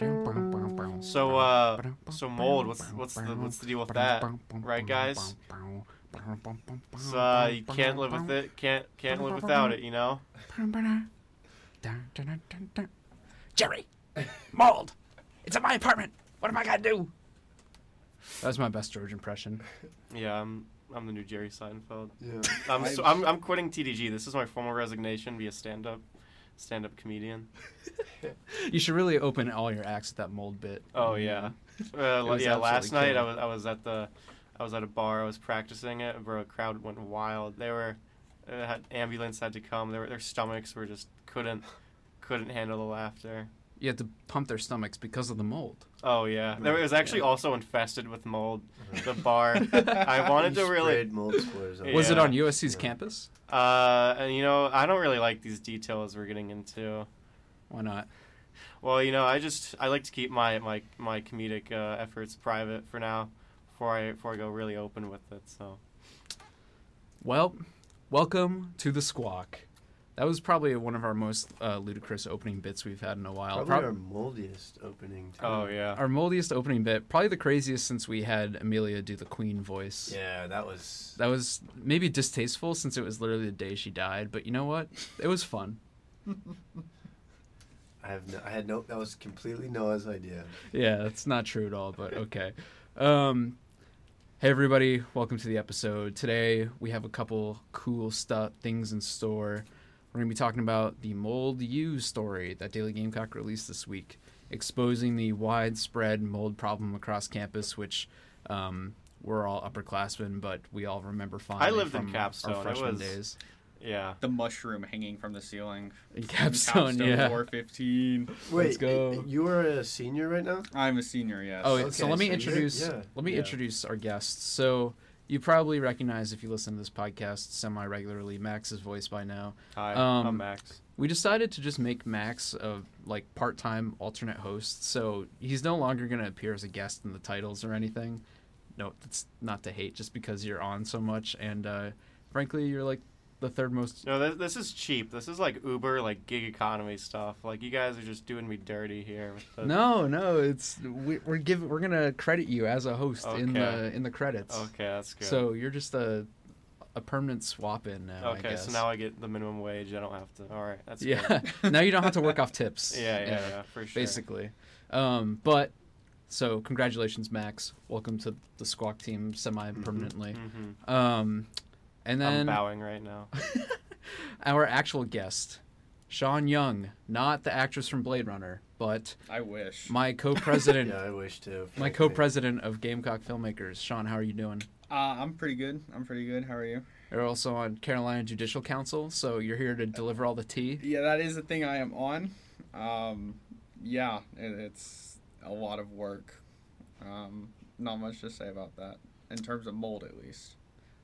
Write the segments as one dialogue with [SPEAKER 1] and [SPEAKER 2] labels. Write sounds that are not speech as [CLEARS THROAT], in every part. [SPEAKER 1] So, uh, so mold. What's what's the what's the deal with that? Right, guys. So, uh, you can't live with it. Can't can't live without it. You know.
[SPEAKER 2] Jerry, mold. It's in my apartment. What am I gonna do? That was my best George impression.
[SPEAKER 1] Yeah, I'm I'm the new
[SPEAKER 2] [LAUGHS]
[SPEAKER 1] Jerry Seinfeld.
[SPEAKER 3] [LAUGHS] Yeah.
[SPEAKER 1] I'm so, I'm I'm quitting TDG. This is my formal resignation. Be a stand up, stand up comedian.
[SPEAKER 2] You should really open all your acts with that mold bit. [LAUGHS]
[SPEAKER 1] Oh yeah, uh,
[SPEAKER 2] Mm-hmm. was
[SPEAKER 1] yeah. Last
[SPEAKER 2] absolutely
[SPEAKER 1] night I
[SPEAKER 2] killing.
[SPEAKER 1] was I was at the, I was at a bar. I was practicing it. Bro, a crowd went wild. They were, uh, had, ambulance had to come. Their their stomachs were just couldn't, couldn't handle the laughter.
[SPEAKER 2] You had to pump their stomachs because of the mold.
[SPEAKER 1] Oh yeah, there
[SPEAKER 3] Right,
[SPEAKER 1] was actually
[SPEAKER 2] yeah. Mm-hmm.
[SPEAKER 1] also infested with mold.
[SPEAKER 2] [LAUGHS]
[SPEAKER 1] The bar. I wanted to
[SPEAKER 3] You
[SPEAKER 1] really.
[SPEAKER 3] sprayed mold spores
[SPEAKER 1] Yeah.
[SPEAKER 2] Was it
[SPEAKER 3] all-
[SPEAKER 2] on USC's
[SPEAKER 3] Yeah.
[SPEAKER 2] campus?
[SPEAKER 1] Uh, and, you know, I don't really like these details we're getting into.
[SPEAKER 2] Why not?
[SPEAKER 1] Well, you know, I just I like to keep my my my comedic uh, efforts private for now, before I before I go really open with it. So.
[SPEAKER 2] Well, welcome to the squawk. That was probably one of our most uh, ludicrous opening bits we've had in a while.
[SPEAKER 3] Probably our
[SPEAKER 2] Prob-
[SPEAKER 3] moldiest opening. Too.
[SPEAKER 1] Oh yeah.
[SPEAKER 2] our moldiest opening bit, probably the craziest since we had Amelia do the Queen voice.
[SPEAKER 3] Yeah, that was.
[SPEAKER 2] That was maybe distasteful since it was literally the day she died, but you know what? It was fun.
[SPEAKER 3] I have. No, I had no. That was completely Noah's idea.
[SPEAKER 2] yeah, that's not true at all, but okay. Um, hey, everybody, welcome to the episode. Today, we have a couple cool stuff, things in store. We're going to be talking about the mold U story that Daily Gamecock released this week, exposing the widespread mold problem across campus, which um, we're all upperclassmen, but we all remember fondly
[SPEAKER 1] lived in
[SPEAKER 2] from
[SPEAKER 1] Capstone.
[SPEAKER 2] our
[SPEAKER 1] It
[SPEAKER 2] freshman
[SPEAKER 1] was-
[SPEAKER 2] days.
[SPEAKER 1] Yeah.
[SPEAKER 4] The mushroom hanging from
[SPEAKER 2] [LAUGHS]
[SPEAKER 4] the ceiling.
[SPEAKER 2] In
[SPEAKER 4] from
[SPEAKER 2] Capstone, yeah.
[SPEAKER 4] 415.
[SPEAKER 3] Wait,
[SPEAKER 2] Let's go.
[SPEAKER 3] you are a senior right now.
[SPEAKER 4] I'm a senior, yes.
[SPEAKER 2] Oh,
[SPEAKER 3] Okay,
[SPEAKER 2] so let me
[SPEAKER 3] so you're-
[SPEAKER 2] introduce
[SPEAKER 3] yeah.
[SPEAKER 2] let me
[SPEAKER 1] Yeah.
[SPEAKER 2] introduce our guests. So you probably recognize if you listen to this podcast semi regularly Max's voice by now.
[SPEAKER 1] Hi, I'm
[SPEAKER 2] Um,
[SPEAKER 1] Max.
[SPEAKER 2] We decided to just make Max a like part time alternate host, so he's no longer gonna appear as a guest in the titles or anything. No, that's not to hate, just because you're on so much, and uh, frankly, you're like the third most.
[SPEAKER 1] No, this, this is cheap. This is like Uber, like gig economy stuff. Like you guys are just doing me dirty here. With the...
[SPEAKER 2] No, no, it's we, we're giving we're gonna credit you as a host in
[SPEAKER 1] Okay.
[SPEAKER 2] the in the credits.
[SPEAKER 1] Okay, that's good.
[SPEAKER 2] So you're just a a permanent swap in now. I
[SPEAKER 1] okay,
[SPEAKER 2] guess. [LAUGHS]
[SPEAKER 1] so now I get the minimum wage. I don't have to. All right, that's good.
[SPEAKER 2] yeah. [LAUGHS] now you don't have to work off tips.
[SPEAKER 1] [LAUGHS] Yeah, yeah, yeah, for sure.
[SPEAKER 2] Basically, um, but so congratulations, Max. Welcome to the Squawk team semi permanently.
[SPEAKER 1] hmm
[SPEAKER 2] Um, and
[SPEAKER 1] I'm
[SPEAKER 2] then
[SPEAKER 1] bowing right now.
[SPEAKER 2] [LAUGHS] our actual guest, Sean Young, not the actress from Blade Runner, but
[SPEAKER 4] I wish.
[SPEAKER 2] my co-president.
[SPEAKER 1] [LAUGHS]
[SPEAKER 3] Yeah, I wish to.
[SPEAKER 2] My
[SPEAKER 3] frankly.
[SPEAKER 2] co-president of Gamecock Filmmakers, Sean. How are you doing?
[SPEAKER 4] Uh, I'm pretty good. I'm pretty good. How are you?
[SPEAKER 2] You're also on Carolina Judicial Council, so you're here to deliver all the tea.
[SPEAKER 4] Yeah, that is the thing I am on. Um, yeah, it, it's a lot of work. Um, not much to say about that, in terms of mold at least.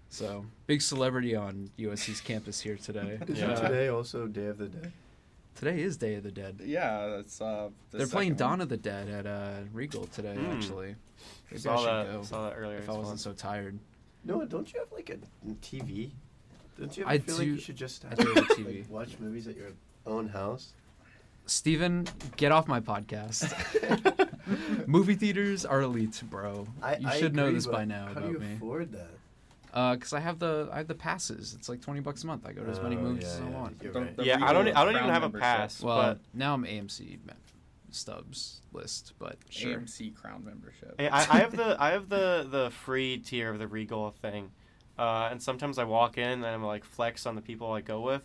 [SPEAKER 2] So big celebrity on USC's campus here today.
[SPEAKER 1] [LAUGHS]
[SPEAKER 3] Is
[SPEAKER 1] Yeah.
[SPEAKER 3] it today also day of the dead?
[SPEAKER 2] Today is Day of the Dead.
[SPEAKER 4] Yeah, that's. Uh, the
[SPEAKER 2] They're playing
[SPEAKER 4] second one.
[SPEAKER 2] Dawn of the Dead at uh, Regal today.
[SPEAKER 1] Hmm.
[SPEAKER 2] Actually, maybe I
[SPEAKER 1] saw
[SPEAKER 2] should
[SPEAKER 1] that.
[SPEAKER 2] go
[SPEAKER 1] Saw that earlier.
[SPEAKER 2] if I
[SPEAKER 1] It's
[SPEAKER 2] wasn't
[SPEAKER 1] fun.
[SPEAKER 2] so tired.
[SPEAKER 3] No, don't you have like a TV? Don't you ever
[SPEAKER 2] I
[SPEAKER 3] feel like
[SPEAKER 2] do-
[SPEAKER 3] you should just
[SPEAKER 2] I do have a TV.
[SPEAKER 3] Like, watch movies at your own [LAUGHS] house?
[SPEAKER 2] Steven, get off my podcast.
[SPEAKER 3] [LAUGHS]
[SPEAKER 2] Movie theaters are elite, bro.
[SPEAKER 3] I,
[SPEAKER 2] you
[SPEAKER 3] I
[SPEAKER 2] should know
[SPEAKER 3] agree,
[SPEAKER 2] this
[SPEAKER 3] but
[SPEAKER 2] by now
[SPEAKER 3] How
[SPEAKER 2] about
[SPEAKER 3] do you
[SPEAKER 2] me.
[SPEAKER 3] afford that?
[SPEAKER 2] Because I have the I have the passes. It's like twenty bucks a month. I go to as many
[SPEAKER 3] Oh,
[SPEAKER 2] movies
[SPEAKER 3] yeah,
[SPEAKER 2] as I
[SPEAKER 3] yeah,
[SPEAKER 2] want.
[SPEAKER 3] you're
[SPEAKER 4] Don't-
[SPEAKER 3] right.
[SPEAKER 4] the
[SPEAKER 1] Yeah, I don't. e,
[SPEAKER 4] Regal
[SPEAKER 1] I don't even
[SPEAKER 4] Crown
[SPEAKER 1] have a
[SPEAKER 4] membership.
[SPEAKER 1] pass.
[SPEAKER 2] Well, now I'm AMC me- stubs list, but sure.
[SPEAKER 4] AMC Crown membership.
[SPEAKER 1] but
[SPEAKER 4] [LAUGHS]
[SPEAKER 1] I, I have the I have the the free tier of the Regal thing, uh, and sometimes I walk in and I'm like flex on the people I go with,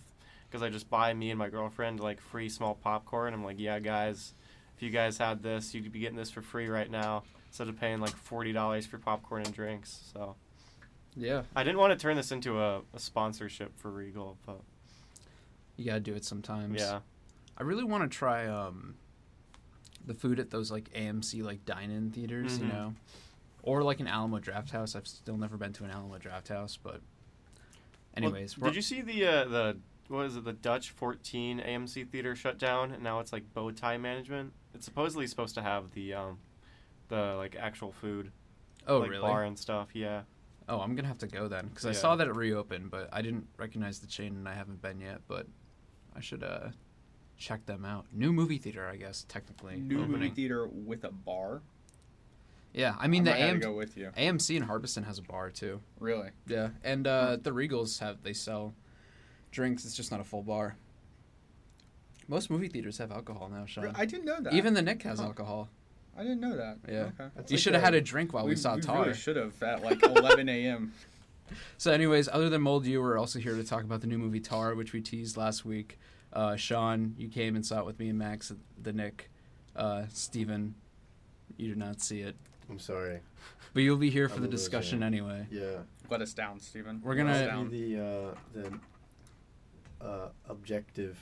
[SPEAKER 1] because I just buy me and my girlfriend like free small popcorn. I'm like, yeah, guys, if you guys had this, you'd be getting this for free right now instead of paying like forty dollars for popcorn and drinks. So
[SPEAKER 2] Yeah,
[SPEAKER 1] I didn't want to turn this into a, a sponsorship for Regal, but
[SPEAKER 2] you gotta do it sometimes.
[SPEAKER 1] yeah,
[SPEAKER 2] I really want to try um, the food at those like AMC like dine-in theaters,
[SPEAKER 1] Mhm.
[SPEAKER 4] Mm-hmm.
[SPEAKER 2] you know, or like an Alamo Draft House. I've still never been to an Alamo Draft House, but
[SPEAKER 1] Well,
[SPEAKER 2] anyways,
[SPEAKER 1] did you see the uh, the what is it? The Dutch 14 AMC theater shut down, and now it's like bow tie management. It's supposedly supposed to have the um, the like actual food,
[SPEAKER 2] Oh,
[SPEAKER 1] like
[SPEAKER 2] really?
[SPEAKER 1] bar and stuff. Yeah.
[SPEAKER 2] Oh, I'm gonna have to go then because I
[SPEAKER 1] Yeah.
[SPEAKER 2] saw that it reopened, but I didn't recognize the chain and I haven't been yet. But I should uh, check them out. New movie theater, I guess technically.
[SPEAKER 4] New movie
[SPEAKER 2] opening.
[SPEAKER 4] theater with a bar.
[SPEAKER 2] Yeah, I mean the
[SPEAKER 4] I might have to
[SPEAKER 2] AM-
[SPEAKER 4] go with you.
[SPEAKER 2] AMC in Harbison has a bar too.
[SPEAKER 4] Really?
[SPEAKER 2] Yeah, and uh,
[SPEAKER 4] Hmm.
[SPEAKER 2] the Regals have they sell drinks. It's just not a full bar. Most movie theaters have alcohol now, Sean.
[SPEAKER 4] I didn't know that.
[SPEAKER 2] Even the Nick has
[SPEAKER 4] Huh.
[SPEAKER 2] alcohol.
[SPEAKER 4] I didn't know that.
[SPEAKER 2] Yeah.
[SPEAKER 4] Okay.
[SPEAKER 3] That's
[SPEAKER 2] you
[SPEAKER 3] like
[SPEAKER 2] should have had a
[SPEAKER 3] a-
[SPEAKER 2] drink while Oh, we, saw Tar.
[SPEAKER 4] really should have at like 11
[SPEAKER 2] [LAUGHS]
[SPEAKER 4] a.m.
[SPEAKER 2] So, anyways, other than Mold, you were also here to talk about the new movie Tar, which we teased last week. Uh, Sean, you came and saw it with me and Max, at the Nick, uh, Steven, you did not see it,
[SPEAKER 3] I'm sorry.
[SPEAKER 2] but you'll be here for
[SPEAKER 3] I
[SPEAKER 2] the
[SPEAKER 3] will,
[SPEAKER 2] discussion
[SPEAKER 3] yeah.
[SPEAKER 2] anyway.
[SPEAKER 3] Yeah.
[SPEAKER 4] Let us down, Steven.
[SPEAKER 2] We're
[SPEAKER 4] Let us
[SPEAKER 2] gonna-
[SPEAKER 4] down.
[SPEAKER 3] be the uh, the uh, objective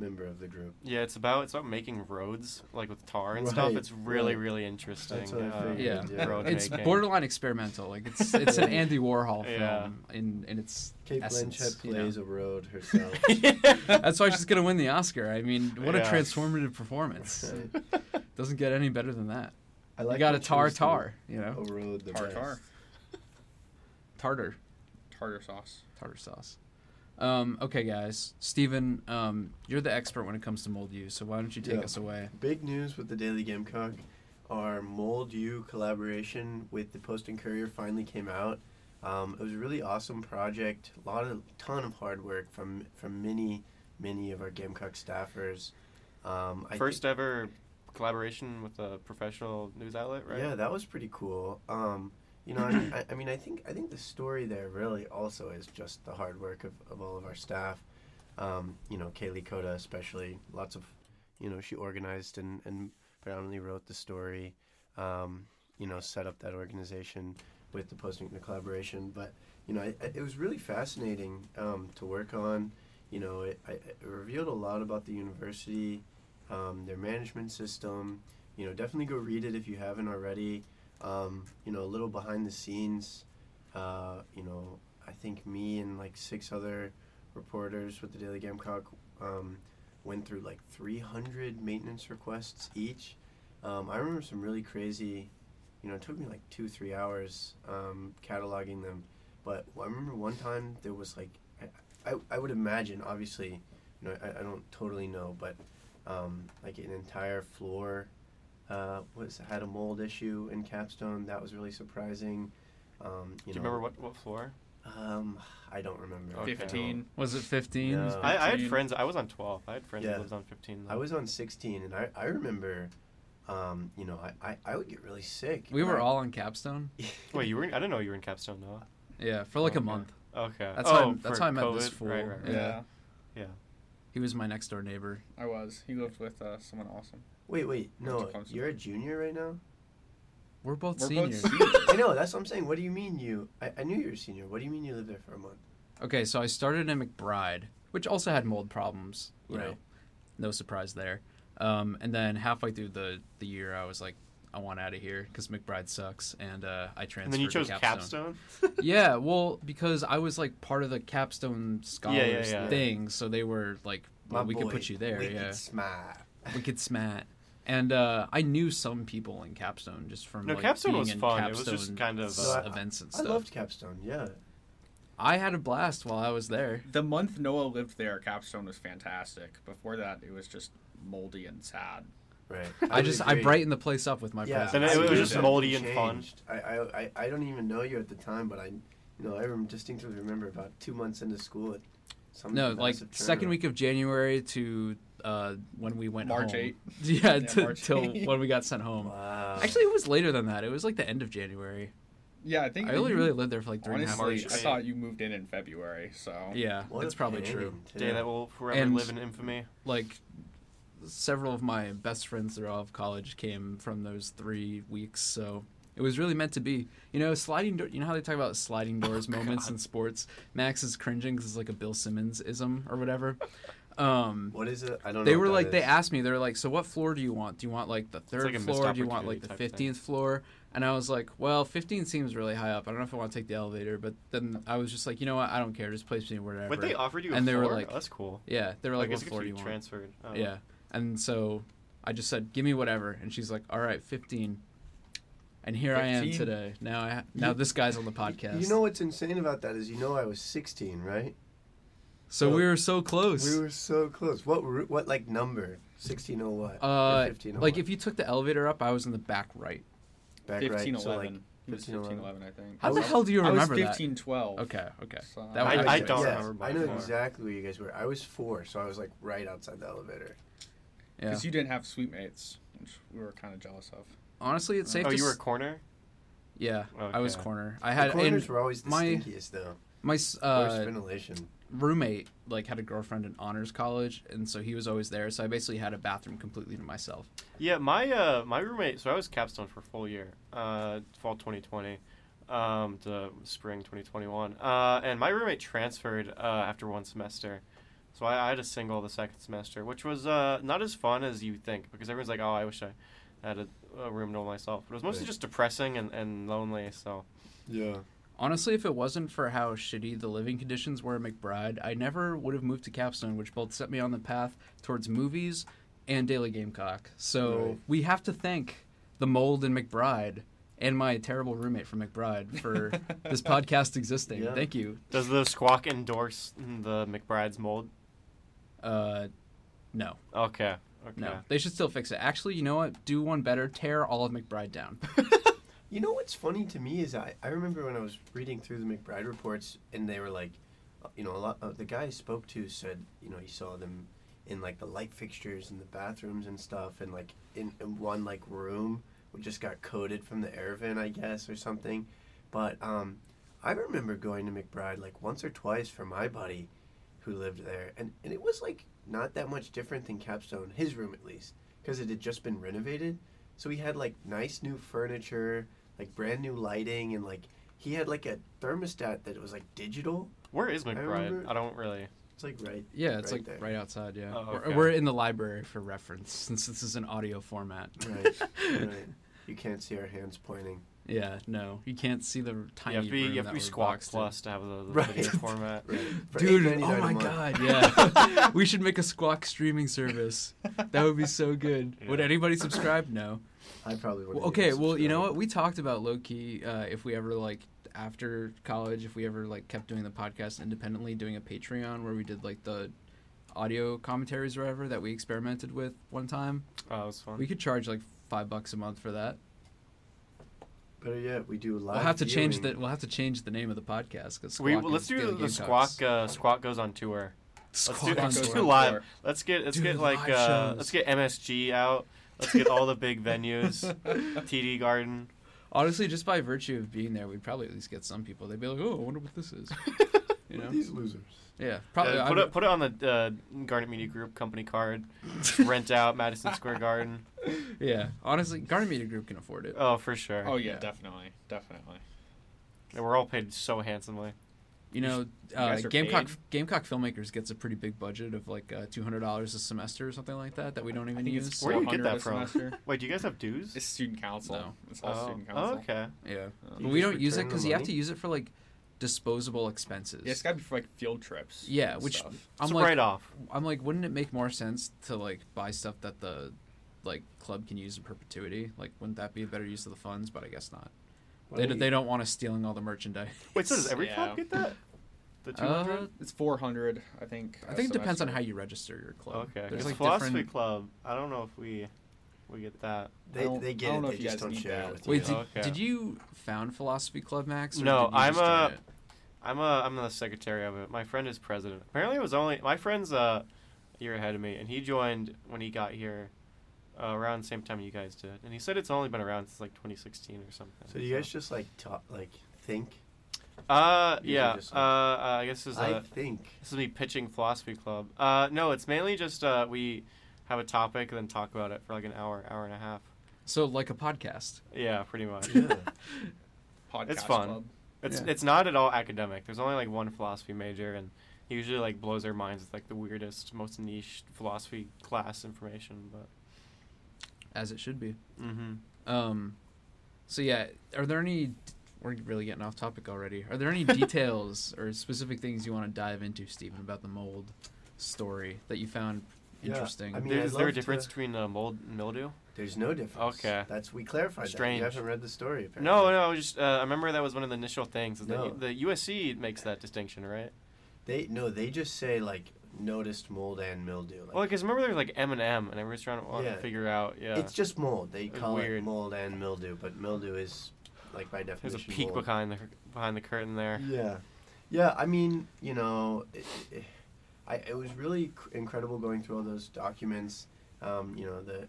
[SPEAKER 3] member of the group.
[SPEAKER 1] Yeah, it's about it's about making roads like with tar and stuff.
[SPEAKER 3] Right,
[SPEAKER 1] It's really
[SPEAKER 3] right.
[SPEAKER 1] really interesting.
[SPEAKER 3] That's what I
[SPEAKER 1] uh,
[SPEAKER 3] figured,
[SPEAKER 2] Yeah.
[SPEAKER 3] yeah.
[SPEAKER 1] road
[SPEAKER 2] It's
[SPEAKER 1] making. [LAUGHS]
[SPEAKER 2] borderline experimental. Like it's it's
[SPEAKER 3] [LAUGHS]
[SPEAKER 2] an Andy Warhol film
[SPEAKER 1] Yeah.
[SPEAKER 2] in in its
[SPEAKER 3] Kate
[SPEAKER 2] essence.
[SPEAKER 3] Blanchett
[SPEAKER 2] you know.
[SPEAKER 3] plays a road herself.
[SPEAKER 2] [LAUGHS] That's why she's gonna win the Oscar. I mean, what
[SPEAKER 1] Yeah.
[SPEAKER 2] a transformative
[SPEAKER 3] [LAUGHS]
[SPEAKER 2] performance! Doesn't get any better than that.
[SPEAKER 3] I
[SPEAKER 2] you got
[SPEAKER 3] to
[SPEAKER 2] a tar
[SPEAKER 3] choose the-
[SPEAKER 2] tar, you
[SPEAKER 3] A
[SPEAKER 2] know,
[SPEAKER 3] road the
[SPEAKER 4] Tar
[SPEAKER 3] best.
[SPEAKER 4] tar.
[SPEAKER 2] tartar.
[SPEAKER 4] Tartar sauce.
[SPEAKER 2] tartar sauce. Um, okay, guys. Steven, um, you're the expert when it comes to mold use, so why don't you take
[SPEAKER 3] Yeah.
[SPEAKER 2] us away?
[SPEAKER 3] Big news with the Daily Gamecock, our Mold U collaboration with the Post and Courier finally came out. Um, it was a really awesome project. A lot of ton of hard work from from many many of our Gamecock staffers. Um, I
[SPEAKER 1] [LAUGHS]
[SPEAKER 3] thi-
[SPEAKER 1] First ever collaboration with a professional news outlet, right?
[SPEAKER 3] Yeah, that was pretty cool. Um, you know, I, I, I mean, I think I think the story there really also is just the hard work of, of all of our staff. Um, you know, Kaylee Coda especially, lots of, you know, she organized and, and predominantly wrote the story. Um, you know, set up that organization with the posting the collaboration. But you know, I, I- it was really fascinating um, to work on. You know, it, I, it revealed a lot about the university, um, their management system, you know definitely go read it if you haven't already um, you know a little behind the scenes uh, you know i think me and like six other reporters with the daily gamecock um, went through like 300 maintenance requests each um, i remember some really crazy you know it took me like two three hours um, cataloging them but i remember one time there was like i, I, I would imagine obviously you know i, I don't totally know but um, like an entire floor uh, was had a mold issue in Capstone. That was really surprising. Um, you
[SPEAKER 1] Do you
[SPEAKER 3] know,
[SPEAKER 1] remember what, what floor?
[SPEAKER 3] Um, I don't remember.
[SPEAKER 1] Okay.
[SPEAKER 4] 15.
[SPEAKER 2] Was it 15?
[SPEAKER 3] No.
[SPEAKER 1] I, I had
[SPEAKER 4] 15.
[SPEAKER 1] friends. I was on 12. I had friends
[SPEAKER 3] Uh, Yeah.
[SPEAKER 1] that lived on 15.
[SPEAKER 3] I was on 16, and I, I remember, um, you know, I, I, I would get really sick.
[SPEAKER 2] We were
[SPEAKER 3] I- [LAUGHS]
[SPEAKER 2] all on Capstone.
[SPEAKER 1] Wait, you were? In, I didn't know you were in Capstone, Noah.
[SPEAKER 2] Yeah, for like a
[SPEAKER 1] Okay.
[SPEAKER 2] month.
[SPEAKER 1] Okay.
[SPEAKER 2] That's
[SPEAKER 1] oh,
[SPEAKER 2] how I- that's
[SPEAKER 1] for
[SPEAKER 2] how I met this
[SPEAKER 1] COVID?
[SPEAKER 2] fool.
[SPEAKER 1] Right, right, right.
[SPEAKER 2] Yeah.
[SPEAKER 1] Yeah.
[SPEAKER 2] He was my next door neighbor.
[SPEAKER 4] I was. He lived with uh, someone awesome.
[SPEAKER 3] Wait, wait, no,
[SPEAKER 4] Clemson.
[SPEAKER 3] you're a junior right now.
[SPEAKER 2] We're both
[SPEAKER 4] We're both
[SPEAKER 2] seniors.
[SPEAKER 3] I know that's what I'm saying. What do you mean you? I, I knew you were a senior. What do you mean you lived there for a month?
[SPEAKER 2] okay, so I started in McBride, which also had mold problems. You know,
[SPEAKER 3] Right.
[SPEAKER 2] no surprise there. Um, and then halfway through the, the year, I was like, I want out of here because McBride sucks, and uh, I transferred
[SPEAKER 1] And then you chose
[SPEAKER 2] to
[SPEAKER 1] Capstone.
[SPEAKER 2] [LAUGHS] yeah, well, because I was like part of the capstone scholars
[SPEAKER 1] yeah.
[SPEAKER 2] thing, so they were like, well,
[SPEAKER 3] My
[SPEAKER 2] we could
[SPEAKER 3] boy,
[SPEAKER 2] put you there,
[SPEAKER 3] wicked
[SPEAKER 2] yeah,
[SPEAKER 3] smart.
[SPEAKER 2] wicked smat. And uh, I knew some people in Capstone just from
[SPEAKER 1] No,
[SPEAKER 2] like,
[SPEAKER 1] Capstone
[SPEAKER 2] being
[SPEAKER 1] was
[SPEAKER 2] in
[SPEAKER 1] fun. It was just
[SPEAKER 2] Capstone
[SPEAKER 1] kind of,
[SPEAKER 2] s-
[SPEAKER 3] uh,
[SPEAKER 2] events and
[SPEAKER 3] I
[SPEAKER 2] stuff. I,
[SPEAKER 3] loved Capstone. Yeah,
[SPEAKER 2] had a blast while I was there.
[SPEAKER 4] [LAUGHS] The month Noah lived there, Capstone was fantastic. Before that, it was just moldy and sad.
[SPEAKER 3] right.
[SPEAKER 2] [LAUGHS] I,
[SPEAKER 3] would
[SPEAKER 2] just I
[SPEAKER 3] agree.
[SPEAKER 2] brightened the place up with my
[SPEAKER 3] Yeah,
[SPEAKER 2] presence.
[SPEAKER 1] And it- it was
[SPEAKER 3] you
[SPEAKER 1] just
[SPEAKER 3] definitely
[SPEAKER 1] moldy and fun.
[SPEAKER 3] changed. I, I, I, I don't even know you at the time, but I, you know, I rem- distinctly remember about two months into school. It, some
[SPEAKER 2] no, like
[SPEAKER 3] massive
[SPEAKER 2] second
[SPEAKER 3] turnaround.
[SPEAKER 2] week of January to uh, when we went
[SPEAKER 4] March
[SPEAKER 2] home.
[SPEAKER 4] 8.
[SPEAKER 2] [LAUGHS] Yeah,
[SPEAKER 4] Yeah,
[SPEAKER 2] to,
[SPEAKER 4] March
[SPEAKER 2] till
[SPEAKER 4] 8.
[SPEAKER 2] when we got sent home.
[SPEAKER 3] Wow.
[SPEAKER 2] Actually, it was later than that. It was like the end of January.
[SPEAKER 4] Yeah, I think.
[SPEAKER 2] I only
[SPEAKER 4] you-
[SPEAKER 2] really lived there for like three and a half
[SPEAKER 4] Honestly, I
[SPEAKER 1] March
[SPEAKER 2] weeks.
[SPEAKER 4] thought you moved in in February, so.
[SPEAKER 2] Yeah,
[SPEAKER 3] What
[SPEAKER 2] that's
[SPEAKER 3] a
[SPEAKER 2] probably
[SPEAKER 3] pain,
[SPEAKER 2] true.
[SPEAKER 3] too.
[SPEAKER 1] Day that will forever
[SPEAKER 2] And-
[SPEAKER 1] live in infamy.
[SPEAKER 2] Like, several of my best friends throughout college came from those three weeks, so it was really meant to be. You know, sliding door. You know how they talk about
[SPEAKER 1] [LAUGHS]
[SPEAKER 2] sliding
[SPEAKER 1] Oh,
[SPEAKER 2] doors moments in sports. Max is cringing because it's like a Bill Simmons ism or whatever.
[SPEAKER 1] [LAUGHS]
[SPEAKER 2] Um,
[SPEAKER 3] What is it? I don't know.
[SPEAKER 2] they
[SPEAKER 3] what
[SPEAKER 2] were
[SPEAKER 3] that
[SPEAKER 2] like they
[SPEAKER 3] is.
[SPEAKER 2] asked me they were like so what floor do you want do you want like the third
[SPEAKER 1] like a missed
[SPEAKER 2] floor do you want
[SPEAKER 1] opportunity
[SPEAKER 2] like the
[SPEAKER 1] type thing.
[SPEAKER 2] 15th floor And I was like, well, 15 seems really high up. I don't know if I want to take the elevator. But then I was just like, you know what? I don't care. Just place me wherever.
[SPEAKER 1] What they offered you?
[SPEAKER 2] And
[SPEAKER 1] a
[SPEAKER 2] they were
[SPEAKER 1] floor?
[SPEAKER 2] like-
[SPEAKER 1] Oh, that's cool.
[SPEAKER 2] yeah, they were
[SPEAKER 1] Like,
[SPEAKER 2] like,
[SPEAKER 1] I guess
[SPEAKER 2] what
[SPEAKER 1] it
[SPEAKER 2] floor do
[SPEAKER 1] could be
[SPEAKER 2] you want?
[SPEAKER 1] transferred. Oh.
[SPEAKER 2] Yeah. And so I just said, "Give me whatever," and she's like, "All right, 15. And here I am
[SPEAKER 4] 15?
[SPEAKER 2] today. Now I ha- now
[SPEAKER 3] You-
[SPEAKER 2] this guy's on the
[SPEAKER 3] Y-
[SPEAKER 2] podcast.
[SPEAKER 3] You know what's insane about that is you know I was 16, right?
[SPEAKER 2] so we were so close.
[SPEAKER 3] We were so close. What ru- what like number? 16 or oh what?
[SPEAKER 2] uh,
[SPEAKER 3] or 15
[SPEAKER 2] like if you took the elevator up, I was in the back right.
[SPEAKER 3] back
[SPEAKER 4] Fifteen
[SPEAKER 3] right, so like
[SPEAKER 4] eleven. It was
[SPEAKER 3] 15,
[SPEAKER 4] fifteen eleven, I think.
[SPEAKER 2] How the
[SPEAKER 3] was-
[SPEAKER 2] hell do you
[SPEAKER 4] I was
[SPEAKER 2] remember that?
[SPEAKER 4] fifteen twelve.
[SPEAKER 2] Okay, okay.
[SPEAKER 4] So-
[SPEAKER 2] That
[SPEAKER 1] I-
[SPEAKER 2] one
[SPEAKER 1] I
[SPEAKER 2] makes
[SPEAKER 1] don't
[SPEAKER 2] sense.
[SPEAKER 1] remember by
[SPEAKER 3] I know
[SPEAKER 1] far.
[SPEAKER 3] exactly where you guys were. I was four, so I was like right outside the elevator.
[SPEAKER 2] Yeah.
[SPEAKER 4] Because you didn't have sweet mates, which we were kind of jealous of.
[SPEAKER 2] Honestly, it's safe
[SPEAKER 1] Oh,
[SPEAKER 2] to
[SPEAKER 1] you were
[SPEAKER 2] s-
[SPEAKER 1] corner.
[SPEAKER 2] Yeah, I was
[SPEAKER 1] Okay.
[SPEAKER 2] corner. I
[SPEAKER 3] The
[SPEAKER 2] had
[SPEAKER 3] corners
[SPEAKER 2] and
[SPEAKER 3] were always the
[SPEAKER 2] my-
[SPEAKER 3] stinkiest though.
[SPEAKER 2] my s-
[SPEAKER 3] Worst
[SPEAKER 2] uh,
[SPEAKER 3] ventilation.
[SPEAKER 2] roommate like had a girlfriend in honors college, and so he was always there. So I basically had a bathroom completely to myself.
[SPEAKER 1] Yeah, my uh, my roommate. So I was capstone for a full year, uh, fall 2020, um, to spring 2021. Uh, and my roommate transferred uh, after one semester, so I, I had a single the second semester, which was uh, not as fun as you think because everyone's like, oh, I wish I had a, a room to myself. But it was mostly
[SPEAKER 3] Right.
[SPEAKER 1] just depressing and, and lonely. So
[SPEAKER 3] Yeah.
[SPEAKER 2] Honestly, if it wasn't for how shitty the living conditions were at McBride, I never would have moved to Capstone, which both set me on the path towards movies and Daily Gamecock. So
[SPEAKER 3] Right.
[SPEAKER 2] we have to thank the mold in McBride and my terrible roommate from McBride
[SPEAKER 3] [LAUGHS]
[SPEAKER 2] for this podcast existing.
[SPEAKER 3] Yeah.
[SPEAKER 2] Thank you.
[SPEAKER 1] does the squawk endorse the McBride's mold?
[SPEAKER 2] Uh, no,
[SPEAKER 1] Okay. Okay.
[SPEAKER 2] no, they should still fix it. Actually, you know what? Do one better. Tear all of McBride down. [LAUGHS]
[SPEAKER 3] You know what's funny to me is I, I remember when I was reading through the McBride reports and they were like, uh, you know, a lot of the guy I spoke to said, you know, he saw them in like the light fixtures and the bathrooms and stuff and like in, in one like room which just got coated from the air vent, I guess, or something. But um, I remember going to McBride like once or twice for my buddy who lived there and, and it was like not that much different than Capstone, his room at least, because it had just been renovated. So he had like nice new furniture, like brand new lighting, and like he had like a thermostat that was like digital.
[SPEAKER 1] Where is McBride?
[SPEAKER 3] remember-
[SPEAKER 1] I don't really.
[SPEAKER 3] It's like right.
[SPEAKER 2] Yeah, it's
[SPEAKER 3] Right
[SPEAKER 2] like
[SPEAKER 3] there.
[SPEAKER 2] right outside. Yeah,
[SPEAKER 1] Oh,
[SPEAKER 2] We're-
[SPEAKER 1] okay.
[SPEAKER 2] we're in the library for reference since this is an audio format. [LAUGHS]
[SPEAKER 3] Right, right. You can't see our hands pointing.
[SPEAKER 2] Yeah, no, you can't see the tiny.
[SPEAKER 1] You have to be,
[SPEAKER 2] room
[SPEAKER 1] you have
[SPEAKER 2] that
[SPEAKER 1] to be
[SPEAKER 2] we're
[SPEAKER 1] Squawk
[SPEAKER 2] boxed in.
[SPEAKER 1] Plus to have
[SPEAKER 2] [LAUGHS]
[SPEAKER 1] the, the
[SPEAKER 3] Right.
[SPEAKER 1] video format.
[SPEAKER 3] For
[SPEAKER 2] Dude,
[SPEAKER 3] $8.99
[SPEAKER 2] oh
[SPEAKER 3] a
[SPEAKER 2] my
[SPEAKER 3] month.
[SPEAKER 2] god,
[SPEAKER 1] [LAUGHS]
[SPEAKER 2] yeah. [LAUGHS] we should make a Squawk streaming service. That would be so
[SPEAKER 1] [LAUGHS]
[SPEAKER 2] good. Would
[SPEAKER 1] Yeah.
[SPEAKER 2] anybody subscribe? No.
[SPEAKER 3] I probably would.
[SPEAKER 2] Well, okay, well, you know what? We talked about low key uh, if we ever like after college, if we ever like kept doing the podcast independently, doing a Patreon where we did like the audio commentaries or whatever that we experimented with one time.
[SPEAKER 1] Oh, that was fun.
[SPEAKER 2] We could charge like five bucks a month for that.
[SPEAKER 3] Better yet, uh, we do live.
[SPEAKER 2] We'll have to change
[SPEAKER 3] viewing.
[SPEAKER 2] the we'll have to change the name of the podcast because
[SPEAKER 1] We, let's do the squawk. Uh, squawk goes on tour. Let's do,
[SPEAKER 2] Squawk on
[SPEAKER 1] let's
[SPEAKER 4] goes
[SPEAKER 1] do
[SPEAKER 2] tour.
[SPEAKER 4] on
[SPEAKER 1] live.
[SPEAKER 4] tour.
[SPEAKER 1] Let's get let's
[SPEAKER 2] Do
[SPEAKER 1] get
[SPEAKER 2] the
[SPEAKER 1] like
[SPEAKER 2] live
[SPEAKER 1] uh,
[SPEAKER 2] shows.
[SPEAKER 1] let's get MSG out. Let's get all
[SPEAKER 2] [LAUGHS]
[SPEAKER 1] the big venues. TD Garden.
[SPEAKER 2] Honestly, just by virtue of being there, we'd probably at least get some people. They'd be like, "Oh, I wonder what this is," you
[SPEAKER 3] Look at
[SPEAKER 2] know?
[SPEAKER 3] These losers.
[SPEAKER 2] Yeah, probably.
[SPEAKER 1] Uh,
[SPEAKER 2] I
[SPEAKER 1] put
[SPEAKER 2] would-
[SPEAKER 1] it put it on the uh, Garnet Media Group company
[SPEAKER 2] [LAUGHS]
[SPEAKER 1] card. [LAUGHS] Rent out Madison Square Garden.
[SPEAKER 2] yeah, honestly, Garden Media Group can afford it.
[SPEAKER 1] Oh, for sure.
[SPEAKER 4] Oh yeah,
[SPEAKER 2] Yeah.
[SPEAKER 4] definitely, definitely.
[SPEAKER 1] And we're all paid so handsomely.
[SPEAKER 2] You know, uh,
[SPEAKER 4] guys are
[SPEAKER 2] Gamecock
[SPEAKER 4] paid?
[SPEAKER 2] Gamecock filmmakers gets a pretty big budget of like uh, two hundred dollars a semester or something like that that we don't
[SPEAKER 4] I
[SPEAKER 2] even
[SPEAKER 4] think
[SPEAKER 2] use.
[SPEAKER 4] it's
[SPEAKER 1] Where do
[SPEAKER 4] four
[SPEAKER 1] you get
[SPEAKER 4] hundred
[SPEAKER 1] that
[SPEAKER 4] a
[SPEAKER 1] from?
[SPEAKER 4] semester.
[SPEAKER 2] [LAUGHS]
[SPEAKER 1] Wait, do you guys have dues?
[SPEAKER 4] It's student council.
[SPEAKER 2] No.
[SPEAKER 4] It's all
[SPEAKER 1] oh,
[SPEAKER 4] student
[SPEAKER 1] oh,
[SPEAKER 4] council.
[SPEAKER 1] okay.
[SPEAKER 2] yeah,
[SPEAKER 4] Um,
[SPEAKER 3] You
[SPEAKER 2] but we
[SPEAKER 3] just
[SPEAKER 2] don't use it
[SPEAKER 3] return the
[SPEAKER 2] because you have to
[SPEAKER 3] money?
[SPEAKER 2] use it for like disposable expenses.
[SPEAKER 4] yeah, it's got to be for like field trips.
[SPEAKER 2] Yeah,
[SPEAKER 4] and
[SPEAKER 2] which
[SPEAKER 4] stuff.
[SPEAKER 2] I'm
[SPEAKER 1] it's a
[SPEAKER 2] like,
[SPEAKER 1] write off.
[SPEAKER 2] I'm like, wouldn't it make more sense to like buy stuff that the like club can use in perpetuity? Like, wouldn't that be a better use of the funds? But I guess not.
[SPEAKER 3] Why
[SPEAKER 2] They,
[SPEAKER 3] don't
[SPEAKER 2] they
[SPEAKER 3] you-
[SPEAKER 2] don't want us stealing all the merchandise.
[SPEAKER 1] Wait, so
[SPEAKER 2] [LAUGHS]
[SPEAKER 1] does every
[SPEAKER 4] yeah.
[SPEAKER 1] club get that? The two
[SPEAKER 2] Uh,
[SPEAKER 1] hundred.
[SPEAKER 4] it's four hundred. I think.
[SPEAKER 2] I
[SPEAKER 4] a
[SPEAKER 2] think it depends on
[SPEAKER 4] semester.
[SPEAKER 2] how you register your club.
[SPEAKER 1] Okay.
[SPEAKER 2] Uh, There's
[SPEAKER 1] It's
[SPEAKER 2] like
[SPEAKER 1] philosophy
[SPEAKER 2] different.
[SPEAKER 1] club. I don't know if we we get that.
[SPEAKER 4] I
[SPEAKER 3] They,
[SPEAKER 4] don't-
[SPEAKER 3] they
[SPEAKER 4] I
[SPEAKER 3] get
[SPEAKER 4] don't
[SPEAKER 3] it.
[SPEAKER 4] know
[SPEAKER 3] They
[SPEAKER 4] if you
[SPEAKER 3] just
[SPEAKER 4] guys
[SPEAKER 3] don't
[SPEAKER 4] need
[SPEAKER 3] share
[SPEAKER 4] that.
[SPEAKER 3] it with
[SPEAKER 2] Wait,
[SPEAKER 3] you.
[SPEAKER 2] did,
[SPEAKER 1] Okay.
[SPEAKER 2] did you found philosophy club, Max? or
[SPEAKER 1] No,
[SPEAKER 2] did you just
[SPEAKER 1] I'm a-
[SPEAKER 2] join it?
[SPEAKER 1] I'm a I'm the secretary of it. My friend is president. Apparently, it was only my friend's uh, a year ahead of me, and he joined when he got here, uh, around the same time you guys did. And he said it's only been around since like 2016 or something.
[SPEAKER 3] So do you guys just like talk, like think?
[SPEAKER 1] Uh,
[SPEAKER 3] Usually
[SPEAKER 1] yeah.
[SPEAKER 3] just
[SPEAKER 1] Uh,
[SPEAKER 3] like-
[SPEAKER 1] uh, I guess this is
[SPEAKER 3] I
[SPEAKER 1] a,
[SPEAKER 3] think.
[SPEAKER 1] [LAUGHS] this is me pitching philosophy club. Uh, no, it's mainly just uh we have a topic and then talk about it for like an hour, hour and a half.
[SPEAKER 2] So like a podcast.
[SPEAKER 1] Yeah, pretty much.
[SPEAKER 3] Yeah.
[SPEAKER 4] Podcast
[SPEAKER 1] It's fun.
[SPEAKER 4] Club.
[SPEAKER 1] It's
[SPEAKER 2] Yeah.
[SPEAKER 1] it's not at all academic. There's only like one philosophy major, and he usually like blows their minds with like the weirdest, most niche philosophy class information. But
[SPEAKER 2] as it should be.
[SPEAKER 1] mm-hmm.
[SPEAKER 2] Um, So yeah, are there any? We're really getting off topic already. Are
[SPEAKER 1] [LAUGHS]
[SPEAKER 2] there any details or specific things you want to dive into, Stephen, about the mold story that you found
[SPEAKER 3] Yeah,
[SPEAKER 2] interesting?
[SPEAKER 3] I mean-
[SPEAKER 1] There-
[SPEAKER 3] I'd
[SPEAKER 1] is there a
[SPEAKER 3] love
[SPEAKER 1] difference
[SPEAKER 3] to-
[SPEAKER 1] between uh, mold and mildew?
[SPEAKER 3] There's no difference.
[SPEAKER 1] Okay.
[SPEAKER 3] That's we clarified
[SPEAKER 1] Strange.
[SPEAKER 3] that. You haven't read the story apparently.
[SPEAKER 1] No, no. I was just uh, I remember that was one of the initial things. Is that
[SPEAKER 3] No.
[SPEAKER 1] you- the USC makes that distinction, right?
[SPEAKER 3] They no, they just say like noticed mold and mildew. Like,
[SPEAKER 1] Well, because remember there was like M and M, and everyone's trying to want
[SPEAKER 3] Yeah.
[SPEAKER 1] to figure out. Yeah,
[SPEAKER 3] It's just mold. They
[SPEAKER 1] It's
[SPEAKER 3] call
[SPEAKER 1] weird.
[SPEAKER 3] it mold and mildew, but mildew is like by
[SPEAKER 1] there's a
[SPEAKER 3] definition.
[SPEAKER 1] peek
[SPEAKER 3] mold.
[SPEAKER 1] behind the behind the curtain there.
[SPEAKER 3] Yeah, yeah. I mean, you know, it, it, I it was really cr- incredible going through all those documents. Um, you know, the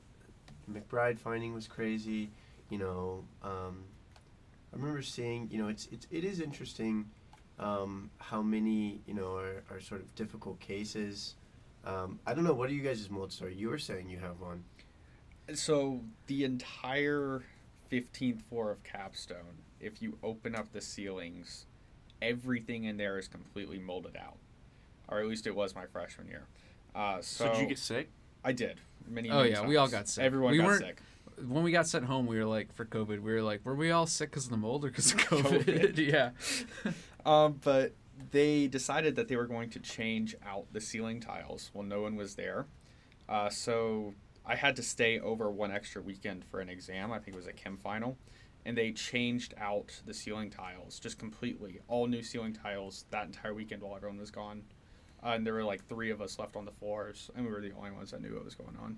[SPEAKER 3] McBride finding was crazy. You know, um, I remember seeing. You know, it's it's it is interesting um, how many you know are, are sort of difficult cases. Um, I don't know. What are you guys' mold story? You were saying you have one.
[SPEAKER 4] So the entire 15th floor of Capstone, if you open up the ceilings, everything in there is completely molded out, or at least it was my freshman year. Uh, so
[SPEAKER 1] So, did you get sick?
[SPEAKER 4] I did. Many.
[SPEAKER 2] Oh,
[SPEAKER 4] many
[SPEAKER 2] yeah, we all
[SPEAKER 4] times.
[SPEAKER 2] got sick.
[SPEAKER 4] Everyone
[SPEAKER 2] We
[SPEAKER 4] got
[SPEAKER 2] weren't-
[SPEAKER 4] sick.
[SPEAKER 2] when we got sent home, we were like, for COVID, we were like, were we all sick because of the mold or
[SPEAKER 1] [LAUGHS]
[SPEAKER 2] because of COVID? [LAUGHS] yeah.
[SPEAKER 4] Um, but they decided that they were going to change out the ceiling tiles while no one was there. Uh, so I had to stay over one extra weekend for an exam. I think it was a chem final. And they changed out the ceiling tiles just completely. All new ceiling tiles that entire weekend while everyone was gone. Uh, and there were like three of us left on the floors, and we were the only ones that knew what was going on.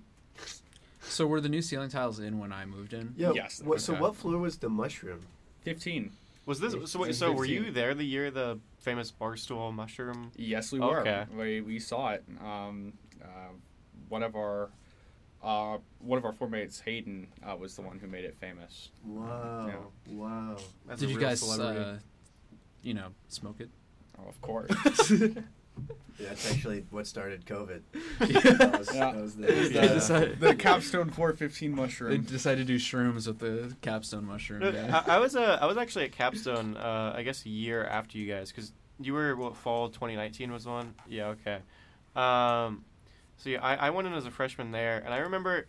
[SPEAKER 2] So were the new ceiling tiles in when I moved in?
[SPEAKER 3] Yeah.
[SPEAKER 4] Yes,
[SPEAKER 3] What, so
[SPEAKER 2] okay.
[SPEAKER 3] what floor was the mushroom?
[SPEAKER 4] 15.
[SPEAKER 1] Was this so? Wait,
[SPEAKER 4] It's
[SPEAKER 1] so were you
[SPEAKER 4] 15.
[SPEAKER 1] there the year the famous barstool mushroom?
[SPEAKER 4] Yes, we
[SPEAKER 1] Okay.
[SPEAKER 4] were. We, we saw it. Um, uh, one of our uh, one of our four mates, Hayden, uh, was the one who made it famous.
[SPEAKER 3] Wow. Wow.
[SPEAKER 1] That's
[SPEAKER 2] Did
[SPEAKER 1] a
[SPEAKER 2] you
[SPEAKER 1] real
[SPEAKER 2] guys,
[SPEAKER 1] celebrity.
[SPEAKER 2] uh, you know, smoke it?
[SPEAKER 4] Oh, of course.
[SPEAKER 3] That's actually what started COVID. [LAUGHS]
[SPEAKER 2] Yeah.
[SPEAKER 3] That was,
[SPEAKER 4] Yeah.
[SPEAKER 3] that was the,
[SPEAKER 1] They
[SPEAKER 3] the-
[SPEAKER 2] decided-
[SPEAKER 4] [LAUGHS] the capstone 415
[SPEAKER 2] They
[SPEAKER 4] mushroom.
[SPEAKER 2] decided to do shrooms with the capstone mushroom.
[SPEAKER 1] No,
[SPEAKER 2] yeah.
[SPEAKER 1] I, I was uh, I was actually at Capstone. Uh, I guess a year after you guys, because you were what fall 2019 was one. Yeah, okay. Um, so yeah, I, I went in as a freshman there, and I remember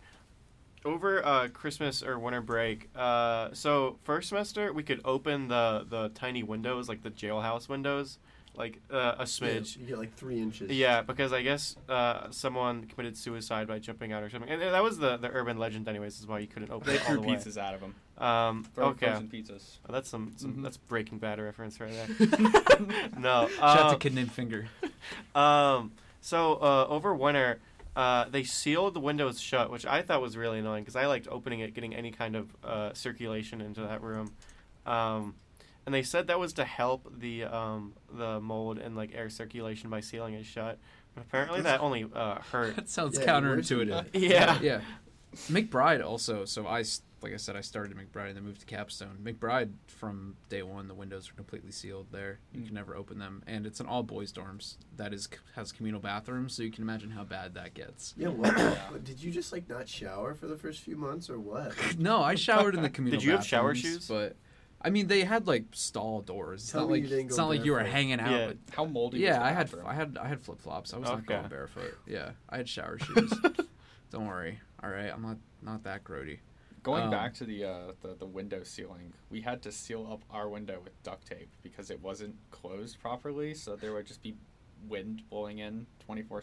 [SPEAKER 1] over uh, Christmas or winter break. Uh, so first semester we could open the the tiny windows, like the jailhouse windows, like uh, a smidge.
[SPEAKER 3] You get like three inches.
[SPEAKER 1] Yeah, because I guess uh, someone committed suicide by jumping out or something, and, and that was the, the urban legend, anyways, is why you couldn't open
[SPEAKER 4] They
[SPEAKER 1] it all
[SPEAKER 4] threw
[SPEAKER 1] the way.
[SPEAKER 4] pizzas out of him.
[SPEAKER 1] Um,
[SPEAKER 4] Throw
[SPEAKER 1] okay,
[SPEAKER 4] frozen pizzas.
[SPEAKER 1] Oh, that's some, some
[SPEAKER 3] Mm-hmm.
[SPEAKER 4] Mhm.
[SPEAKER 1] that's Breaking Bad reference right
[SPEAKER 3] [LAUGHS]
[SPEAKER 1] there.
[SPEAKER 2] no. [LAUGHS]
[SPEAKER 1] No,
[SPEAKER 2] Shout out to
[SPEAKER 1] [LAUGHS] uh,
[SPEAKER 2] Kid Named Finger.
[SPEAKER 1] Um, so uh, over winter, uh, they sealed the windows shut, which I thought was really annoying because I liked opening it, getting any kind of uh, circulation into that room. Um, and they said that was to help the um, the mold and like air circulation by sealing it shut. But apparently, that only uh,
[SPEAKER 2] [LAUGHS] [LAUGHS]
[SPEAKER 1] hurt.
[SPEAKER 2] That sounds
[SPEAKER 3] Yeah, worse than
[SPEAKER 2] counterintuitive.
[SPEAKER 3] that.
[SPEAKER 1] Yeah.
[SPEAKER 2] [LAUGHS] yeah. McBride also. So I, s- like I said, I started at McBride and then moved to Capstone. McBride from day one, the windows are completely sealed there. You
[SPEAKER 4] Mm.
[SPEAKER 2] can never open them, and it's an all boys dorms that is has communal bathrooms. So you can imagine how bad that gets.
[SPEAKER 3] Yeah. What?
[SPEAKER 4] Yeah.
[SPEAKER 3] what- Did you just like not shower for the first few months or what?
[SPEAKER 2] No, I showered in the communal.
[SPEAKER 1] you have shower
[SPEAKER 2] bathrooms,
[SPEAKER 1] shoes?
[SPEAKER 2] But I mean, they had like stall doors. It's
[SPEAKER 3] Tell
[SPEAKER 2] not
[SPEAKER 3] me
[SPEAKER 2] like
[SPEAKER 3] you didn't
[SPEAKER 2] it's
[SPEAKER 3] go
[SPEAKER 2] not like you were
[SPEAKER 3] barefoot.
[SPEAKER 2] hanging out.
[SPEAKER 1] Yeah.
[SPEAKER 2] with-
[SPEAKER 4] How moldy was
[SPEAKER 2] yeah,
[SPEAKER 4] the
[SPEAKER 2] I had
[SPEAKER 4] bathroom?
[SPEAKER 2] I had I had flip flops. I was not
[SPEAKER 1] Okay.
[SPEAKER 2] going barefoot. Yeah, I had shower
[SPEAKER 1] [LAUGHS]
[SPEAKER 2] shoes. Don't worry. All right, I'm not not that grody.
[SPEAKER 4] Going
[SPEAKER 2] um,
[SPEAKER 4] back to the, uh, the the window ceiling, we had to seal up our window with duct tape because it wasn't closed properly, so there would just be wind blowing in 24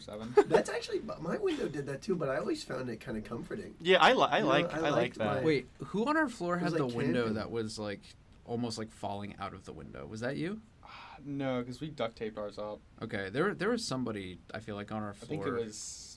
[SPEAKER 2] [LAUGHS]
[SPEAKER 4] 7.
[SPEAKER 3] That's actually but my window did that too, but I always found it kind of comforting.
[SPEAKER 1] Yeah, I, li- I
[SPEAKER 3] No,
[SPEAKER 1] like
[SPEAKER 3] I
[SPEAKER 1] I, like
[SPEAKER 3] liked
[SPEAKER 1] that.
[SPEAKER 3] mine.
[SPEAKER 2] Wait, who on our floor
[SPEAKER 3] It
[SPEAKER 2] had
[SPEAKER 3] was
[SPEAKER 2] the
[SPEAKER 3] like
[SPEAKER 2] window
[SPEAKER 3] camping.
[SPEAKER 2] that was like almost like falling out of the window? Was that you?
[SPEAKER 4] No, because we duct taped ours up.
[SPEAKER 2] Okay, there there was somebody I feel like on our
[SPEAKER 4] I
[SPEAKER 2] floor.
[SPEAKER 4] think it was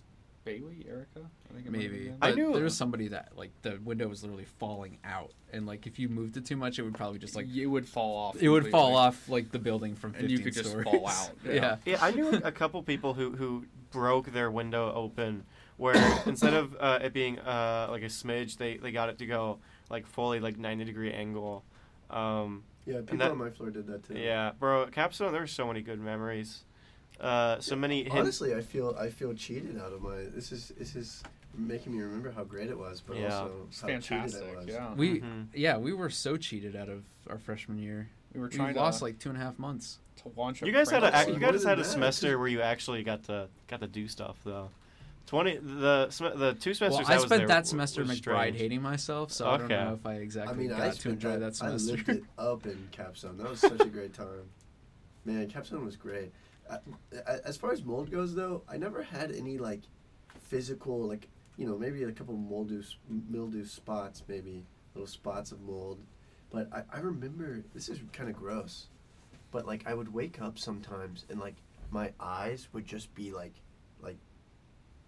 [SPEAKER 4] Bailey, Erica. I think it might have
[SPEAKER 2] maybe.
[SPEAKER 4] been.
[SPEAKER 1] I
[SPEAKER 2] But
[SPEAKER 1] knew-
[SPEAKER 2] there was somebody that like the window was literally falling out, and like if you moved it too much, it would probably just like
[SPEAKER 4] it would fall off.
[SPEAKER 2] it would fall
[SPEAKER 4] completely.
[SPEAKER 2] off like the building from 15
[SPEAKER 4] And you could just
[SPEAKER 2] stories.
[SPEAKER 4] fall out, yeah.
[SPEAKER 2] [LAUGHS] yeah.
[SPEAKER 1] Yeah, I knew a couple people who who broke their window open,
[SPEAKER 3] [COUGHS]
[SPEAKER 1] where instead of uh, it being uh, like a smidge, they they got it to go like fully like ninety degree angle. Um,
[SPEAKER 3] Yeah, people
[SPEAKER 1] that-
[SPEAKER 3] on my floor did that too.
[SPEAKER 1] yeah, bro, Capstone. There were so many good memories. Uh, so many. hidden-
[SPEAKER 3] Honestly, I feel I feel cheated out of my. This is this is making me remember how great it was, but
[SPEAKER 1] Yeah.
[SPEAKER 3] also
[SPEAKER 4] It's
[SPEAKER 3] how
[SPEAKER 4] fantastic.
[SPEAKER 3] cheated I was.
[SPEAKER 4] Yeah, we,
[SPEAKER 2] We
[SPEAKER 1] Mhm.
[SPEAKER 2] yeah we were so cheated out of our freshman year. We
[SPEAKER 4] were trying to,
[SPEAKER 2] lost like two and a half months.
[SPEAKER 4] to launch. A
[SPEAKER 1] you guys had
[SPEAKER 4] prank
[SPEAKER 1] a
[SPEAKER 3] Pringles
[SPEAKER 1] ac-
[SPEAKER 4] on
[SPEAKER 1] you
[SPEAKER 3] more
[SPEAKER 1] guys
[SPEAKER 3] than
[SPEAKER 1] had a
[SPEAKER 3] that.
[SPEAKER 1] semester where you actually got to got to do stuff though. Twenty the sem- the two
[SPEAKER 2] Well,
[SPEAKER 1] semesters
[SPEAKER 2] I
[SPEAKER 1] was
[SPEAKER 2] spent
[SPEAKER 1] there
[SPEAKER 2] that
[SPEAKER 1] w-
[SPEAKER 2] semester
[SPEAKER 1] was
[SPEAKER 2] McBride
[SPEAKER 1] strange.
[SPEAKER 2] hating myself, so I
[SPEAKER 1] Okay.
[SPEAKER 2] don't know if I
[SPEAKER 3] I
[SPEAKER 2] exactly
[SPEAKER 3] mean, I
[SPEAKER 2] got to
[SPEAKER 3] spent
[SPEAKER 2] enjoy
[SPEAKER 3] that,
[SPEAKER 2] that
[SPEAKER 3] I
[SPEAKER 2] semester.
[SPEAKER 3] [LAUGHS]
[SPEAKER 2] [LAUGHS]
[SPEAKER 3] lived it up in Capstone. That was such a great time. Man, Capstone was great. I, I, as far as mold goes, though, I never had any like physical, like you know, maybe a couple mildew s- mildew spots, maybe little spots of mold. But I, I remember this is kind of gross, but like I would wake up sometimes and like my eyes would just be like like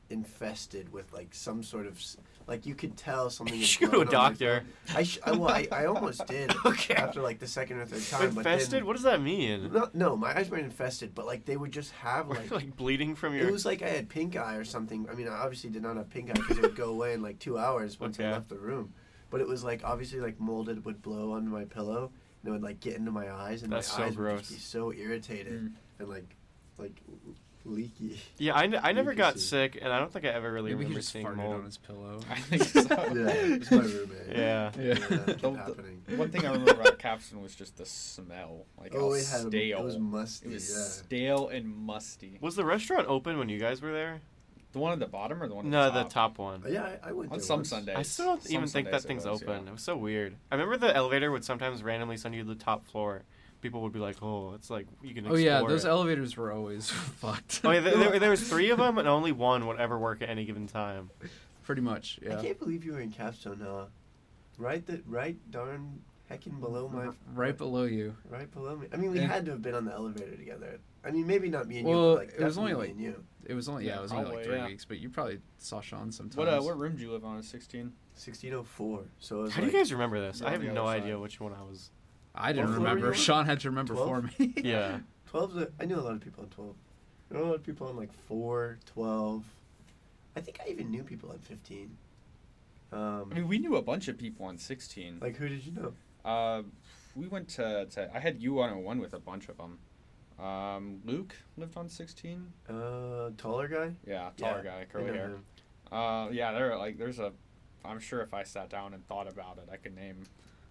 [SPEAKER 3] infested with like some sort of s- like you could tell something.
[SPEAKER 1] [LAUGHS]
[SPEAKER 2] [LAUGHS]
[SPEAKER 1] You
[SPEAKER 3] had
[SPEAKER 1] should go to a
[SPEAKER 3] grown on my
[SPEAKER 1] doctor.
[SPEAKER 3] I, sh- I, well, I, I almost
[SPEAKER 1] [LAUGHS]
[SPEAKER 3] did after like the second or third time. but then-
[SPEAKER 1] Infested? What does that mean?
[SPEAKER 3] no, no, my eyes weren't infested, but like they would just
[SPEAKER 1] [LAUGHS]
[SPEAKER 3] have
[SPEAKER 1] Like,
[SPEAKER 3] like,
[SPEAKER 1] bleeding from your.
[SPEAKER 3] it was like I had pink eye or something. I mean, I obviously did not have pink eye because it would go away in like two hours once
[SPEAKER 1] Okay.
[SPEAKER 3] I left the room. But it was like obviously like molded would blow onto my pillow and it would like get into my eyes and
[SPEAKER 1] That's so
[SPEAKER 3] my eyes would just
[SPEAKER 1] gross.
[SPEAKER 3] be so irritated
[SPEAKER 4] Mm.
[SPEAKER 3] and like like
[SPEAKER 4] [LAUGHS]
[SPEAKER 3] leaky. [LAUGHS]
[SPEAKER 1] yeah, I, n- I never
[SPEAKER 3] You can
[SPEAKER 1] got
[SPEAKER 3] see.
[SPEAKER 1] sick, and I don't think I ever really
[SPEAKER 2] Maybe he
[SPEAKER 1] remember
[SPEAKER 2] just
[SPEAKER 1] seeing
[SPEAKER 2] farted on
[SPEAKER 1] mold.
[SPEAKER 2] his pillow.
[SPEAKER 4] [LAUGHS] [LAUGHS] I think so.
[SPEAKER 3] Yeah, it's my roommate.
[SPEAKER 1] Yeah.
[SPEAKER 3] yeah that
[SPEAKER 2] Yeah.
[SPEAKER 3] kept
[SPEAKER 4] The- the-
[SPEAKER 3] happening.
[SPEAKER 4] [LAUGHS] One thing I remember about Capstone was just the smell. Like
[SPEAKER 3] Oh,
[SPEAKER 4] how
[SPEAKER 3] it had a,
[SPEAKER 4] stale.
[SPEAKER 3] it was musty.
[SPEAKER 4] It was
[SPEAKER 3] yeah.
[SPEAKER 4] stale and musty.
[SPEAKER 1] Was the restaurant open when you guys were there?
[SPEAKER 4] The one at the bottom or the one at
[SPEAKER 1] No, the
[SPEAKER 4] the top?
[SPEAKER 1] top one.
[SPEAKER 3] But yeah, I, I went
[SPEAKER 4] On
[SPEAKER 3] there
[SPEAKER 4] some
[SPEAKER 3] once.
[SPEAKER 4] Sundays.
[SPEAKER 1] I still don't
[SPEAKER 4] Some
[SPEAKER 1] even think that
[SPEAKER 4] Sundays it
[SPEAKER 1] thing's
[SPEAKER 4] was, yeah.
[SPEAKER 1] open. It was so weird. I remember the elevator would sometimes randomly send you to the top floor. People would be like, "Oh, it's like you can."
[SPEAKER 2] [LAUGHS] Oh yeah,
[SPEAKER 1] explore
[SPEAKER 2] those
[SPEAKER 1] it."
[SPEAKER 2] elevators were always [LAUGHS] fucked.
[SPEAKER 1] Oh, yeah, there, there, there was three of them, and only one would ever work at any given time.
[SPEAKER 2] [LAUGHS] Pretty much,
[SPEAKER 3] I
[SPEAKER 2] yeah.
[SPEAKER 3] can't believe you were in Capstone, Noah. Right, the right darn heckin' below my
[SPEAKER 2] R- Right below you.
[SPEAKER 3] right below me. I mean, we
[SPEAKER 2] Yeah.
[SPEAKER 3] had to have been on the elevator together. I mean, maybe not me and you.
[SPEAKER 2] Well,
[SPEAKER 3] But like,
[SPEAKER 2] it was only,
[SPEAKER 3] definitely
[SPEAKER 2] like,
[SPEAKER 3] me and you.
[SPEAKER 2] It was only yeah,
[SPEAKER 4] Yeah,
[SPEAKER 2] it was only like
[SPEAKER 4] probably,
[SPEAKER 2] three
[SPEAKER 4] yeah.
[SPEAKER 2] weeks, but you probably saw Sean sometimes.
[SPEAKER 4] What uh, what room do you live on? Sixteen.
[SPEAKER 3] 1604. So it was
[SPEAKER 1] How do
[SPEAKER 3] like,
[SPEAKER 1] you guys remember this?
[SPEAKER 4] you're
[SPEAKER 1] I
[SPEAKER 4] on
[SPEAKER 1] have
[SPEAKER 4] the
[SPEAKER 1] no
[SPEAKER 4] other
[SPEAKER 1] idea
[SPEAKER 4] side.
[SPEAKER 1] which one
[SPEAKER 2] [LAUGHS]
[SPEAKER 1] I was.
[SPEAKER 2] I didn't
[SPEAKER 3] What floor were you
[SPEAKER 2] remember.
[SPEAKER 3] on?
[SPEAKER 2] Sean had to remember for me. [LAUGHS]
[SPEAKER 1] Yeah,
[SPEAKER 3] 12's a, I knew a lot of people on 12. I know a lot of people on like 4, 12. I think I even knew people on 15.
[SPEAKER 4] I
[SPEAKER 3] Um,
[SPEAKER 4] mean, we knew a bunch of people on sixteen.
[SPEAKER 3] like who did you know?
[SPEAKER 4] Uh, we went to, to I had U one hundred one with a bunch of them. Um, Luke lived on sixteen.
[SPEAKER 3] Uh, taller guy.
[SPEAKER 4] Yeah, taller guy, curly
[SPEAKER 3] I know
[SPEAKER 4] hair.
[SPEAKER 3] him.
[SPEAKER 4] Uh, yeah, there are, like there's a. I'm sure if I sat down and thought about it, I could name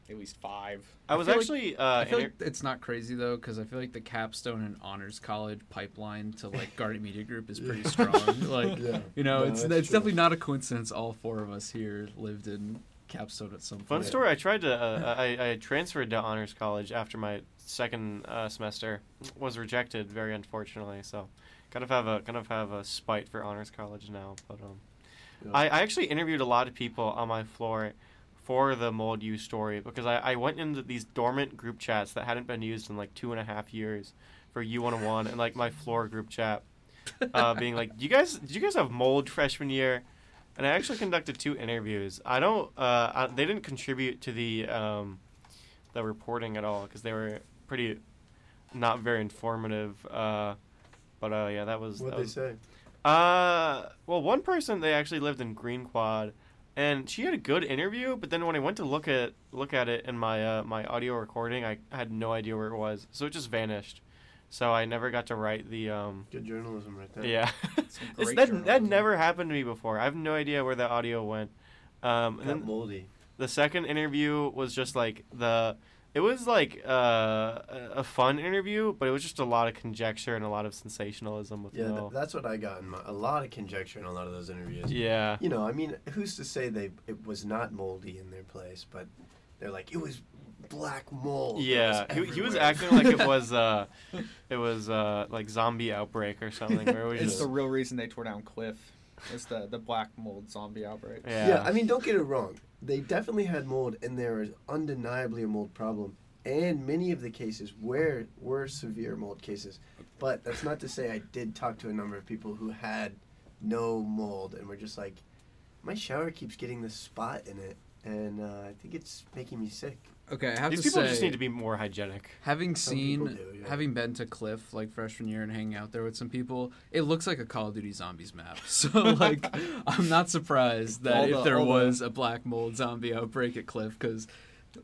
[SPEAKER 4] at least five.
[SPEAKER 1] I was
[SPEAKER 2] feel like-
[SPEAKER 1] actually.
[SPEAKER 2] I
[SPEAKER 1] uh,
[SPEAKER 2] feel
[SPEAKER 1] inter-
[SPEAKER 2] like it's not crazy though, because I feel like the capstone and honors college pipeline to like Garnet Media Group is
[SPEAKER 3] [LAUGHS]
[SPEAKER 2] pretty
[SPEAKER 3] Yeah.
[SPEAKER 2] strong. like
[SPEAKER 3] Yeah.
[SPEAKER 2] you know,
[SPEAKER 3] No,
[SPEAKER 2] it's
[SPEAKER 3] that's
[SPEAKER 2] it's
[SPEAKER 3] true.
[SPEAKER 2] definitely not a coincidence. All four of us here lived in capstone at some
[SPEAKER 1] Fun
[SPEAKER 2] point.
[SPEAKER 1] story. I tried to. Uh, I, I transferred to honors college after my second uh, semester was rejected. Very unfortunately, so kind of have a kind of have a spite for honors college now. But um,
[SPEAKER 3] Yeah.
[SPEAKER 1] I, I actually interviewed a lot of people on my floor for the mold use story because I, I went into these dormant group chats that hadn't been used in like two and a half years for U one hundred one and like my floor group chat
[SPEAKER 2] [LAUGHS]
[SPEAKER 1] uh, being like, "Do you guys, did you guys have mold freshman year?" And I actually conducted two interviews. I don't, uh, I, they didn't contribute to the um, the reporting at all because they were pretty not very informative. Uh, but uh, yeah, that was.
[SPEAKER 3] What'd
[SPEAKER 1] that
[SPEAKER 3] they
[SPEAKER 1] was-
[SPEAKER 3] say?
[SPEAKER 1] Uh, well, one person they actually lived in Green Quad, and she had a good interview. But then when I went to look at look at it in my uh, my audio recording, I had no idea where it was, so it just vanished. So I never got to write the um,
[SPEAKER 3] Good journalism right there.
[SPEAKER 1] yeah,
[SPEAKER 4] Some
[SPEAKER 1] It's- that
[SPEAKER 4] great
[SPEAKER 1] that
[SPEAKER 4] journalism.
[SPEAKER 1] never happened to me before. I have no idea where that audio went. Um, and
[SPEAKER 3] Got
[SPEAKER 1] then
[SPEAKER 3] moldy.
[SPEAKER 1] the second interview was just like the. It was like uh, a- a fun interview, but it was just a lot of conjecture and a lot of sensationalism with
[SPEAKER 3] Yeah,
[SPEAKER 1] no.
[SPEAKER 3] th- that's what I got in my, a lot of conjecture in a lot of those interviews.
[SPEAKER 1] yeah,
[SPEAKER 3] You know, I mean, who's to say they it was not moldy in their place, but they're like it was black mold. that
[SPEAKER 1] yeah. He, he was
[SPEAKER 3] everywhere."
[SPEAKER 1] acting like it was uh, it was uh, like zombie outbreak or something. Where it was
[SPEAKER 4] It's
[SPEAKER 1] just,
[SPEAKER 4] the real reason they tore down Cliff. It's the the black mold zombie outbreak.
[SPEAKER 1] yeah.
[SPEAKER 3] yeah. I mean, don't get it wrong. They definitely had mold, and there is undeniably a mold problem. And many of the cases where were severe mold cases, but that's not to say I did talk to a number of people who had no mold and were just like, my shower keeps getting this spot in it, and uh, I think it's making me sick.
[SPEAKER 2] Okay, I have
[SPEAKER 1] These
[SPEAKER 2] to
[SPEAKER 1] people
[SPEAKER 2] say,
[SPEAKER 1] just need to be more hygienic.
[SPEAKER 2] having
[SPEAKER 3] Some people
[SPEAKER 2] seen,
[SPEAKER 3] do, yeah.
[SPEAKER 2] having been to Cliff like freshman year and hanging out there with some people, it looks like a Call of Duty zombies map. [LAUGHS] So like,
[SPEAKER 3] [LAUGHS]
[SPEAKER 2] I'm not surprised that
[SPEAKER 4] All
[SPEAKER 2] if
[SPEAKER 4] the-
[SPEAKER 2] there
[SPEAKER 4] all the-
[SPEAKER 2] was a black mold zombie outbreak at Cliff, because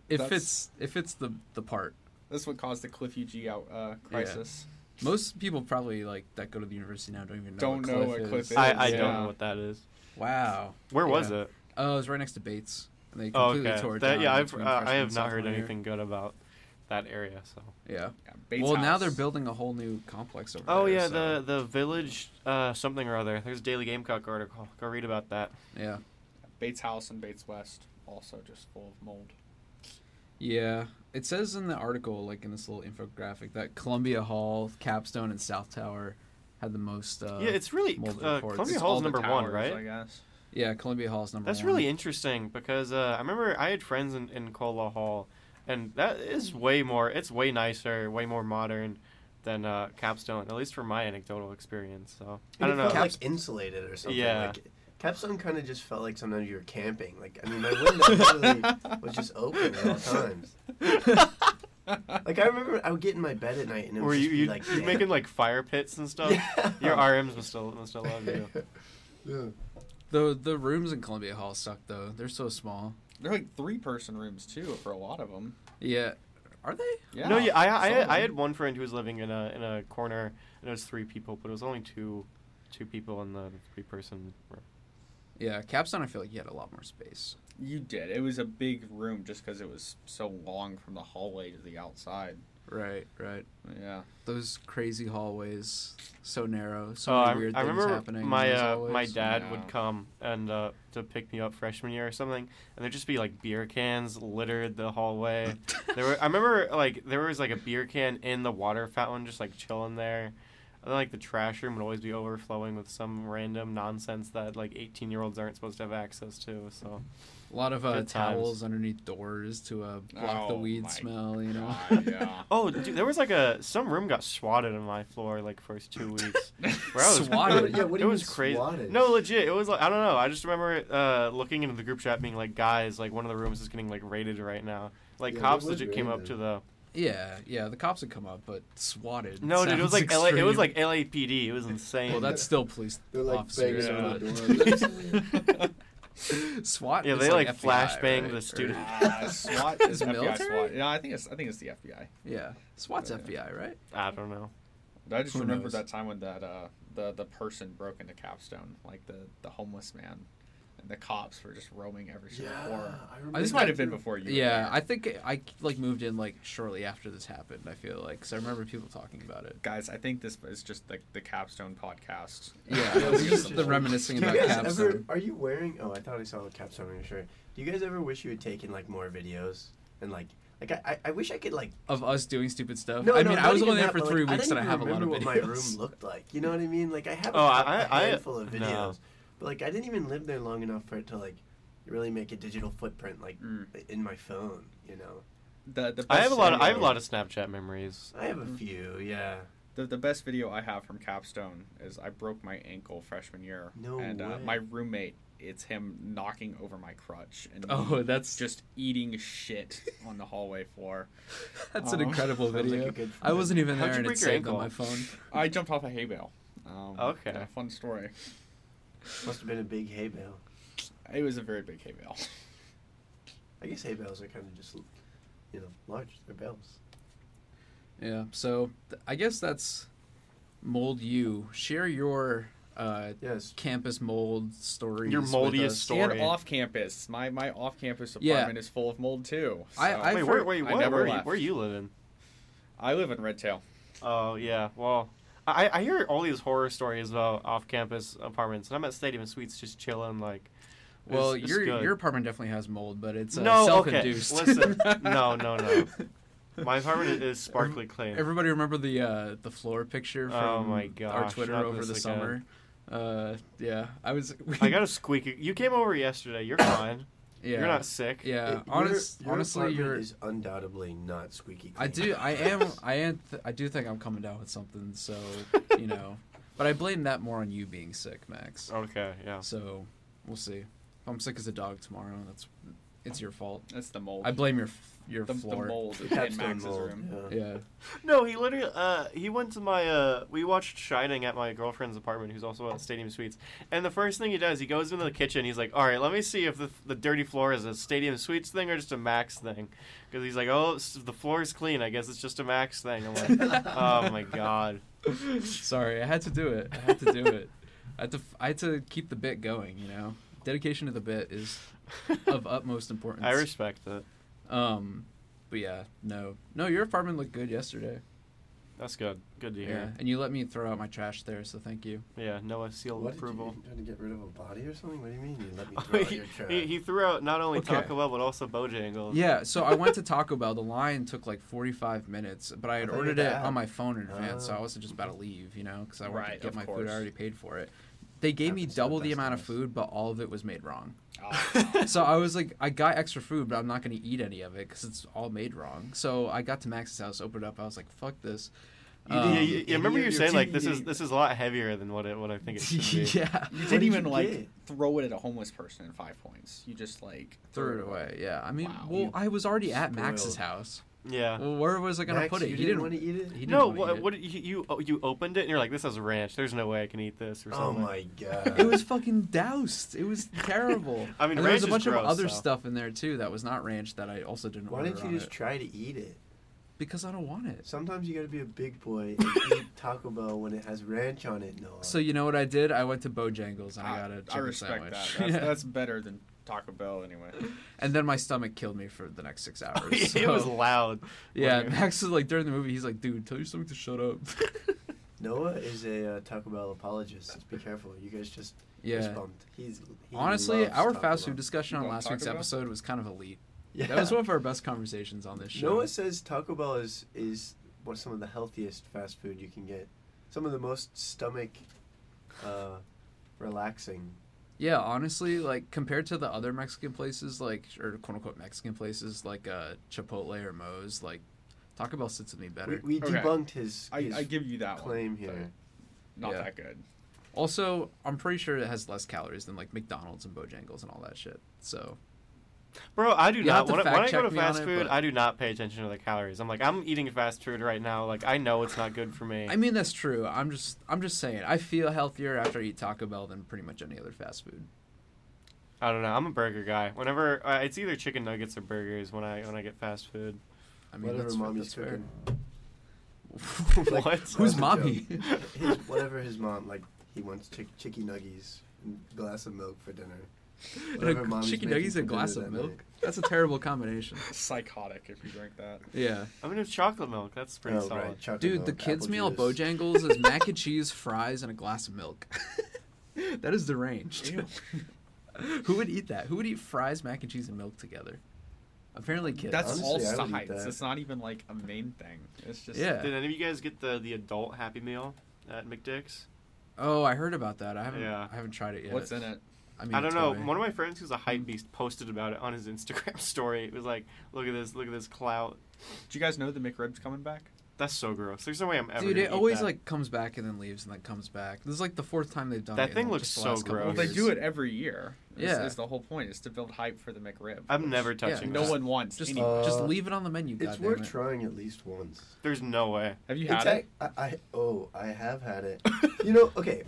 [SPEAKER 2] it
[SPEAKER 4] That's-
[SPEAKER 2] fits it fits the the part.
[SPEAKER 4] That's what caused the Cliff UG out uh, crisis.
[SPEAKER 2] Most people probably like that go to the university now don't even know.
[SPEAKER 4] Don't
[SPEAKER 2] what
[SPEAKER 4] know
[SPEAKER 2] Cliff
[SPEAKER 4] what
[SPEAKER 2] is.
[SPEAKER 4] Cliff is.
[SPEAKER 1] I, I
[SPEAKER 4] Yeah.
[SPEAKER 1] don't know what that is.
[SPEAKER 2] Wow.
[SPEAKER 1] Where was
[SPEAKER 2] Yeah.
[SPEAKER 1] it?
[SPEAKER 2] Oh, it was right next to Bates. And they
[SPEAKER 1] Oh,
[SPEAKER 2] completely
[SPEAKER 1] okay.
[SPEAKER 2] tore it
[SPEAKER 1] That,
[SPEAKER 2] down
[SPEAKER 1] yeah, I've, uh,
[SPEAKER 2] between
[SPEAKER 1] I
[SPEAKER 2] freshman
[SPEAKER 1] have
[SPEAKER 2] and
[SPEAKER 1] not heard
[SPEAKER 2] sophomore year.
[SPEAKER 1] anything good about that area. So.
[SPEAKER 2] Yeah.
[SPEAKER 4] Yeah, Bates
[SPEAKER 2] well, now
[SPEAKER 4] House.
[SPEAKER 2] they're building a whole new complex over
[SPEAKER 1] Oh
[SPEAKER 2] there.
[SPEAKER 1] yeah,
[SPEAKER 2] so-
[SPEAKER 1] the the village uh, something or other. There's a Daily Gamecock article. Go read about that.
[SPEAKER 2] yeah,
[SPEAKER 4] Bates House and Bates West also just full of mold.
[SPEAKER 2] yeah. It says in the article, like in this little infographic, that Columbia Hall, Capstone, and South Tower had the most. Uh,
[SPEAKER 1] yeah, it's really
[SPEAKER 2] mold
[SPEAKER 1] uh,
[SPEAKER 2] reports.
[SPEAKER 1] Columbia Hall's
[SPEAKER 4] It's all the
[SPEAKER 1] number one,
[SPEAKER 4] towers,
[SPEAKER 1] right?
[SPEAKER 4] I guess.
[SPEAKER 2] yeah. Columbia Hall's number
[SPEAKER 1] That's
[SPEAKER 2] one.
[SPEAKER 1] really interesting because uh, I remember I had friends in, in Cola Hall, and that is way more. It's way nicer, way more modern than uh, Capstone, at least from my anecdotal experience. So I
[SPEAKER 3] And
[SPEAKER 1] don't
[SPEAKER 3] it
[SPEAKER 1] know.
[SPEAKER 3] Felt like insulated or something.
[SPEAKER 1] Yeah.
[SPEAKER 3] Like, Capstone kind of just felt like sometimes you were camping. Like I mean, my window literally
[SPEAKER 1] [LAUGHS]
[SPEAKER 3] was just open at all times. Like I remember, I would get in my bed at night and it would
[SPEAKER 1] Were
[SPEAKER 3] just
[SPEAKER 1] you
[SPEAKER 3] be
[SPEAKER 1] you,
[SPEAKER 3] like
[SPEAKER 1] you
[SPEAKER 3] damp.
[SPEAKER 1] making like fire pits and stuff?
[SPEAKER 3] [LAUGHS] Yeah.
[SPEAKER 1] Your RMs must still must still love you.
[SPEAKER 3] [LAUGHS] Yeah.
[SPEAKER 2] The the rooms in Columbia Hall suck though. They're so small.
[SPEAKER 4] They're like three person rooms too for a lot of them.
[SPEAKER 2] Yeah. Are they?
[SPEAKER 4] Yeah.
[SPEAKER 1] No, yeah, I,
[SPEAKER 4] some of
[SPEAKER 1] I, I
[SPEAKER 4] them.
[SPEAKER 1] had one friend who was living in a in a corner, and it was three people, but it was only two, two people in the three person room.
[SPEAKER 2] Yeah. Capstone, I feel like you had a lot more space.
[SPEAKER 4] You did. It was a big room just because it was so long from the hallway to the outside.
[SPEAKER 2] Right. Right.
[SPEAKER 4] Yeah.
[SPEAKER 2] Those crazy hallways, so narrow. So
[SPEAKER 1] Oh,
[SPEAKER 2] many
[SPEAKER 1] I,
[SPEAKER 2] weird
[SPEAKER 1] I
[SPEAKER 2] things
[SPEAKER 1] remember
[SPEAKER 2] happening. in
[SPEAKER 1] my
[SPEAKER 2] those
[SPEAKER 1] uh, my
[SPEAKER 2] hallways.
[SPEAKER 1] dad
[SPEAKER 4] Yeah.
[SPEAKER 1] would come and uh, to pick me up freshman year or something, and there'd just be like beer cans littered
[SPEAKER 2] [LAUGHS]
[SPEAKER 1] the hallway. there were I remember like there was like a beer can in the water fountain just like chilling there. And then, like the trash room would always be overflowing with some random nonsense that like 18 year olds aren't supposed to have access to. So
[SPEAKER 2] A lot of uh,
[SPEAKER 1] Good times.
[SPEAKER 2] towels underneath doors to uh, block the
[SPEAKER 4] Oh
[SPEAKER 2] weed
[SPEAKER 4] my
[SPEAKER 2] smell, you know?
[SPEAKER 4] God,
[SPEAKER 1] [LAUGHS]
[SPEAKER 4] yeah.
[SPEAKER 1] oh, dude, there was like a some room got swatted on my floor like first
[SPEAKER 2] [LAUGHS]
[SPEAKER 1] two weeks. Where I was-
[SPEAKER 2] Swatted?
[SPEAKER 3] Yeah, what do
[SPEAKER 1] it
[SPEAKER 3] you
[SPEAKER 1] was
[SPEAKER 3] mean
[SPEAKER 1] crazy.
[SPEAKER 3] swatted?
[SPEAKER 1] No, legit. It was like I don't know. I just remember uh, looking into the group chat, being like, "Guys, like one of the rooms is getting like raided right now." Like
[SPEAKER 3] Yeah,
[SPEAKER 1] cops
[SPEAKER 3] they would
[SPEAKER 1] legit
[SPEAKER 3] raid
[SPEAKER 1] came up
[SPEAKER 3] them.
[SPEAKER 1] to the.
[SPEAKER 2] yeah, yeah, the cops would come up, but swatted.
[SPEAKER 1] No, dude, it was
[SPEAKER 2] sounds
[SPEAKER 1] like LA, it was
[SPEAKER 2] extreme.
[SPEAKER 1] like LAPD. It was insane.
[SPEAKER 2] Well, that's still police
[SPEAKER 3] They're, like,
[SPEAKER 2] officers.
[SPEAKER 1] [LAUGHS]
[SPEAKER 4] banging on
[SPEAKER 2] but- [LAUGHS] SWAT.
[SPEAKER 1] yeah,
[SPEAKER 2] is
[SPEAKER 1] they like,
[SPEAKER 2] FBI,
[SPEAKER 1] flashbang
[SPEAKER 2] right?
[SPEAKER 1] the
[SPEAKER 2] Or-
[SPEAKER 1] student.
[SPEAKER 4] Uh, SWAT is
[SPEAKER 2] Is it
[SPEAKER 4] FBI
[SPEAKER 2] military?
[SPEAKER 4] SWAT. Yeah, I think it's I think it's the FBI.
[SPEAKER 2] yeah, SWAT's
[SPEAKER 4] Yeah.
[SPEAKER 2] FBI, right?
[SPEAKER 1] [LAUGHS] I don't know.
[SPEAKER 4] I just
[SPEAKER 2] Who
[SPEAKER 4] remember
[SPEAKER 2] knows?
[SPEAKER 4] that time when that uh, the the person broke into Capstone, like the the homeless man, and the cops were just roaming every single
[SPEAKER 3] Yeah,
[SPEAKER 4] floor.
[SPEAKER 3] [LAUGHS] I remember
[SPEAKER 4] This
[SPEAKER 2] think
[SPEAKER 4] might
[SPEAKER 2] that
[SPEAKER 4] have been
[SPEAKER 3] room.
[SPEAKER 4] before you. were
[SPEAKER 2] Yeah,
[SPEAKER 4] there.
[SPEAKER 2] I think I like moved in like shortly after this happened. I feel like because I remember people talking about it.
[SPEAKER 4] guys, I think this is just like the Capstone podcast. [LAUGHS]
[SPEAKER 2] Yeah,
[SPEAKER 3] Yeah,
[SPEAKER 2] it's
[SPEAKER 3] we
[SPEAKER 2] just [LAUGHS]
[SPEAKER 3] should-
[SPEAKER 2] the reminiscing
[SPEAKER 3] Do
[SPEAKER 2] about
[SPEAKER 3] you guys ever?
[SPEAKER 2] Capstone.
[SPEAKER 3] Are you wearing? Oh, I thought I saw a capstone on your shirt. Do you guys ever wish you had taken like more videos and like like I, I, I wish I could like.
[SPEAKER 2] Of us doing stupid stuff.
[SPEAKER 3] No,
[SPEAKER 2] I
[SPEAKER 3] no,
[SPEAKER 2] mean, I
[SPEAKER 3] not
[SPEAKER 2] was only
[SPEAKER 3] even
[SPEAKER 2] there
[SPEAKER 3] that,
[SPEAKER 2] for
[SPEAKER 3] but,
[SPEAKER 2] three
[SPEAKER 3] like,
[SPEAKER 2] weeks,
[SPEAKER 3] I
[SPEAKER 2] and
[SPEAKER 3] didn't
[SPEAKER 2] I
[SPEAKER 3] even
[SPEAKER 2] have a lot of videos.
[SPEAKER 3] remember what my room looked like. You know what I mean? Like I have a
[SPEAKER 1] Oh,
[SPEAKER 3] a
[SPEAKER 1] I- I-
[SPEAKER 3] handful of
[SPEAKER 1] no.
[SPEAKER 3] videos, but like I didn't even live there long enough for it to like really make a digital footprint like
[SPEAKER 4] Mm.
[SPEAKER 3] in my phone. You know,
[SPEAKER 4] The, the
[SPEAKER 1] I
[SPEAKER 4] best
[SPEAKER 1] have a lot. Of, I
[SPEAKER 4] video-
[SPEAKER 1] have a lot of Snapchat memories.
[SPEAKER 3] I have
[SPEAKER 2] Mm.
[SPEAKER 3] a few. Yeah.
[SPEAKER 4] The, the best video I have from Capstone is I broke my ankle freshman year.
[SPEAKER 3] No
[SPEAKER 4] And Uh,
[SPEAKER 3] way.
[SPEAKER 4] my roommate, it's him knocking over my crutch and
[SPEAKER 2] [LAUGHS] [LAUGHS] Oh, that's just
[SPEAKER 4] just eating shit on the hallway floor.
[SPEAKER 2] that's an
[SPEAKER 4] Oh.
[SPEAKER 2] incredible
[SPEAKER 3] Sounds like
[SPEAKER 2] video.
[SPEAKER 3] a good
[SPEAKER 2] I wasn't even
[SPEAKER 1] How'd
[SPEAKER 2] there,
[SPEAKER 1] you
[SPEAKER 2] and
[SPEAKER 1] break
[SPEAKER 2] it's
[SPEAKER 1] your
[SPEAKER 2] saved on my
[SPEAKER 1] ankle?
[SPEAKER 2] phone.
[SPEAKER 4] I jumped off a hay bale. Um,
[SPEAKER 1] Okay.
[SPEAKER 4] yeah, fun story.
[SPEAKER 3] Must have been a big hay bale.
[SPEAKER 4] It was a very big hay bale.
[SPEAKER 3] I guess hay bales are kind of just you know large. They're bales.
[SPEAKER 2] Yeah, so th- I guess that's mold. You share your uh,
[SPEAKER 3] Yes.
[SPEAKER 2] campus mold stories.
[SPEAKER 1] Your
[SPEAKER 2] with
[SPEAKER 1] moldiest
[SPEAKER 2] us.
[SPEAKER 1] story.
[SPEAKER 4] And off campus, my my off campus
[SPEAKER 2] Yeah.
[SPEAKER 4] apartment is full of mold too.
[SPEAKER 2] I-
[SPEAKER 4] So-
[SPEAKER 2] I- I've
[SPEAKER 1] wait,
[SPEAKER 2] heard-
[SPEAKER 1] wait, wait,
[SPEAKER 4] I
[SPEAKER 1] what?
[SPEAKER 4] never
[SPEAKER 1] where, you,
[SPEAKER 4] left.
[SPEAKER 1] where you living?
[SPEAKER 4] I live in Red Tail.
[SPEAKER 1] Oh yeah. Well, I, I hear all these horror stories about off-campus apartments, and I'm at Stadium Suites just chilling. Like,
[SPEAKER 2] Well,
[SPEAKER 1] it's- it's
[SPEAKER 2] your
[SPEAKER 1] good.
[SPEAKER 2] your apartment definitely has mold, but it's uh,
[SPEAKER 1] [LAUGHS] No, okay.
[SPEAKER 2] self-induced.
[SPEAKER 1] Listen,
[SPEAKER 2] [LAUGHS]
[SPEAKER 1] no, no, no. My apartment is sparkly clean.
[SPEAKER 2] Everybody remember the uh, the floor picture from
[SPEAKER 1] Oh my
[SPEAKER 2] our
[SPEAKER 1] gosh,
[SPEAKER 2] Twitter
[SPEAKER 1] not
[SPEAKER 2] over
[SPEAKER 1] this
[SPEAKER 2] the
[SPEAKER 1] again.
[SPEAKER 2] summer. Uh, yeah, I was. [LAUGHS]
[SPEAKER 1] I got a squeaky. You came over yesterday. You're fine.
[SPEAKER 2] yeah,
[SPEAKER 1] You're not sick.
[SPEAKER 2] Yeah,
[SPEAKER 3] It- your-
[SPEAKER 2] honest,
[SPEAKER 3] your
[SPEAKER 2] honestly,
[SPEAKER 3] apartment
[SPEAKER 2] you're.
[SPEAKER 3] is undoubtedly not squeaky clean.
[SPEAKER 2] I do. I [LAUGHS]
[SPEAKER 3] [LAUGHS]
[SPEAKER 2] am. I am. Th- I do think I'm coming down with something. So you
[SPEAKER 3] [LAUGHS]
[SPEAKER 2] know, but I blame that more on you being sick, Max.
[SPEAKER 3] Oh,
[SPEAKER 1] Okay. Yeah.
[SPEAKER 2] So we'll see. If I'm sick as a dog tomorrow, that's it's your fault.
[SPEAKER 4] That's the mold.
[SPEAKER 2] I blame your f- your
[SPEAKER 4] the, the
[SPEAKER 2] floor.
[SPEAKER 4] mold in
[SPEAKER 3] Capstone
[SPEAKER 4] Max's
[SPEAKER 3] mold,
[SPEAKER 4] room.
[SPEAKER 3] yeah. [LAUGHS]
[SPEAKER 2] Yeah.
[SPEAKER 1] No, he literally. Uh, he went to my. Uh, we watched Shining at my girlfriend's apartment, who's also at Stadium Suites. And the first thing he does, he goes into the kitchen. He's like, "All right, let me see if the the dirty floor is a Stadium Suites thing or just a Max thing." Because he's like, "Oh, s- the floor is clean. I guess it's just a Max thing." I'm like, "Oh my god."
[SPEAKER 2] Sorry, I had to do it. I had to do it. I had to. f- I had to keep the bit going. You know,
[SPEAKER 1] [LAUGHS]
[SPEAKER 3] [LAUGHS]
[SPEAKER 2] dedication to the bit is of utmost importance.
[SPEAKER 1] I respect it.
[SPEAKER 2] Um, But yeah, no, no, your apartment looked good yesterday.
[SPEAKER 1] That's good. Good to
[SPEAKER 2] Yeah.
[SPEAKER 1] hear.
[SPEAKER 2] and you let me throw out my trash there, so thank you.
[SPEAKER 1] Yeah, Noah sealed
[SPEAKER 3] What did you-
[SPEAKER 1] approval.
[SPEAKER 3] you trying to get rid of a body or something? What do you mean? You
[SPEAKER 2] [LAUGHS]
[SPEAKER 3] let me
[SPEAKER 1] Oh,
[SPEAKER 3] throw out
[SPEAKER 1] [LAUGHS] he,
[SPEAKER 3] your trash?
[SPEAKER 1] he, he threw out not only
[SPEAKER 2] Okay.
[SPEAKER 1] Taco Bell but also Bojangles.
[SPEAKER 3] [LAUGHS]
[SPEAKER 2] Yeah, so I went to Taco Bell. The line took like 45 minutes, but I had
[SPEAKER 3] thought you
[SPEAKER 2] ordered
[SPEAKER 3] had
[SPEAKER 2] it
[SPEAKER 3] to add.
[SPEAKER 2] on my phone in advance, so I
[SPEAKER 3] Oh.
[SPEAKER 2] wasn't just about to leave, you know, because I wanted
[SPEAKER 4] Right,
[SPEAKER 2] to get
[SPEAKER 4] of
[SPEAKER 2] my food.
[SPEAKER 4] course.
[SPEAKER 2] I already paid for it. They gave me
[SPEAKER 3] Happens to the
[SPEAKER 2] double the
[SPEAKER 3] best
[SPEAKER 2] amount
[SPEAKER 3] of
[SPEAKER 2] of
[SPEAKER 3] us.
[SPEAKER 2] food, but all of it was made wrong.
[SPEAKER 3] [LAUGHS]
[SPEAKER 4] Ah,
[SPEAKER 2] [LAUGHS]
[SPEAKER 1] [LAUGHS]
[SPEAKER 2] so I was like, I got extra food, but I'm not going to eat any of it because it's all made wrong. So I got to Max's house, opened it up. I was like, fuck this.
[SPEAKER 3] You
[SPEAKER 1] Yeah,
[SPEAKER 3] Um,
[SPEAKER 1] you, you
[SPEAKER 3] idiot,
[SPEAKER 1] remember you
[SPEAKER 3] you're
[SPEAKER 1] saying like this is
[SPEAKER 3] cheating.
[SPEAKER 1] this is a lot heavier than what it, what I think it should
[SPEAKER 2] [LAUGHS]
[SPEAKER 1] be.
[SPEAKER 2] yeah.
[SPEAKER 4] you
[SPEAKER 3] What
[SPEAKER 4] didn't
[SPEAKER 3] did
[SPEAKER 4] even
[SPEAKER 3] you
[SPEAKER 4] like
[SPEAKER 3] get?
[SPEAKER 4] throw it at a homeless person in five points. You just like
[SPEAKER 2] Threw it away. Yeah. I mean,
[SPEAKER 4] Wow.
[SPEAKER 2] well,
[SPEAKER 4] You
[SPEAKER 2] I was already at Max's
[SPEAKER 3] spoiled.
[SPEAKER 2] house.
[SPEAKER 1] Yeah.
[SPEAKER 2] Well, where was I going to
[SPEAKER 3] Max,
[SPEAKER 2] put it?
[SPEAKER 3] You
[SPEAKER 2] he
[SPEAKER 3] didn't
[SPEAKER 2] didn't.
[SPEAKER 3] want to eat it?
[SPEAKER 2] Oh, he didn't
[SPEAKER 1] No,
[SPEAKER 2] wanna eat
[SPEAKER 1] what,
[SPEAKER 2] it.
[SPEAKER 1] what you you oh, you opened it and you're like this has ranch. There's no way I can eat this or
[SPEAKER 3] Oh
[SPEAKER 2] [LAUGHS]
[SPEAKER 1] something. [LAUGHS]
[SPEAKER 3] my god.
[SPEAKER 2] it was fucking doused. It was terrible.
[SPEAKER 1] [LAUGHS] I mean,
[SPEAKER 2] and there was
[SPEAKER 1] ranch
[SPEAKER 2] a
[SPEAKER 1] is
[SPEAKER 2] bunch of
[SPEAKER 1] gross,
[SPEAKER 2] other
[SPEAKER 1] though.
[SPEAKER 2] stuff in there too that was not ranch that I also didn't
[SPEAKER 3] [LAUGHS] Why
[SPEAKER 2] order
[SPEAKER 3] didn't you
[SPEAKER 2] on
[SPEAKER 3] just
[SPEAKER 2] it
[SPEAKER 3] try to eat it?
[SPEAKER 2] because I don't want it.
[SPEAKER 3] Sometimes you gotta be a big boy and
[SPEAKER 2] [LAUGHS]
[SPEAKER 3] eat Taco Bell when it has ranch on it, Noah.
[SPEAKER 2] So you know what I did? I went to Bojangles
[SPEAKER 1] Ah,
[SPEAKER 2] and I,
[SPEAKER 4] I,
[SPEAKER 2] got a
[SPEAKER 4] I
[SPEAKER 2] chicken
[SPEAKER 4] respect
[SPEAKER 2] sandwich. [LAUGHS]
[SPEAKER 4] that. That's,
[SPEAKER 2] Yeah.
[SPEAKER 4] that's better than Taco
[SPEAKER 3] [LAUGHS]
[SPEAKER 4] Bell anyway.
[SPEAKER 2] And then my stomach killed me for the next
[SPEAKER 1] [LAUGHS]
[SPEAKER 2] six hours.
[SPEAKER 1] Oh, it was
[SPEAKER 2] so-
[SPEAKER 1] loud.
[SPEAKER 2] [LAUGHS] yeah.
[SPEAKER 1] Like-
[SPEAKER 2] Max was like during the movie, he's like, "Dude, tell your stomach to shut up." [LAUGHS]
[SPEAKER 3] Noah is a uh, Taco Bell apologist. Just be careful. You guys just
[SPEAKER 2] yeah.
[SPEAKER 3] fist bumped. He's he
[SPEAKER 2] Honestly,
[SPEAKER 3] loves
[SPEAKER 2] our
[SPEAKER 3] Taco
[SPEAKER 2] fast
[SPEAKER 3] Bell.
[SPEAKER 2] food discussion
[SPEAKER 4] You
[SPEAKER 2] on
[SPEAKER 4] love
[SPEAKER 2] last
[SPEAKER 4] Taco
[SPEAKER 2] week's
[SPEAKER 4] Bell?
[SPEAKER 2] episode was kind of elite.
[SPEAKER 3] Yeah.
[SPEAKER 2] That was
[SPEAKER 3] [LAUGHS]
[SPEAKER 2] one of our best conversations on this show.
[SPEAKER 3] Noah says Taco Bell is is what some of the healthiest fast food you can get. Some of the most stomach uh, relaxing.
[SPEAKER 2] Yeah, honestly, like compared to the other Mexican places, like or quote unquote Mexican places like uh, Chipotle or Moe's, like Taco Bell sits with me
[SPEAKER 3] We,
[SPEAKER 2] better.
[SPEAKER 3] we
[SPEAKER 4] Okay.
[SPEAKER 3] debunked his,
[SPEAKER 4] I,
[SPEAKER 3] his
[SPEAKER 4] I give you that one.
[SPEAKER 3] claim
[SPEAKER 4] but
[SPEAKER 3] here.
[SPEAKER 4] Not
[SPEAKER 2] Yeah.
[SPEAKER 4] that good.
[SPEAKER 2] Also, I'm pretty sure it has less calories than like McDonald's and Bojangles and all that shit. So
[SPEAKER 1] Bro, I do
[SPEAKER 2] You'll have
[SPEAKER 1] not.
[SPEAKER 2] to
[SPEAKER 1] When, I- when I
[SPEAKER 2] fact
[SPEAKER 1] go to
[SPEAKER 2] check me on
[SPEAKER 1] fast
[SPEAKER 2] it,
[SPEAKER 1] food,
[SPEAKER 2] but-
[SPEAKER 1] I do not pay attention to the calories. I'm like, I'm eating fast food right now. Like, I know it's not good for me.
[SPEAKER 2] I mean that's true. I'm just I'm just saying I feel healthier after I eat Taco Bell than pretty much any other fast food.
[SPEAKER 1] I don't know. I'm a burger guy. Whenever uh, it's either chicken nuggets or burgers when I when I get fast food. [LAUGHS]
[SPEAKER 2] I mean
[SPEAKER 3] Whatever
[SPEAKER 2] that's, that's
[SPEAKER 3] mommy's
[SPEAKER 2] fair.
[SPEAKER 3] cooking.
[SPEAKER 2] [LAUGHS]
[SPEAKER 1] What?
[SPEAKER 2] Who's
[SPEAKER 3] That's a
[SPEAKER 2] mommy? [LAUGHS]
[SPEAKER 3] His, whatever his mom like, he wants chick, chicky nuggies, and glass of milk for dinner. Whatever mommy's
[SPEAKER 2] Chicken
[SPEAKER 3] making
[SPEAKER 2] nuggies
[SPEAKER 3] for
[SPEAKER 2] and
[SPEAKER 3] dinner
[SPEAKER 2] glass
[SPEAKER 3] that
[SPEAKER 2] of milk.
[SPEAKER 3] night.
[SPEAKER 2] That's a terrible
[SPEAKER 3] [LAUGHS]
[SPEAKER 2] combination.
[SPEAKER 4] Psychotic if you
[SPEAKER 2] [LAUGHS]
[SPEAKER 4] drink that.
[SPEAKER 2] Yeah.
[SPEAKER 1] I mean, it's chocolate milk. That's pretty
[SPEAKER 3] Oh,
[SPEAKER 1] solid.
[SPEAKER 3] right, chocolate
[SPEAKER 2] Dude, the
[SPEAKER 3] milk,
[SPEAKER 2] kids'
[SPEAKER 3] apple
[SPEAKER 2] meal at
[SPEAKER 3] juice.
[SPEAKER 2] Bojangles is mac
[SPEAKER 3] [LAUGHS]
[SPEAKER 2] and cheese, fries, and a glass of milk. [LAUGHS] that is deranged.
[SPEAKER 4] [LAUGHS] Ew.
[SPEAKER 2] [LAUGHS] Who would eat that? Who would eat fries, mac and cheese, and milk together? Apparently, kids.
[SPEAKER 4] That's
[SPEAKER 3] honestly,
[SPEAKER 4] all
[SPEAKER 3] I would eat
[SPEAKER 4] sides.
[SPEAKER 3] that.
[SPEAKER 4] It's not even like a main thing. It's just
[SPEAKER 2] yeah.
[SPEAKER 1] Did any of you guys get the the adult Happy Meal at McDick's?
[SPEAKER 2] Oh, I heard about that. I haven't.
[SPEAKER 1] Yeah.
[SPEAKER 2] I haven't tried it yet.
[SPEAKER 4] what's in it.
[SPEAKER 2] I mean,
[SPEAKER 1] I don't know.
[SPEAKER 2] tell me.
[SPEAKER 1] One of my friends who's a hype beast posted about it on his [LAUGHS] Instagram story. It was like, look at this, look at this clout.
[SPEAKER 4] Do you guys know the McRib's coming back?
[SPEAKER 1] That's so gross. There's no way I'm ever.
[SPEAKER 2] Dude,
[SPEAKER 1] gonna
[SPEAKER 2] it
[SPEAKER 1] eat
[SPEAKER 2] always
[SPEAKER 1] that.
[SPEAKER 2] like comes back and then leaves and then comes back. This is like the fourth time they've done it.
[SPEAKER 1] That
[SPEAKER 2] in,
[SPEAKER 1] thing
[SPEAKER 2] like,
[SPEAKER 1] looks
[SPEAKER 2] just the
[SPEAKER 1] so
[SPEAKER 2] last couple
[SPEAKER 1] gross.
[SPEAKER 4] Well, they
[SPEAKER 2] years.
[SPEAKER 4] do it every year. Is,
[SPEAKER 2] Yeah.
[SPEAKER 4] is the whole point is to build hype for the McRib.
[SPEAKER 1] I'm
[SPEAKER 4] which
[SPEAKER 1] never touching.
[SPEAKER 2] yeah,
[SPEAKER 4] No
[SPEAKER 1] that.
[SPEAKER 4] one wants.
[SPEAKER 2] Just,
[SPEAKER 4] anyway.
[SPEAKER 3] Uh,
[SPEAKER 2] just leave it on the menu.
[SPEAKER 3] It's
[SPEAKER 2] goddammit.
[SPEAKER 3] worth trying at least once.
[SPEAKER 1] There's no way.
[SPEAKER 4] Have you
[SPEAKER 3] It's
[SPEAKER 4] had it?
[SPEAKER 3] ac- I, I oh, I have had
[SPEAKER 4] [LAUGHS]
[SPEAKER 3] it. you know, okay.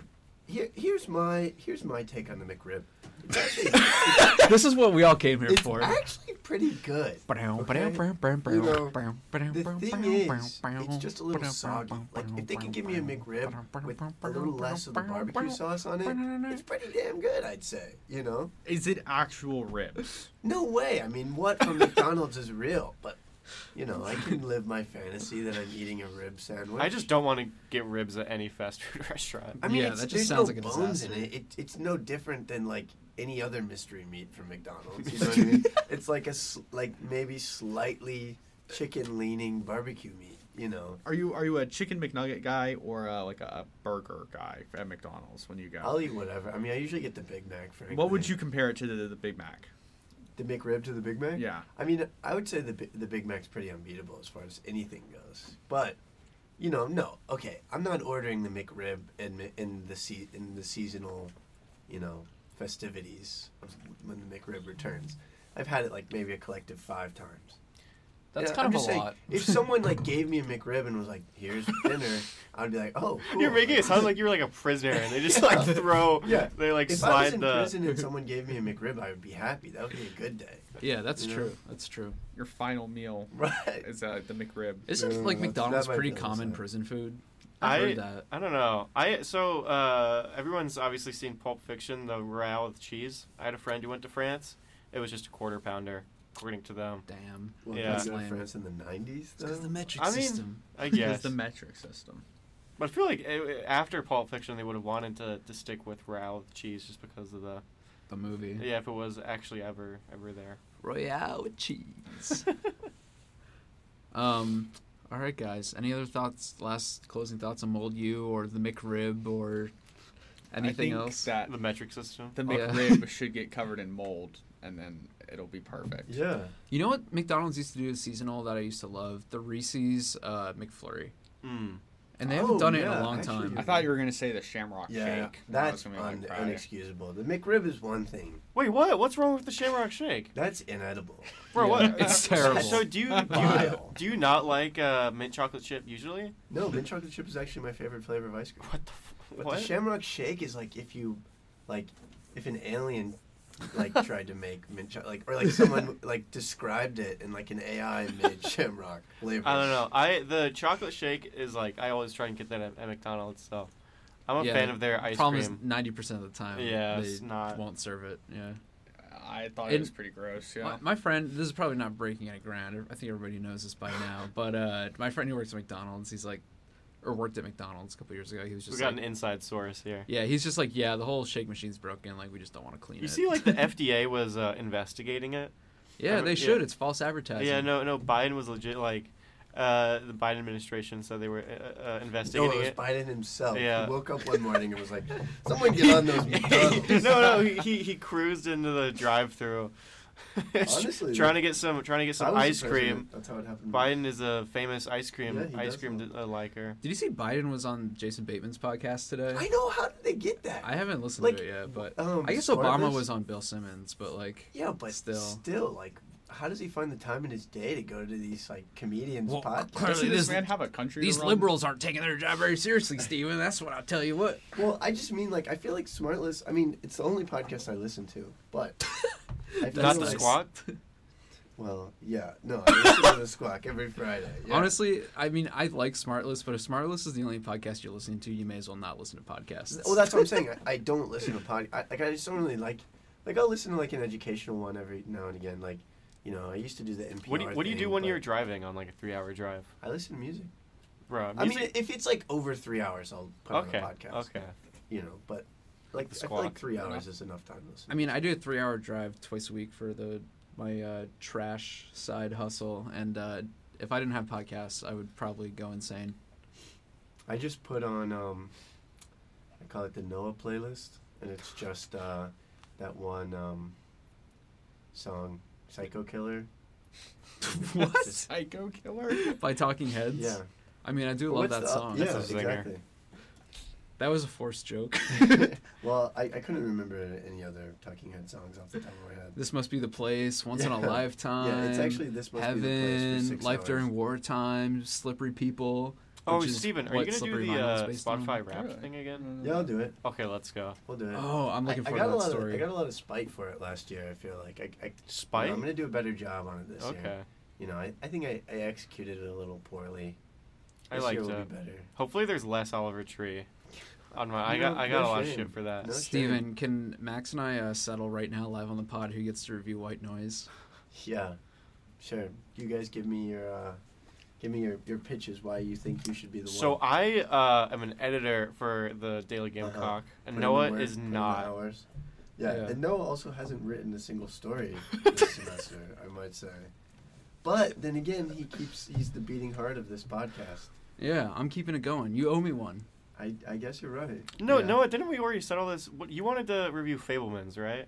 [SPEAKER 3] Here, here's my here's my take on the McRib.
[SPEAKER 4] [LAUGHS]
[SPEAKER 3] It's
[SPEAKER 2] [LAUGHS]
[SPEAKER 3] actually,
[SPEAKER 2] this is what we all came here
[SPEAKER 3] it's
[SPEAKER 2] for.
[SPEAKER 3] actually pretty good. You know, The thing is, it's just a little soggy. Like if they could give me a McRib with a little less of the barbecue sauce on it, it's pretty damn good, I'd say. You know,
[SPEAKER 4] Is it actual ribs?
[SPEAKER 3] no way. I mean, what from McDonald's is real, but you know, I can live my fantasy that I'm eating a rib sandwich.
[SPEAKER 1] I just don't want to get ribs at any fast food [LAUGHS] restaurant.
[SPEAKER 3] I mean,
[SPEAKER 2] Yeah,
[SPEAKER 3] it's,
[SPEAKER 2] that just
[SPEAKER 3] there's
[SPEAKER 2] sounds
[SPEAKER 3] no
[SPEAKER 2] like a
[SPEAKER 3] bones
[SPEAKER 2] disaster.
[SPEAKER 3] in it. it. It's no different than like any other mystery meat from McDonald's. You know what I mean? It's like a s- like maybe slightly chicken leaning barbecue meat. You know,
[SPEAKER 4] Are you are you a chicken McNugget guy or uh like a burger guy at McDonald's when you go?
[SPEAKER 3] I'll eat whatever. I mean, I usually get the Big Mac. Frankly,
[SPEAKER 4] what would you compare it to the, the Big Mac?
[SPEAKER 3] the McRib to the Big Mac?
[SPEAKER 4] Yeah.
[SPEAKER 3] I mean, I would say the Bi- the Big Mac's pretty unbeatable as far as anything goes. But you know, no, okay, I'm not ordering the McRib in mi- in the se- in the seasonal, you know, festivities of when the McRib returns. I've had it like maybe a collective five times.
[SPEAKER 2] That's
[SPEAKER 3] Yeah,
[SPEAKER 2] kind
[SPEAKER 3] I'm
[SPEAKER 2] of a
[SPEAKER 3] just saying,
[SPEAKER 2] lot.
[SPEAKER 3] if someone like gave me a McRib and was like, "Here's
[SPEAKER 2] [LAUGHS]
[SPEAKER 3] dinner," I'd be like, "Oh, cool.
[SPEAKER 1] You're making it sound like you're like a prisoner, and they just like
[SPEAKER 3] Yeah.
[SPEAKER 1] throw.
[SPEAKER 3] Yeah.
[SPEAKER 1] They like
[SPEAKER 3] if I was
[SPEAKER 1] slide
[SPEAKER 3] in
[SPEAKER 1] the.
[SPEAKER 3] prison and someone gave me a McRib, I would be happy. That would be a good day,
[SPEAKER 2] yeah, that's
[SPEAKER 3] you know?
[SPEAKER 2] true. That's true.
[SPEAKER 4] Your final meal
[SPEAKER 3] right?
[SPEAKER 4] is uh, the McRib.
[SPEAKER 2] Isn't
[SPEAKER 3] no,
[SPEAKER 2] like
[SPEAKER 3] that's-
[SPEAKER 2] McDonald's
[SPEAKER 3] that might
[SPEAKER 2] pretty
[SPEAKER 3] be
[SPEAKER 2] common
[SPEAKER 3] insane.
[SPEAKER 2] prison food?
[SPEAKER 1] I-
[SPEAKER 2] I've heard that.
[SPEAKER 1] I don't know. I so uh, everyone's obviously seen Pulp Fiction, the royale with cheese. I had a friend who went to France. It was just a quarter pounder. according to them.
[SPEAKER 2] Damn.
[SPEAKER 3] Well,
[SPEAKER 1] Yeah.
[SPEAKER 3] did you go to
[SPEAKER 2] Lame.
[SPEAKER 3] France in the '90s,
[SPEAKER 2] Because the
[SPEAKER 3] though.
[SPEAKER 2] metric
[SPEAKER 1] I mean-
[SPEAKER 2] system.
[SPEAKER 1] I
[SPEAKER 4] Because
[SPEAKER 1] guess.
[SPEAKER 4] the metric system.
[SPEAKER 1] But I feel like eh, eh, after Pulp Fiction, they would have wanted to, to stick with Rao with cheese just because of the
[SPEAKER 2] The movie.
[SPEAKER 1] yeah, if it was actually ever ever there.
[SPEAKER 2] Royale with [LAUGHS] cheese. um, all right, guys. Any other thoughts? Last closing thoughts on Mold U or the McRib or
[SPEAKER 4] I think
[SPEAKER 2] anything else? Oh,
[SPEAKER 4] that
[SPEAKER 1] The metric system.
[SPEAKER 4] Uh, the
[SPEAKER 2] Yeah.
[SPEAKER 4] McRib [LAUGHS] should get covered in mold, and then it'll be perfect.
[SPEAKER 3] Yeah.
[SPEAKER 2] you know what McDonald's used to do seasonal that I used to love? The Reese's uh, McFlurry.
[SPEAKER 1] Mm.
[SPEAKER 2] And they haven't
[SPEAKER 3] Oh,
[SPEAKER 2] done it in a
[SPEAKER 3] yeah,
[SPEAKER 2] long
[SPEAKER 3] actually,
[SPEAKER 2] time.
[SPEAKER 4] I thought you were gonna say the Shamrock
[SPEAKER 3] Yeah,
[SPEAKER 4] Shake. when I was
[SPEAKER 3] that's
[SPEAKER 4] gonna be like,
[SPEAKER 3] un-
[SPEAKER 4] "Friday."
[SPEAKER 3] unexcusable. The McRib is one thing.
[SPEAKER 1] Wait, what? What's wrong with the Shamrock Shake,
[SPEAKER 3] That's inedible.
[SPEAKER 1] bro? What?
[SPEAKER 4] Yeah. It's
[SPEAKER 2] terrible.
[SPEAKER 1] So do you do you,
[SPEAKER 3] Vile.
[SPEAKER 1] do you not like uh, mint chocolate chip usually?
[SPEAKER 3] No, mint chocolate chip is actually my favorite flavor of ice cream.
[SPEAKER 1] What the f-
[SPEAKER 3] But
[SPEAKER 1] what?
[SPEAKER 3] the Shamrock Shake is like if you, like, if an alien, like, tried to make mint chocolate, like, or like someone like described it and like an AI made Shamrock flavor.
[SPEAKER 1] I don't know. I the chocolate shake is like I always try and get that at, at McDonald's. So I'm a
[SPEAKER 2] Yeah.
[SPEAKER 1] fan of their ice
[SPEAKER 2] Problem
[SPEAKER 1] cream.
[SPEAKER 2] is, ninety percent of the time,
[SPEAKER 1] Yeah,
[SPEAKER 2] they
[SPEAKER 1] it's not-
[SPEAKER 2] won't serve it. Yeah.
[SPEAKER 4] I thought it
[SPEAKER 2] And-
[SPEAKER 4] was pretty gross. Yeah.
[SPEAKER 2] My, my friend, this is probably not breaking any ground. I think everybody knows this by now. But uh, my friend who works at McDonald's, he's like, or worked at McDonald's a couple years ago. He was
[SPEAKER 1] we
[SPEAKER 2] just
[SPEAKER 1] got
[SPEAKER 2] like,
[SPEAKER 1] an inside source here.
[SPEAKER 2] yeah, he's just like, yeah, the whole shake machine's broken. Like we just don't want to clean
[SPEAKER 1] You
[SPEAKER 2] it. [LAUGHS]
[SPEAKER 1] see, like the FDA was uh, investigating it.
[SPEAKER 2] yeah,
[SPEAKER 1] yeah.
[SPEAKER 2] they should. It's false advertising.
[SPEAKER 1] Yeah, no, no. Biden was legit. Like uh, the Biden administration said they were uh, uh,
[SPEAKER 3] No,
[SPEAKER 1] investigating
[SPEAKER 3] it was
[SPEAKER 1] it.
[SPEAKER 3] Biden himself.
[SPEAKER 1] Yeah.
[SPEAKER 3] He woke up one morning and was like, "Someone get
[SPEAKER 1] [LAUGHS]
[SPEAKER 3] on those
[SPEAKER 1] no,
[SPEAKER 3] McDonald's." [LAUGHS]
[SPEAKER 1] no, he- he he cruised into the drive-through.
[SPEAKER 3] Honestly,
[SPEAKER 1] [LAUGHS] trying to get some trying to get
[SPEAKER 3] I
[SPEAKER 1] some
[SPEAKER 3] was
[SPEAKER 1] ice
[SPEAKER 3] the president.
[SPEAKER 1] cream.
[SPEAKER 3] That's how it happened.
[SPEAKER 1] Biden is a famous ice cream
[SPEAKER 3] Yeah, he
[SPEAKER 1] ice
[SPEAKER 3] does
[SPEAKER 1] cream
[SPEAKER 3] know.
[SPEAKER 1] d- uh, liker.
[SPEAKER 2] Did you see Biden was on Jason Bateman's podcast today?
[SPEAKER 3] I know. How did they get that?
[SPEAKER 2] I haven't listened
[SPEAKER 3] Like,
[SPEAKER 2] to it yet, but
[SPEAKER 3] um,
[SPEAKER 2] I guess
[SPEAKER 3] Smartless?
[SPEAKER 2] Obama was on Bill Simmons, but like,
[SPEAKER 3] Yeah, but
[SPEAKER 2] Still.
[SPEAKER 3] still, still, like, how does he find the time in his day to go to these like comedians'
[SPEAKER 2] Well,
[SPEAKER 1] [LAUGHS]
[SPEAKER 3] podcasts?
[SPEAKER 2] clearly
[SPEAKER 4] Doesn't this
[SPEAKER 2] this-
[SPEAKER 4] man have a country? to
[SPEAKER 2] these
[SPEAKER 4] run?
[SPEAKER 2] liberals aren't taking their job very seriously, Steven. That's what I'll tell you what.
[SPEAKER 3] Well, I just mean like I feel like Smartless. I mean, it's the only podcast I listen to,
[SPEAKER 1] [LAUGHS]
[SPEAKER 3] but I feel
[SPEAKER 1] Not
[SPEAKER 2] That's
[SPEAKER 1] the
[SPEAKER 2] nice.
[SPEAKER 1] squad.
[SPEAKER 3] Well, yeah, no, I listen to the Squawk every Friday. yeah.
[SPEAKER 2] Honestly, I mean, I like Smartless, but if Smartless is the only podcast you're listening to, you may as well not listen to podcasts.
[SPEAKER 3] well, that's what I'm saying. I, I don't listen to pod. I, like I just don't really like. Like I'll listen to like an educational one every now and again. Like, you know, I used to do the NPR.
[SPEAKER 1] What do you, what do you
[SPEAKER 3] thing,
[SPEAKER 1] do when
[SPEAKER 3] but
[SPEAKER 1] you're driving on like a three-hour drive,
[SPEAKER 3] I listen to music.
[SPEAKER 1] bro?
[SPEAKER 3] I mean, if it's like over three hours, I'll put
[SPEAKER 1] okay,
[SPEAKER 3] on a podcast.
[SPEAKER 1] okay.
[SPEAKER 3] You know, but like
[SPEAKER 1] The
[SPEAKER 3] I feel
[SPEAKER 1] Squawk.
[SPEAKER 3] like three hours is enough time to listen.
[SPEAKER 2] I mean, I do a three-hour drive twice a week for the my uh, trash side hustle, and uh, if I didn't have podcasts, I would probably go insane.
[SPEAKER 3] I just put on um, I call it the Noah playlist, and it's just uh, that one um, song, Psycho Killer.
[SPEAKER 2] [LAUGHS] what?
[SPEAKER 4] Psycho
[SPEAKER 3] [LAUGHS]
[SPEAKER 4] killer.
[SPEAKER 2] By Talking Heads.
[SPEAKER 3] Yeah,
[SPEAKER 2] I mean, I do love
[SPEAKER 3] What's
[SPEAKER 2] that
[SPEAKER 3] the-
[SPEAKER 2] song.
[SPEAKER 3] Yeah,
[SPEAKER 1] That's a zinger.
[SPEAKER 3] exactly.
[SPEAKER 2] That was a forced
[SPEAKER 3] [LAUGHS]
[SPEAKER 2] joke. [LAUGHS]
[SPEAKER 3] well, I, I couldn't remember any other Talking Head songs off the top of my head.
[SPEAKER 2] this must be the place. Once in
[SPEAKER 3] Yeah.
[SPEAKER 2] a lifetime.
[SPEAKER 3] yeah, it's actually this must
[SPEAKER 2] heaven.
[SPEAKER 3] be the place for six
[SPEAKER 2] life
[SPEAKER 3] hours.
[SPEAKER 2] during wartime. Slippery people.
[SPEAKER 1] Oh,
[SPEAKER 2] which is
[SPEAKER 1] Steven, are
[SPEAKER 2] what
[SPEAKER 1] you gonna
[SPEAKER 2] Slippery
[SPEAKER 1] do the
[SPEAKER 2] Vinyl is
[SPEAKER 1] uh,
[SPEAKER 2] based on.
[SPEAKER 1] Spotify rap
[SPEAKER 4] Really?
[SPEAKER 1] thing again?
[SPEAKER 3] Yeah, I'll do it.
[SPEAKER 1] Okay, let's go.
[SPEAKER 3] We'll do it.
[SPEAKER 2] Oh, I'm looking
[SPEAKER 3] I, I
[SPEAKER 2] forward
[SPEAKER 3] got
[SPEAKER 2] to
[SPEAKER 3] a
[SPEAKER 2] that
[SPEAKER 3] lot
[SPEAKER 2] story.
[SPEAKER 3] Of, I got a lot of spite for it last year. I feel like I, I you know,
[SPEAKER 1] Spike.
[SPEAKER 3] I'm gonna do a better job on it this year.
[SPEAKER 1] okay.
[SPEAKER 3] You know, I, I think I, I executed it a little poorly.
[SPEAKER 1] I
[SPEAKER 3] This
[SPEAKER 1] like
[SPEAKER 3] year will
[SPEAKER 1] that.
[SPEAKER 3] be better.
[SPEAKER 1] Hopefully, there's less Oliver Tree. On my, I
[SPEAKER 3] No-
[SPEAKER 1] got, I
[SPEAKER 3] no
[SPEAKER 1] got a lot of
[SPEAKER 3] shame.
[SPEAKER 1] shit for that.
[SPEAKER 3] No shame.
[SPEAKER 2] Steven, can Max and I uh, settle right now live on the pod who gets to review White Noise?
[SPEAKER 3] Yeah, sure. You guys give me your uh, give me your, your pitches why you think you should be the
[SPEAKER 1] So
[SPEAKER 3] one.
[SPEAKER 1] I uh, am an editor for the Daily
[SPEAKER 3] Uh-huh.
[SPEAKER 1] Gamecock, and
[SPEAKER 3] Put in the
[SPEAKER 1] Noah
[SPEAKER 3] work,
[SPEAKER 1] is
[SPEAKER 3] put in the
[SPEAKER 1] not.
[SPEAKER 3] hours. Yeah.
[SPEAKER 2] Yeah.
[SPEAKER 3] and Noah also hasn't written a
[SPEAKER 2] [LAUGHS]
[SPEAKER 3] single story this semester, I might say. But then again, he keeps he's the beating heart of this podcast.
[SPEAKER 2] Yeah, I'm keeping it going. You owe me one.
[SPEAKER 3] I, I guess you're right.
[SPEAKER 1] No,
[SPEAKER 2] Yeah.
[SPEAKER 1] Noah, didn't we already settle this? What, you wanted to review Fablemans, right?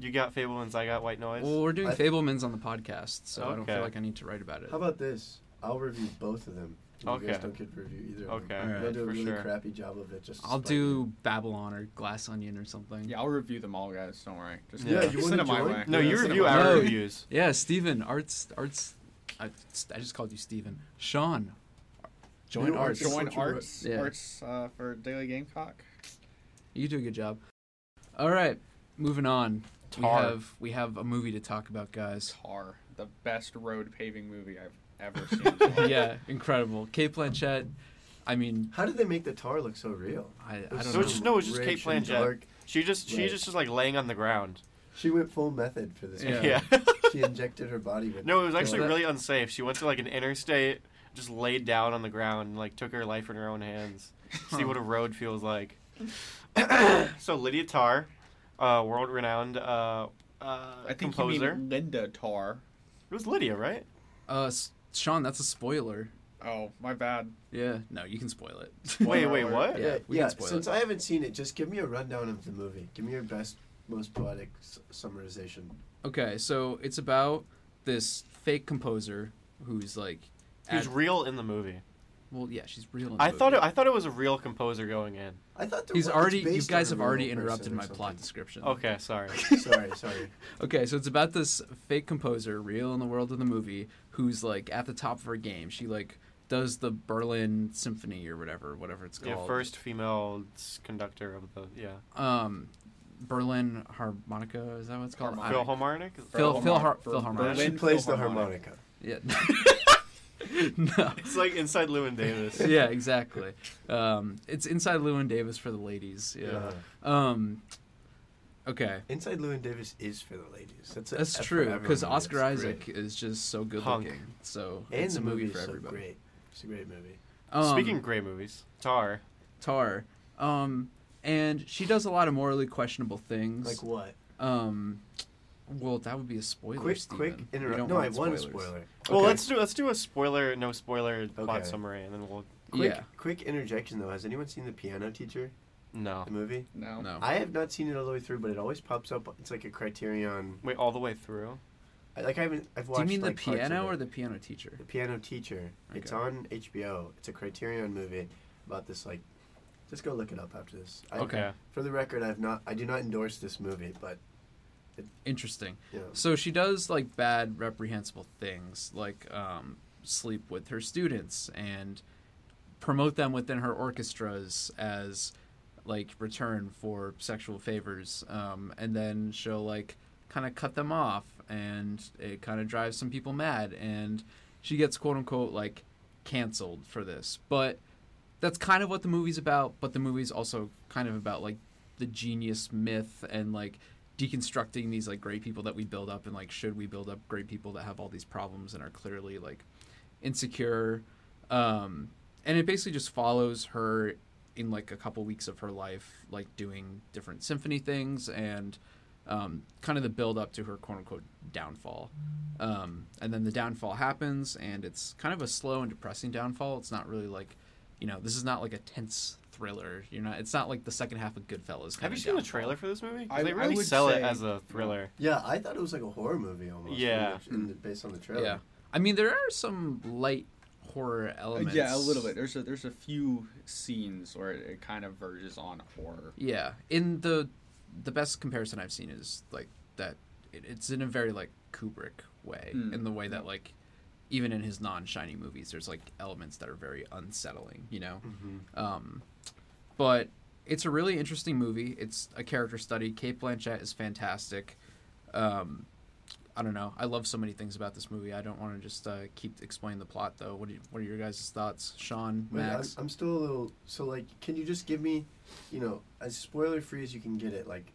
[SPEAKER 1] You got Fablemans, I got White Noise.
[SPEAKER 2] Well, we're doing
[SPEAKER 3] I-
[SPEAKER 2] Fablemans on the podcast, so I don't feel
[SPEAKER 1] Okay.
[SPEAKER 2] like I need to write about it.
[SPEAKER 3] How about this? I'll review both of them. You
[SPEAKER 1] Okay.
[SPEAKER 3] guys don't get to review either. Of
[SPEAKER 1] okay,
[SPEAKER 3] them.
[SPEAKER 2] All right,
[SPEAKER 3] They'll do a
[SPEAKER 1] for
[SPEAKER 3] really
[SPEAKER 1] sure.
[SPEAKER 3] crappy job of it. Just to
[SPEAKER 2] I'll
[SPEAKER 3] spite you.
[SPEAKER 2] do Babylon or Glass Onion or something.
[SPEAKER 4] Yeah, I'll review them all, guys. Don't worry. Just
[SPEAKER 1] Yeah,
[SPEAKER 4] send
[SPEAKER 1] you
[SPEAKER 3] wanna
[SPEAKER 4] them my
[SPEAKER 3] join?
[SPEAKER 4] way.
[SPEAKER 1] No,
[SPEAKER 4] Yeah,
[SPEAKER 1] you
[SPEAKER 4] send them
[SPEAKER 1] review
[SPEAKER 4] my
[SPEAKER 1] our
[SPEAKER 3] [LAUGHS]
[SPEAKER 4] way.
[SPEAKER 2] No.
[SPEAKER 1] reviews.
[SPEAKER 2] Yeah, Steven, arts, arts, I, I just called you Steven. Sean, join
[SPEAKER 3] You are
[SPEAKER 2] arts.
[SPEAKER 3] That's
[SPEAKER 4] Join
[SPEAKER 3] what you wrote.
[SPEAKER 4] Arts.
[SPEAKER 2] Yeah.
[SPEAKER 4] Arts uh, for Daily Gamecock.
[SPEAKER 2] You do a good job. All right, moving on.
[SPEAKER 1] Tar.
[SPEAKER 2] We have we have a movie to talk about, guys.
[SPEAKER 4] Tar, the best road paving movie I've ever
[SPEAKER 1] [LAUGHS]
[SPEAKER 4] seen.
[SPEAKER 2] yeah, incredible. Kate Blanchett. I mean,
[SPEAKER 3] How did they make the tar look so real?
[SPEAKER 2] I, I
[SPEAKER 3] There's
[SPEAKER 2] don't
[SPEAKER 1] So
[SPEAKER 2] know.
[SPEAKER 1] it's just no, it's just Kate
[SPEAKER 3] rich and
[SPEAKER 1] Blanchett.
[SPEAKER 3] dark.
[SPEAKER 1] She just, she
[SPEAKER 3] Right.
[SPEAKER 1] just is like laying on the ground.
[SPEAKER 3] She went full method for this.
[SPEAKER 2] Yeah.
[SPEAKER 3] movie.
[SPEAKER 1] Yeah. [LAUGHS]
[SPEAKER 3] she injected her body with.
[SPEAKER 1] No, it was
[SPEAKER 3] Well,
[SPEAKER 1] actually
[SPEAKER 3] that-
[SPEAKER 1] really unsafe. She went to like an interstate, just laid down on the ground, and like took her life in her own hands. See what a road feels like. so Lydia Tarr, uh, world-renowned uh, uh,
[SPEAKER 4] I think
[SPEAKER 1] composer.
[SPEAKER 4] you mean Linda Tar.
[SPEAKER 1] It was Lydia, right?
[SPEAKER 2] Uh, S- Sean, that's a spoiler.
[SPEAKER 4] Oh, my bad.
[SPEAKER 2] Yeah. No, you can spoil it. [LAUGHS]
[SPEAKER 1] Wait, wait,
[SPEAKER 4] alert.
[SPEAKER 1] what?
[SPEAKER 2] Yeah, we can
[SPEAKER 3] Uh, yeah.
[SPEAKER 2] spoil
[SPEAKER 3] Since
[SPEAKER 2] it.
[SPEAKER 3] I haven't seen it, just give me a rundown of the movie. Give me your best, most poetic s- summarization.
[SPEAKER 2] okay, so it's about this fake composer who's like.
[SPEAKER 1] Who's
[SPEAKER 2] ad-
[SPEAKER 1] real in the movie?
[SPEAKER 2] well, yeah, she's real. in the
[SPEAKER 1] I thought it,
[SPEAKER 2] movie.
[SPEAKER 1] I thought it was a real composer going in.
[SPEAKER 3] I thought there
[SPEAKER 2] He's
[SPEAKER 3] was,
[SPEAKER 2] already.
[SPEAKER 3] It's
[SPEAKER 2] You
[SPEAKER 3] based on
[SPEAKER 2] guys
[SPEAKER 3] a
[SPEAKER 2] have
[SPEAKER 3] real
[SPEAKER 2] already
[SPEAKER 3] person
[SPEAKER 2] interrupted
[SPEAKER 3] or
[SPEAKER 2] my
[SPEAKER 3] something.
[SPEAKER 2] plot description.
[SPEAKER 1] Okay, sorry.
[SPEAKER 3] [LAUGHS] sorry, sorry.
[SPEAKER 2] Okay, so it's about this fake composer, real in the world of the movie, who's like at the top of her game. She like does the Berlin Symphony or whatever, whatever it's called.
[SPEAKER 1] Yeah, first female s- conductor of the yeah.
[SPEAKER 2] Um, Berlin Harmonica is that what it's called? I
[SPEAKER 1] Phil
[SPEAKER 2] don't-
[SPEAKER 1] Harmonic.
[SPEAKER 2] Phil- Phil Har- Phil Harmonic.
[SPEAKER 3] she
[SPEAKER 4] Berlin
[SPEAKER 3] plays the
[SPEAKER 4] Philharmonic.
[SPEAKER 3] harmonica.
[SPEAKER 2] Yeah. [LAUGHS] no.
[SPEAKER 1] It's like inside Lewin Davis.
[SPEAKER 2] [LAUGHS] Yeah, exactly. Um, it's inside Lewin Davis for the ladies. Yeah.
[SPEAKER 3] Uh,
[SPEAKER 2] Um. Okay,
[SPEAKER 3] Inside Lewin Davis is for the ladies. That's, a-
[SPEAKER 2] that's
[SPEAKER 3] for
[SPEAKER 2] true
[SPEAKER 3] everyone
[SPEAKER 2] because
[SPEAKER 3] in this.
[SPEAKER 2] Oscar
[SPEAKER 3] Great.
[SPEAKER 2] Isaac is just so good
[SPEAKER 1] Hunk.
[SPEAKER 2] looking. So
[SPEAKER 3] And
[SPEAKER 2] it's
[SPEAKER 3] the
[SPEAKER 2] a movie,
[SPEAKER 3] movie
[SPEAKER 2] for
[SPEAKER 3] is so
[SPEAKER 2] everybody.
[SPEAKER 3] great. It's a great movie.
[SPEAKER 2] Um,
[SPEAKER 1] Speaking of great movies, Tar.
[SPEAKER 2] Tar. Um, and she does a lot of morally questionable things.
[SPEAKER 3] Like what?
[SPEAKER 2] um, well, that would be a spoiler.
[SPEAKER 3] quick,
[SPEAKER 2] Steven.
[SPEAKER 3] quick
[SPEAKER 2] We
[SPEAKER 3] interrupt.
[SPEAKER 2] don't
[SPEAKER 3] No, I
[SPEAKER 2] want
[SPEAKER 3] want a
[SPEAKER 2] spoilers.
[SPEAKER 3] spoiler.
[SPEAKER 1] Well,
[SPEAKER 2] Okay.
[SPEAKER 1] let's do let's do a spoiler, no spoiler plot
[SPEAKER 3] Okay.
[SPEAKER 1] summary, and then we'll
[SPEAKER 3] Quick,
[SPEAKER 2] Yeah.
[SPEAKER 3] quick interjection though. Has anyone seen the Piano Teacher,
[SPEAKER 1] no.
[SPEAKER 3] the movie?
[SPEAKER 4] No. Uh,
[SPEAKER 2] No.
[SPEAKER 3] I have not seen it all the way through, but it always pops up. It's like a Criterion.
[SPEAKER 1] Wait, all the way through.
[SPEAKER 3] I- Like I haven't. I've
[SPEAKER 2] do
[SPEAKER 3] watched.
[SPEAKER 2] you mean
[SPEAKER 3] like,
[SPEAKER 2] the
[SPEAKER 3] parts of
[SPEAKER 2] piano
[SPEAKER 3] it.
[SPEAKER 2] or the piano teacher?
[SPEAKER 3] The Piano Teacher? It's
[SPEAKER 2] Okay.
[SPEAKER 3] on HBO. It's a Criterion movie about this like. Just go look it up after this. I,
[SPEAKER 2] Okay.
[SPEAKER 3] For the record, I've not. I do not endorse this movie, but
[SPEAKER 2] Interesting.
[SPEAKER 3] you know,
[SPEAKER 2] So she does like bad, reprehensible things, like um, sleep with her students and promote them within her orchestras as like return for sexual favors. Um, and then she'll like kind of cut them off, and it kind of drives some people mad. And she gets quote unquote like canceled for this, but that's kind of what the movie's about. But the movie's also kind of about like the genius myth and like deconstructing these like great people that we build up and like should we build up great people that have all these problems and are clearly like insecure um and it basically just follows her in like a couple weeks of her life like doing different symphony things and um, kind of the build up to her quote unquote downfall um, and then the downfall happens and it's kind of a slow and depressing downfall it's not really like you know this is not like a tense thriller you're not it's not like the second half of goodfellas kind
[SPEAKER 1] Have you
[SPEAKER 2] of
[SPEAKER 1] seen the
[SPEAKER 2] downfall.
[SPEAKER 1] trailer for this movie? 'Cause
[SPEAKER 4] I-
[SPEAKER 1] they
[SPEAKER 4] I
[SPEAKER 1] really
[SPEAKER 4] would
[SPEAKER 1] sell it
[SPEAKER 4] say-
[SPEAKER 1] as a thriller.
[SPEAKER 3] yeah, I thought it was like a horror movie almost. in
[SPEAKER 1] Yeah.
[SPEAKER 3] the- in the- based on the trailer.
[SPEAKER 2] Yeah. I mean, there are some light horror
[SPEAKER 4] Uh,
[SPEAKER 2] elements.
[SPEAKER 4] yeah, a little bit. There's a there's a few scenes where it, it kind of verges on horror.
[SPEAKER 2] Yeah. In the the best comparison I've seen is like that it, it's in a very like Kubrick way
[SPEAKER 4] Mm.
[SPEAKER 2] in the way that like even in his non-shiny movies there's like elements that are very unsettling, you know.
[SPEAKER 3] Mm-hmm.
[SPEAKER 2] Um but it's a really interesting movie. It's a character study. Kate Blanchett is fantastic. Um I don't know. I love so many things about this movie. I don't want to just uh, keep explaining the plot, though. What are, you, what are your guys' thoughts, Sean,
[SPEAKER 3] Wait, I'm,
[SPEAKER 2] Max?
[SPEAKER 3] I'm still a little. So, like, can you just give me, you know, as spoiler free as you can get it, like,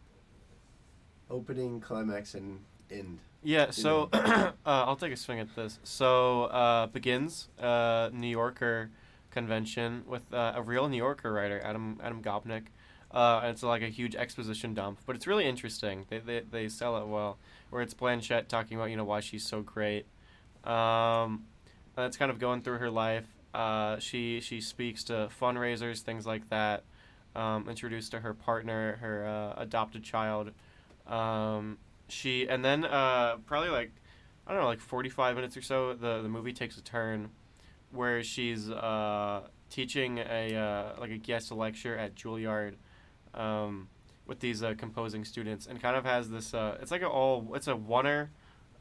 [SPEAKER 3] opening, climax, and end.
[SPEAKER 1] Yeah. So [CLEARS THROAT] uh, I'll take a swing at this. So uh, begins uh, New Yorker convention with uh, a real New Yorker writer, Adam Adam Gopnik. Uh, and it's like a huge exposition dump, but it's really interesting. They, they, they sell it well. Where it's Blanchett talking about you know why she's so great. Um, and it's kind of going through her life. Uh, she she speaks to fundraisers, things like that. Um, introduced to her partner, her uh, adopted child. Um, she and then uh, probably like I don't know, like forty five minutes or so. The the movie takes a turn where she's uh, teaching a uh, like a guest lecture at Juilliard um, with these uh, composing students, and kind of has this. Uh, it's like a all. It's a oneer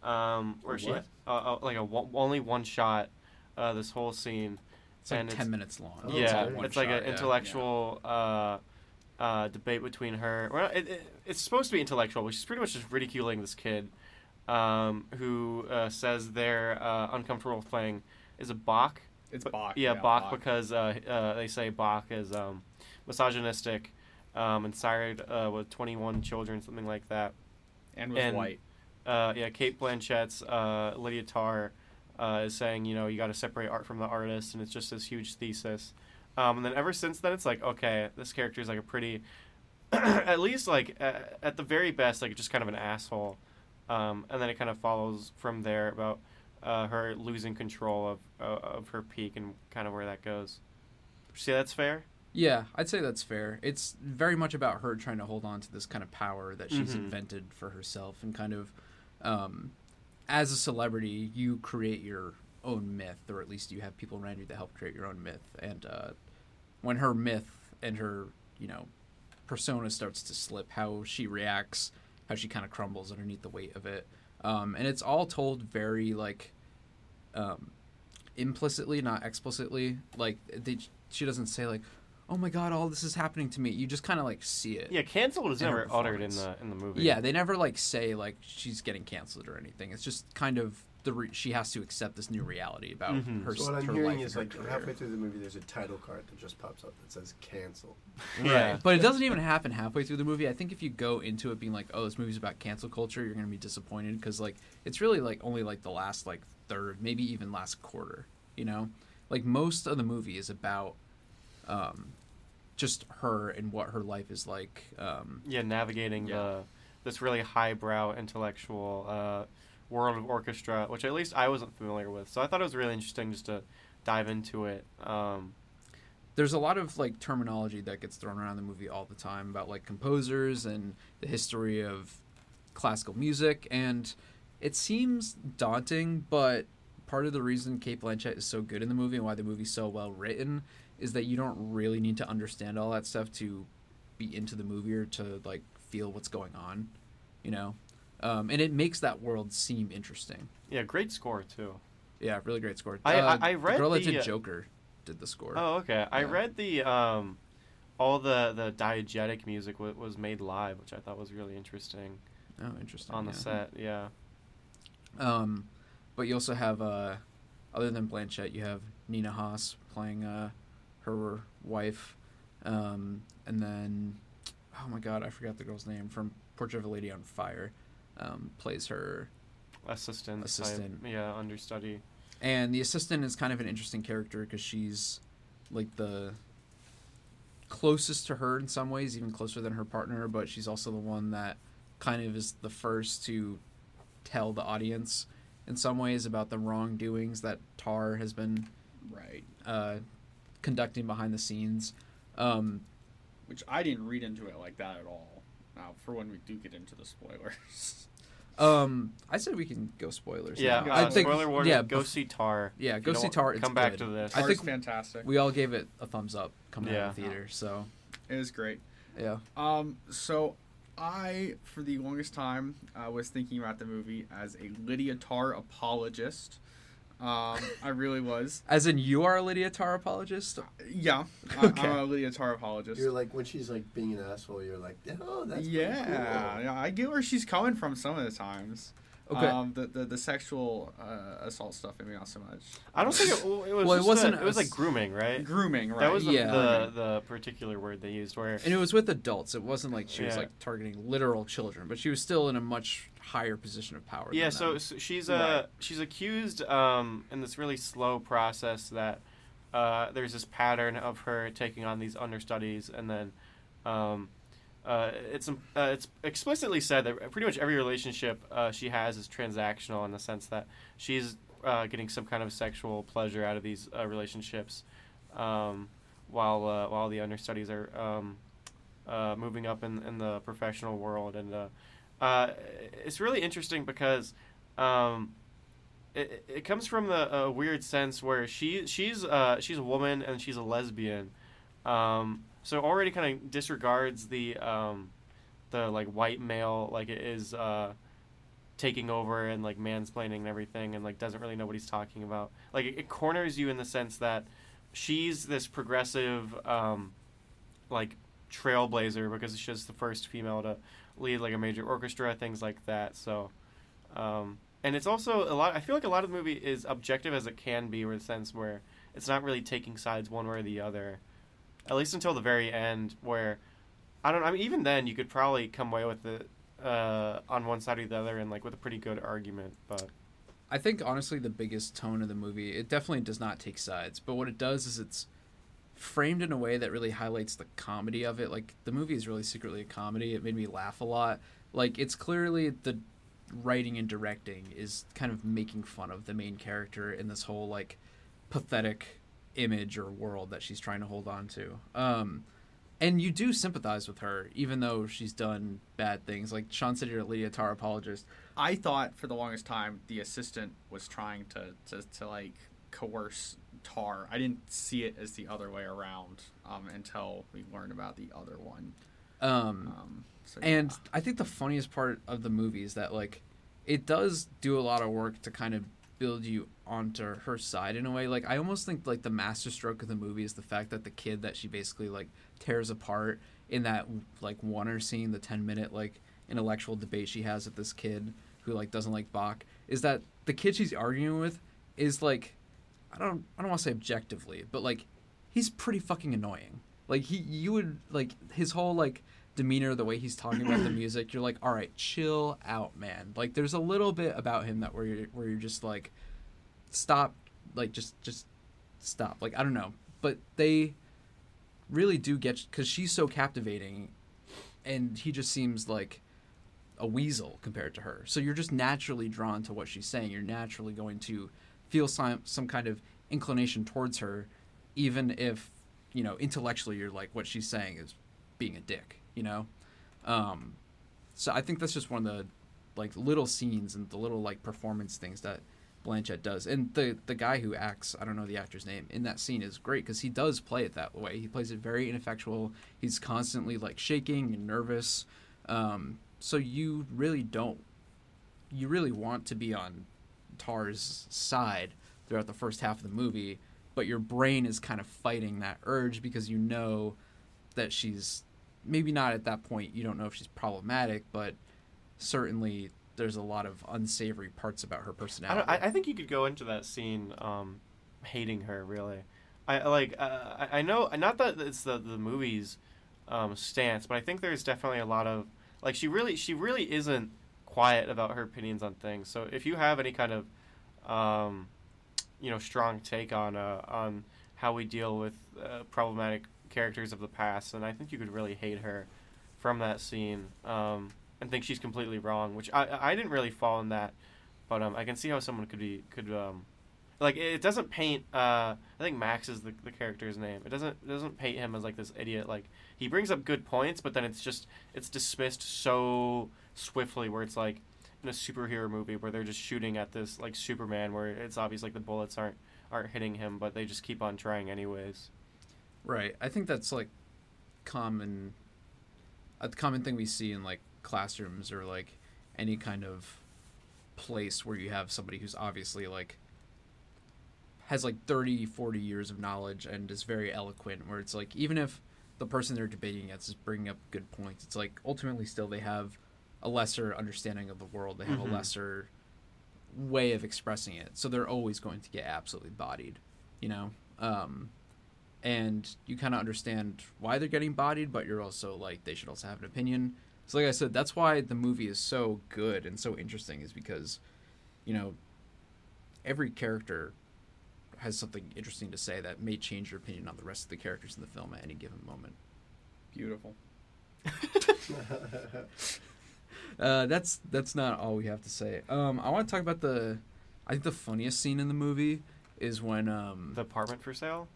[SPEAKER 1] um, where
[SPEAKER 3] A
[SPEAKER 1] she uh,
[SPEAKER 3] what?
[SPEAKER 1] uh, like a one, only one shot. Uh, this whole scene.
[SPEAKER 2] It's like
[SPEAKER 1] and
[SPEAKER 2] ten minutes long.
[SPEAKER 3] Oh, it's
[SPEAKER 1] yeah,
[SPEAKER 3] like one
[SPEAKER 1] it's like an
[SPEAKER 2] intellect.
[SPEAKER 1] intellectual uh, uh, debate between her. Well, it, it, it's supposed to be intellectual, but she's pretty much just ridiculing this kid um, who uh, says their uh, uncomfortable thing is a Bach.
[SPEAKER 4] It's
[SPEAKER 1] But-
[SPEAKER 4] Bach.
[SPEAKER 1] Yeah, Bach, because uh, uh, they say Bach is um, misogynistic um, and sired uh, with 21 children, something like that.
[SPEAKER 4] and was
[SPEAKER 1] and-
[SPEAKER 4] white.
[SPEAKER 1] uh, yeah, Kate Blanchett's uh, Lydia Tarr uh, is saying, you know, you got to separate art from the artist, and it's just this huge thesis. Um, and then ever since then, it's like, okay, this character is like a pretty, [CLEARS THROAT] at least like a- at the very best, like just kind of an asshole. Um, and then it kind of follows from there about uh, her losing control of uh, of her peak and kind of where that goes. See, that's fair.
[SPEAKER 2] Yeah, I'd say that's fair. It's very much about her trying to hold on to this kind of power that she's
[SPEAKER 1] Mhm.
[SPEAKER 2] invented for herself and kind of um, as a celebrity, you create your own myth or at least you have people around you that help create your own myth and uh, when her myth and her, you know, persona starts to slip, how she reacts, how she kind of crumbles underneath the weight of it. Um, and it's all told very like um, implicitly, not explicitly. Like they, she doesn't say like, "Oh my god, all this is happening to me." You just kind of like see it.
[SPEAKER 1] Yeah, canceled is
[SPEAKER 2] And her
[SPEAKER 1] never uttered in the
[SPEAKER 2] performance.
[SPEAKER 1] in the movie.
[SPEAKER 2] Yeah, they never like say like she's getting canceled or anything. It's just kind of the re- she has to accept this new reality about
[SPEAKER 1] Mhm.
[SPEAKER 2] her.
[SPEAKER 3] So what
[SPEAKER 2] her
[SPEAKER 3] I'm hearing
[SPEAKER 2] life
[SPEAKER 3] is
[SPEAKER 2] and
[SPEAKER 3] like
[SPEAKER 2] her career.
[SPEAKER 3] halfway through the movie, there's a title card that just pops up that says cancel.
[SPEAKER 1] Yeah.
[SPEAKER 2] Right. But it doesn't even happen halfway through the movie. I think if you go into it being like, "Oh, this movie's about cancel culture," you're going to be disappointed because like it's really like only like the last like third, maybe even last quarter. You know, like most of the movie is about um, just her and what her life is like. Um,
[SPEAKER 1] yeah, navigating
[SPEAKER 2] Yeah.
[SPEAKER 1] the this really highbrow intellectual uh, world of orchestra, which at least I wasn't familiar with. So I thought it was really interesting just to dive into it. Um,
[SPEAKER 2] there's a lot of like terminology that gets thrown around in the movie all the time about like composers and the history of classical music and it seems daunting but part of the reason Kate Blanchett is so good in the movie and why the movie's so well written is that you don't really need to understand all that stuff to be into the movie or to like feel what's going on you know um, and it makes that world seem interesting
[SPEAKER 1] yeah, great score too.
[SPEAKER 2] yeah really great score
[SPEAKER 1] I- I- I read
[SPEAKER 2] the girl that
[SPEAKER 1] the,
[SPEAKER 2] did
[SPEAKER 1] uh,
[SPEAKER 2] Joker did the score
[SPEAKER 1] Oh, okay. I
[SPEAKER 2] Yeah.
[SPEAKER 1] read the um, all the the diegetic music w- was made live, which I thought was really interesting
[SPEAKER 2] oh interesting
[SPEAKER 1] on the
[SPEAKER 2] yeah.
[SPEAKER 1] set. Yeah.
[SPEAKER 2] Um, but you also have, uh, other than Blanchett, you have Nina Haas playing uh, her wife. Um, and then, oh my God, I forgot the girl's name from Portrait of a Lady on Fire um, plays her.
[SPEAKER 1] Assistant. type-
[SPEAKER 2] Assistant.
[SPEAKER 1] yeah, understudy.
[SPEAKER 2] And the assistant is kind of an interesting character because she's like the closest to her in some ways, even closer than her partner, but she's also the one that kind of is the first to tell the audience in some ways about the wrongdoings that Tar has been
[SPEAKER 4] Right.
[SPEAKER 2] uh, conducting behind the scenes. Um,
[SPEAKER 4] Which I didn't read into it like that at all. Now, for when we do get into the spoilers.
[SPEAKER 2] um, I said we can go spoilers.
[SPEAKER 1] Yeah.
[SPEAKER 2] now.
[SPEAKER 1] Uh,
[SPEAKER 2] I think,
[SPEAKER 1] spoiler warning.
[SPEAKER 2] Yeah,
[SPEAKER 1] go
[SPEAKER 2] bef-
[SPEAKER 1] see Tar.
[SPEAKER 2] yeah,
[SPEAKER 1] If
[SPEAKER 2] go
[SPEAKER 1] you
[SPEAKER 2] see
[SPEAKER 1] don't-
[SPEAKER 2] Tar. It's
[SPEAKER 1] Come back
[SPEAKER 2] good.
[SPEAKER 1] to this.
[SPEAKER 2] I
[SPEAKER 4] Tar's
[SPEAKER 2] think
[SPEAKER 4] fantastic.
[SPEAKER 2] We all gave it a thumbs up coming out of the
[SPEAKER 4] Yeah.
[SPEAKER 2] theater. So
[SPEAKER 4] it was great.
[SPEAKER 2] yeah,
[SPEAKER 4] Um, so I, for the longest time, uh, was thinking about the movie as a Lydia Tarr apologist. Um, I really was.
[SPEAKER 2] as in you are a Lydia Tar apologist.
[SPEAKER 4] Yeah, I,
[SPEAKER 2] Okay.
[SPEAKER 4] I'm a Lydia Tarr apologist.
[SPEAKER 3] You're like when she's like being an asshole, you're like, oh, that's pretty
[SPEAKER 4] yeah,
[SPEAKER 3] cool."
[SPEAKER 4] yeah, I get where she's coming from some of the times.
[SPEAKER 2] Okay.
[SPEAKER 4] Um, the, the the sexual uh, assault stuff, maybe not so much.
[SPEAKER 1] I don't think it, well, it was.
[SPEAKER 2] Well, it
[SPEAKER 1] just
[SPEAKER 2] wasn't
[SPEAKER 1] A, it was
[SPEAKER 2] as-
[SPEAKER 1] like grooming, right?
[SPEAKER 4] Grooming, right?
[SPEAKER 1] That was the,
[SPEAKER 2] Yeah.
[SPEAKER 1] the the particular word they used. Where
[SPEAKER 2] and it was with adults. It wasn't like she was
[SPEAKER 1] Yeah.
[SPEAKER 2] like targeting literal children, but she was still in a much higher position of power.
[SPEAKER 1] yeah,
[SPEAKER 2] than
[SPEAKER 1] so,
[SPEAKER 2] them.
[SPEAKER 1] so she's uh she's accused um in this really slow process that uh there's this pattern of her taking on these understudies and then um uh it's um, uh, it's explicitly said that pretty much every relationship uh, she has is transactional in the sense that she's uh, getting some kind of sexual pleasure out of these uh, relationships um while uh, while the understudies are um uh, moving up in, in the professional world and uh, uh, it's really interesting because um, it, it comes from the a weird sense where she she's uh, she's a woman and she's a lesbian, um, so already kind of disregards the um, the like white male like it is uh, taking over and like mansplaining and everything and like doesn't really know what he's talking about. Like it, it corners you in the sense that she's this progressive um, like trailblazer because she's the first female to lead like a major orchestra, things like that. So, um, and it's also a lot. I feel like a lot of the movie is objective as it can be, in the sense where it's not really taking sides one way or the other, at least until the very end, where I don't. I mean, even then, you could probably come away with it. uh, on one side or the other, and like with a pretty good argument. But
[SPEAKER 2] I think honestly the biggest tone of the movie, it definitely does not take sides, but what it does is it's framed in a way that really highlights the comedy of it. Like the movie is really secretly a comedy. It made me laugh a lot. Like it's clearly the writing and directing is kind of making fun of the main character in this whole like pathetic image or world that she's trying to hold on to. Um and you do sympathize with her, even though she's done bad things. Like Sean said, you're a Lydia Tar apologist.
[SPEAKER 4] I thought for the longest time the assistant was trying to, to, to like coerce Tar. I didn't see it as the other way around um, until we learned about the other one.
[SPEAKER 2] Um,
[SPEAKER 4] Um, so,
[SPEAKER 2] and
[SPEAKER 4] yeah.
[SPEAKER 2] I think the funniest part of the movie is that like it does do a lot of work to kind of build you onto her side in a way. Like I almost think like the masterstroke of the movie is the fact that the kid that she basically like tears apart in that like one scene, the ten minute like intellectual debate she has with this kid who like doesn't like Bach, is that the kid she's arguing with is like I don't I don't want to say objectively, but like he's pretty fucking annoying. Like he you would like his whole like demeanor, the way he's talking about the music, you're like, all right, chill out, man. Like there's a little bit about him that where you're where you're just like, stop, like just just stop. Like I don't know, but they really do get because she's so captivating, and he just seems like a weasel compared to her. So you're just naturally drawn to what she's saying. You're naturally going to feel some some kind of inclination towards her, even if you know intellectually you're like what she's saying is being a dick. You know, um, so I think that's just one of the like little scenes and the little like performance things that Blanchett does. And the the guy who acts, I don't know the actor's name, in that scene is great because he does play it that way. He plays it very ineffectual. He's constantly like shaking and nervous. Um, so you really don't, you really want to be on Tar's side throughout the first half of the movie, but your brain is kind of fighting that urge because you know that she's maybe not at that point. You don't know if she's problematic, but certainly there's a lot of unsavory parts about her
[SPEAKER 1] I,
[SPEAKER 2] personality.
[SPEAKER 1] don't, I, I think you could go into that scene um, hating her really. I I like uh, I- I know not that it's the the movie's um, stance, but I think there's definitely a lot of like she really she really isn't quiet about her opinions on things. So if you have any kind of um, you know strong take on uh, on how we deal with uh, problematic characters of the past, then I think you could really hate her from that scene um, and think she's completely wrong. Which I I didn't really fall in that, but um, I can see how someone could be could um, like it doesn't paint. Uh, I think Max is the, the character's name. It doesn't it doesn't paint him as like this idiot. Like he brings up good points, but then it's just it's dismissed so swiftly where it's like in a superhero movie where they're just shooting at this like Superman where it's obvious like the bullets aren't aren't hitting him, but they just keep on trying anyways.
[SPEAKER 2] Right. I think that's like common a common thing we see in like classrooms or like any kind of place where you have somebody who's obviously like has like 30 40 years of knowledge and is very eloquent where it's like even if the person they're debating against is bringing up good points it's like ultimately still they have a lesser understanding of the world they have
[SPEAKER 1] Mhm.
[SPEAKER 2] a lesser way of expressing it so they're always going to get absolutely bodied you know um and you kind of understand why they're getting bodied, but you're also like they should also have an opinion. So like I said, that's why the movie is so good and so interesting is because you know every character has something interesting to say that may change your opinion on the rest of the characters in the film at any given moment.
[SPEAKER 4] beautiful.
[SPEAKER 2] Uh, that's that's not all we have to say. Um, I want to talk about the I think the funniest scene in the movie is when um
[SPEAKER 1] The Oh, apartment for sale?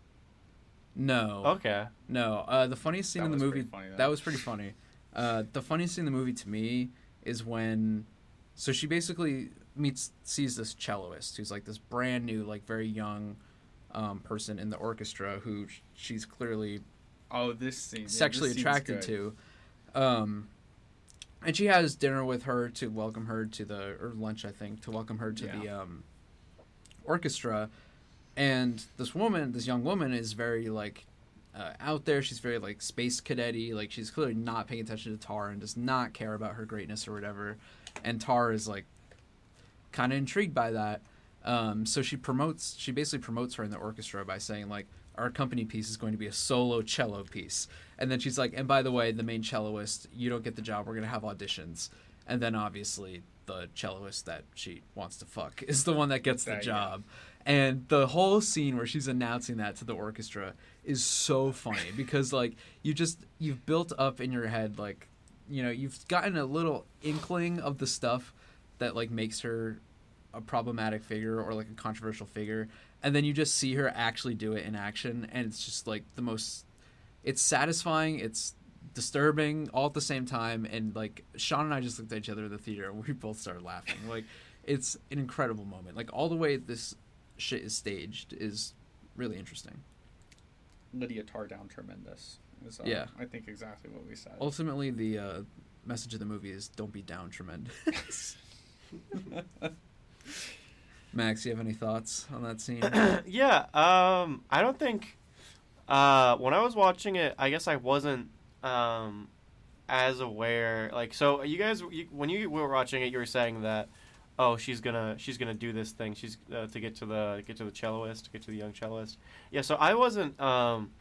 [SPEAKER 2] no
[SPEAKER 1] Okay.
[SPEAKER 2] No, uh, the funniest scene
[SPEAKER 4] That
[SPEAKER 2] in the
[SPEAKER 4] was
[SPEAKER 2] movie
[SPEAKER 4] pretty funny, though.
[SPEAKER 2] that was pretty funny. Uh, the funniest scene in the movie to me is when, so she basically meets sees this celloist who's like this brand new, like very young, um, person in the orchestra who sh- she's clearly
[SPEAKER 4] Oh, this scene. yeah, this
[SPEAKER 2] sexually
[SPEAKER 4] scene's
[SPEAKER 2] attracted
[SPEAKER 4] good.
[SPEAKER 2] to. Um, and she has dinner with her to welcome her to the or lunch, I think, to welcome her to the um, orchestra. And this woman, this young woman, is very like uh, out there. She's very like space cadetty. Like she's clearly not paying attention to Tar and does not care about her greatness or whatever. And Tar is like kind of intrigued by that. Um, so she promotes. She basically promotes her in the orchestra by saying like, "Our company piece is going to be a solo cello piece." And then she's like, "And by the way, the main celloist, you don't get the job. We're gonna have auditions." and then obviously the celloist that she wants to fuck is the one that gets the
[SPEAKER 4] That, yeah.
[SPEAKER 2] job. And the whole scene where she's announcing that to the orchestra is so funny because like you just you've built up in your head like you know you've gotten a little inkling of the stuff that like makes her a problematic figure or like a controversial figure and then you just see her actually do it in action and it's just like the most it's satisfying it's disturbing all at the same time and like sean and i just looked at each other in the theater and we both started laughing like it's an incredible moment like all the way this shit is staged is really interesting
[SPEAKER 4] Lydia Tardown tremendous. Is, uh,
[SPEAKER 2] Yeah.
[SPEAKER 4] I think exactly what we said.
[SPEAKER 2] ultimately the uh, message of the movie is don't be down tremendous max you have any thoughts on that scene
[SPEAKER 1] [CLEARS THROAT] yeah, um, I don't think uh, when I was watching it, I guess I wasn't um, as aware. Like, so you guys, you, when you were watching it, you were saying that, oh, she's gonna she's gonna do this thing. She's uh, to get to the get to the celloist, to get to the young celloist. Yeah, so I wasn't um,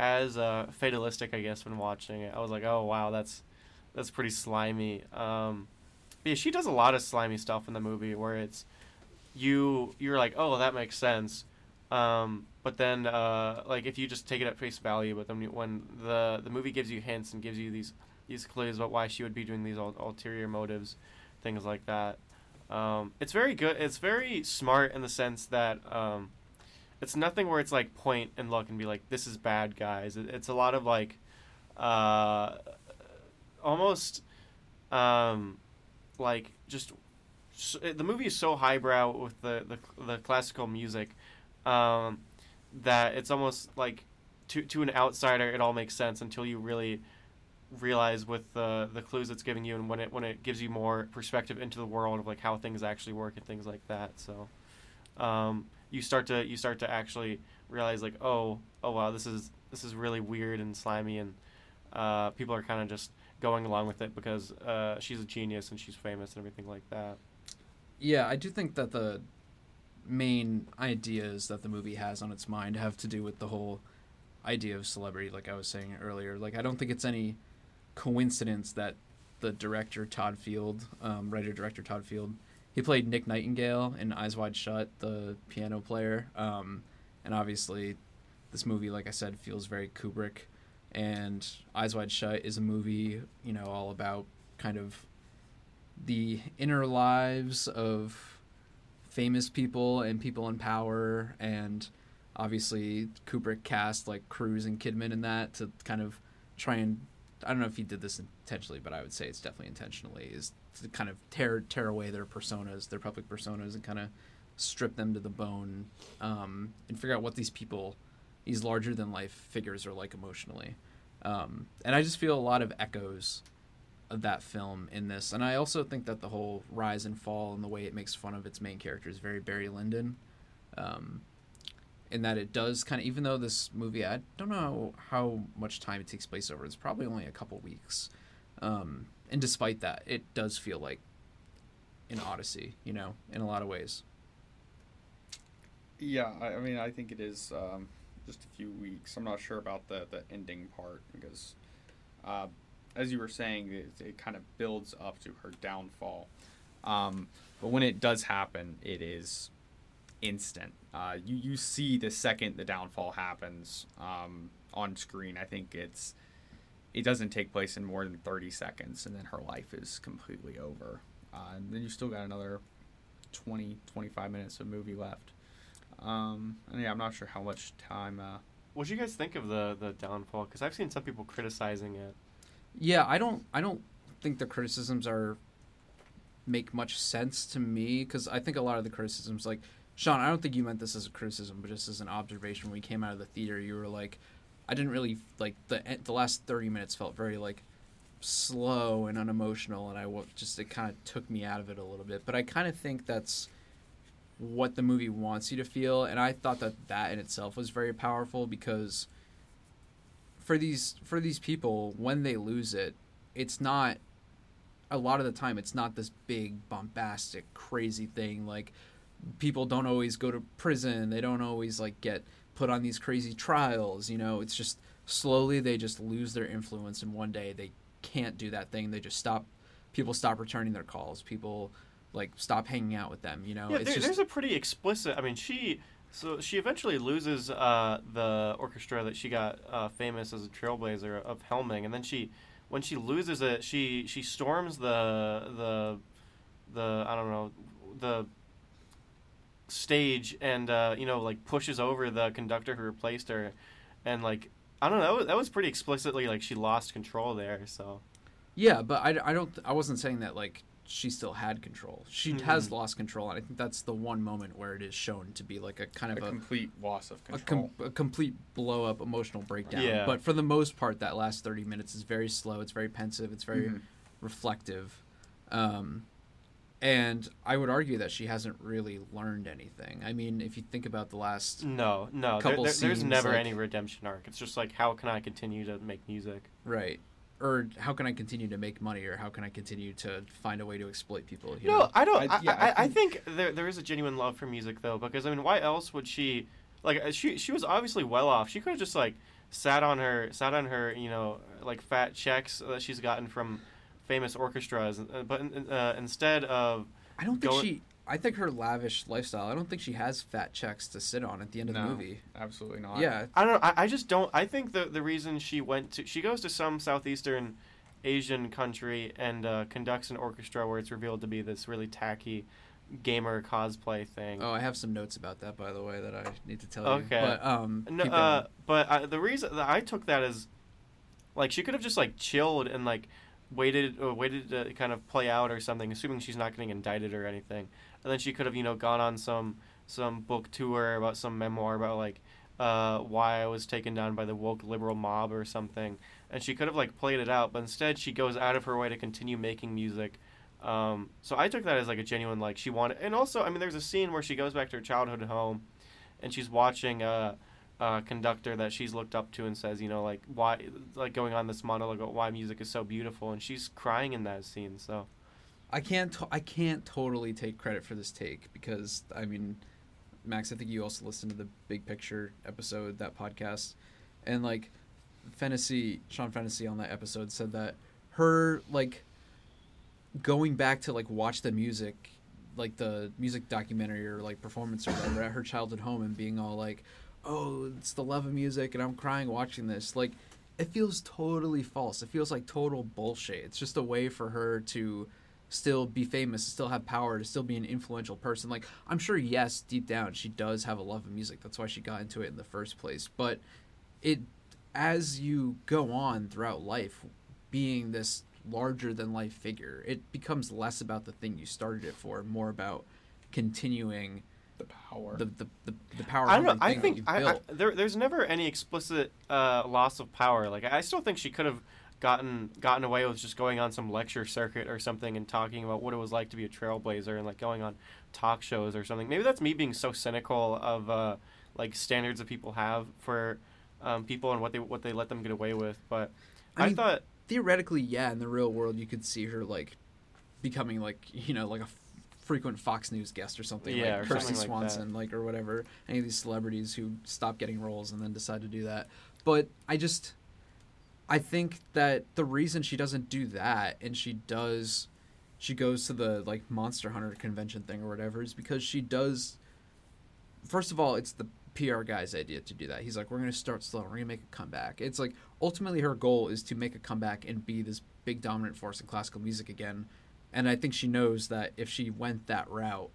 [SPEAKER 1] as uh, fatalistic, I guess, when watching it. I was like, oh wow, that's that's pretty slimy. Um, but yeah, she does a lot of slimy stuff in the movie where it's you you're like, oh, that makes sense. Um, but then, uh, like, if you just take it at face value, but then you- when the the movie gives you hints and gives you these these clues about why she would be doing these ul- ulterior motives, things like that, um, it's very good. It's very smart in the sense that um, it's nothing where it's like point and look and be like, this is bad, guys. It, it's a lot of like uh, almost um, like just s the movie is so highbrow with the the, the classical music um, that it's almost like to to an outsider it all makes sense until you really realize with the the clues it's giving you and when it when it gives you more perspective into the world of like how things actually work and things like that so um, you start to you start to actually realize like oh oh wow this is this is really weird and slimy and uh, people are kind of just going along with it because uh, she's a genius and she's famous and everything like that
[SPEAKER 2] Yeah, I do think that the main ideas that the movie has on its mind have to do with the whole idea of celebrity, like I was saying earlier. Like, I don't think it's any coincidence that the director Todd Field, um, writer director Todd Field, he played Nick Nightingale in Eyes Wide Shut, the piano player. Um, and obviously, this movie, like I said, feels very Kubrick. And Eyes Wide Shut is a movie, you know, all about kind of the inner lives of famous people and people in power and obviously Kubrick cast like Cruz and Kidman in that to kind of try and I don't know if he did this intentionally but I would say it's definitely intentionally is to kind of tear tear away their personas their public personas and kind of strip them to the bone um, and figure out what these people these larger than life figures are like emotionally um, and I just feel a lot of echoes of that film in this. And I also think that the whole rise and fall and the way it makes fun of its main character is very Barry Lyndon. Um, in that it does kind of, even though this movie, I don't know how much time it takes place over, it's probably only a couple weeks. Um, and despite that, it does feel like an odyssey, you know, in a lot of ways.
[SPEAKER 4] Yeah, I, I mean, I think it is um, just a few weeks. I'm not sure about the, the ending part because, uh, as you were saying, it, it kind of builds up to her downfall. Um, but when it does happen, it is instant. Uh, you, you see the second the downfall happens um, on screen. I think it's it doesn't take place in more than 30 seconds, and then her life is completely over. Uh, and then you still got another 20, 25 minutes of movie left. Um, and yeah, I'm not sure how much time. Uh,
[SPEAKER 1] what do you guys think of the the downfall because i've seen some people criticizing it
[SPEAKER 2] Yeah, I don't I don't think the criticisms are make much sense to me cuz I think a lot of the criticisms like Sean, I don't think you meant this as a criticism, but just as an observation when we came out of the theater, you were like I didn't really like the en- the last 30 minutes felt very like slow and unemotional and I wa- just it kind of took me out of it a little bit, but I kind of think that's what the movie wants you to feel and I thought that that in itself was very powerful because for these for these people when they lose it it's not a lot of the time it's not this big bombastic crazy thing like people don't always go to prison they don't always like get put on these crazy trials you know it's just slowly they just lose their influence and one day they can't do that thing they just stop people stop returning their calls. People like stop hanging out with them. You know,
[SPEAKER 1] Yeah,
[SPEAKER 2] it's
[SPEAKER 1] there,
[SPEAKER 2] just
[SPEAKER 1] there's a pretty explicit. I mean, she so she eventually loses uh, the orchestra that she got uh, famous as a trailblazer of helming, and then she, when she loses it, she she storms the the the I don't know the stage and uh, you know like pushes over the conductor who replaced her, and like I don't know that was, that was pretty explicitly like she lost control there. So
[SPEAKER 2] yeah. But I, I don't. I wasn't saying that like she still had control. She has
[SPEAKER 4] Mm-hmm.
[SPEAKER 2] lost control, and I think that's the one moment where it is shown to be like a kind
[SPEAKER 4] a
[SPEAKER 2] of a
[SPEAKER 4] complete loss of
[SPEAKER 2] a,
[SPEAKER 4] control.
[SPEAKER 2] com- a complete blow up emotional breakdown.
[SPEAKER 1] Yeah.
[SPEAKER 2] But for the most part, that last 30 minutes is very slow. It's very pensive. It's very
[SPEAKER 4] Mm-hmm.
[SPEAKER 2] reflective. Um, and I would argue that she hasn't really learned anything. I mean, if you think about the
[SPEAKER 4] Mm.
[SPEAKER 2] last,
[SPEAKER 1] no, no, there,
[SPEAKER 2] Couple
[SPEAKER 1] there- there's
[SPEAKER 2] scenes,
[SPEAKER 1] never
[SPEAKER 2] like-
[SPEAKER 1] any redemption arc. It's just like how can I continue to make music.
[SPEAKER 2] right, or how can I continue to make money or how can I continue to find a way to exploit people? You
[SPEAKER 1] No,
[SPEAKER 2] know?
[SPEAKER 1] I don't.
[SPEAKER 4] I-
[SPEAKER 1] I,
[SPEAKER 4] yeah,
[SPEAKER 1] I,
[SPEAKER 4] I
[SPEAKER 1] I think there, there is a genuine love for music though, because I mean, why else would she? Like, uh, she she was obviously well off. She could have just like sat on her sat on her you know like fat checks that she's gotten from famous orchestras, uh, but uh, instead of
[SPEAKER 2] I don't think
[SPEAKER 1] go-
[SPEAKER 2] she, I think her lavish lifestyle, I don't think she has fat checks to sit on at the end of
[SPEAKER 4] No.
[SPEAKER 2] the movie.
[SPEAKER 4] Absolutely not.
[SPEAKER 2] Yeah.
[SPEAKER 1] I don't know. I, I just don't. I think the the reason she went to she goes to some southeastern Asian country and uh, conducts an orchestra where it's revealed to be this really tacky gamer cosplay thing.
[SPEAKER 2] Oh, I have some notes about that, by the way, that I need to tell you.
[SPEAKER 1] Okay.
[SPEAKER 2] But, um,
[SPEAKER 1] No,
[SPEAKER 2] keep going.
[SPEAKER 1] uh, but I, the reason that I took that is, like, she could have just like chilled and like waited, or waited to kind of play out or something, assuming she's not getting indicted or anything, and then she could have you know gone on some some book tour about some memoir about like uh, why I was taken down by the woke liberal mob or something, and she could have like played it out, but instead she goes out of her way to continue making music. Um, so I took that as like a genuine like she wanted, and also I mean there's a scene where she goes back to her childhood home, and she's watching uh, uh, conductor that she's looked up to and says, you know, like why, like going on this monologue about why music is so beautiful, and she's crying in that scene. So
[SPEAKER 2] I can't. To- I can't totally take credit for this take because I mean, Max, I think you also listened to the Big Picture episode that podcast, and like, Fennessy, Sean Fennessy on that episode said that her like going back to like watch the music, like the music documentary or like performance or whatever at her childhood home and being all like, oh, it's the love of music and I'm crying watching this like. It feels totally false. It feels like total bullshit. It's just a way for her to still be famous, to still have power, to still be an influential person. Like I'm sure, yes, deep down she does have a love of music. That's why she got into it in the first place. But it, as you go on throughout life, being this larger than life figure, it becomes less about the thing you started it for, more about continuing
[SPEAKER 4] The power.
[SPEAKER 2] the the, the, the power.
[SPEAKER 1] I don't know.
[SPEAKER 2] hungry
[SPEAKER 1] I
[SPEAKER 2] thing that
[SPEAKER 1] think
[SPEAKER 2] you've
[SPEAKER 1] I, I,
[SPEAKER 2] built.
[SPEAKER 1] there, there's never any explicit uh, loss of power. Like I still think she could have gotten gotten away with just going on some lecture circuit or something and talking about what it was like to be a trailblazer and like going on talk shows or something. Maybe that's me being so cynical of uh, like standards that people have for um, people and what they what they let them get away with. But
[SPEAKER 2] I
[SPEAKER 1] I,
[SPEAKER 2] mean,
[SPEAKER 1] thought
[SPEAKER 2] theoretically, yeah, in the real world, you could see her like becoming like you know like a f- frequent Fox News guest or something,
[SPEAKER 1] Yeah,
[SPEAKER 2] like
[SPEAKER 1] or
[SPEAKER 2] Kirsty
[SPEAKER 1] something like
[SPEAKER 2] Swanson, like or whatever. Any of these celebrities who stop getting roles and then decide to do that. But I just, I think that the reason she doesn't do that and she does, she goes to the like Monster Hunter convention thing or whatever is because she does. First of all, it's the PR guy's idea to do that. He's like, we're going to start slow. We're going to make a comeback. It's like ultimately her goal is to make a comeback and be this big dominant force in classical music again. And I think she knows that if she went that route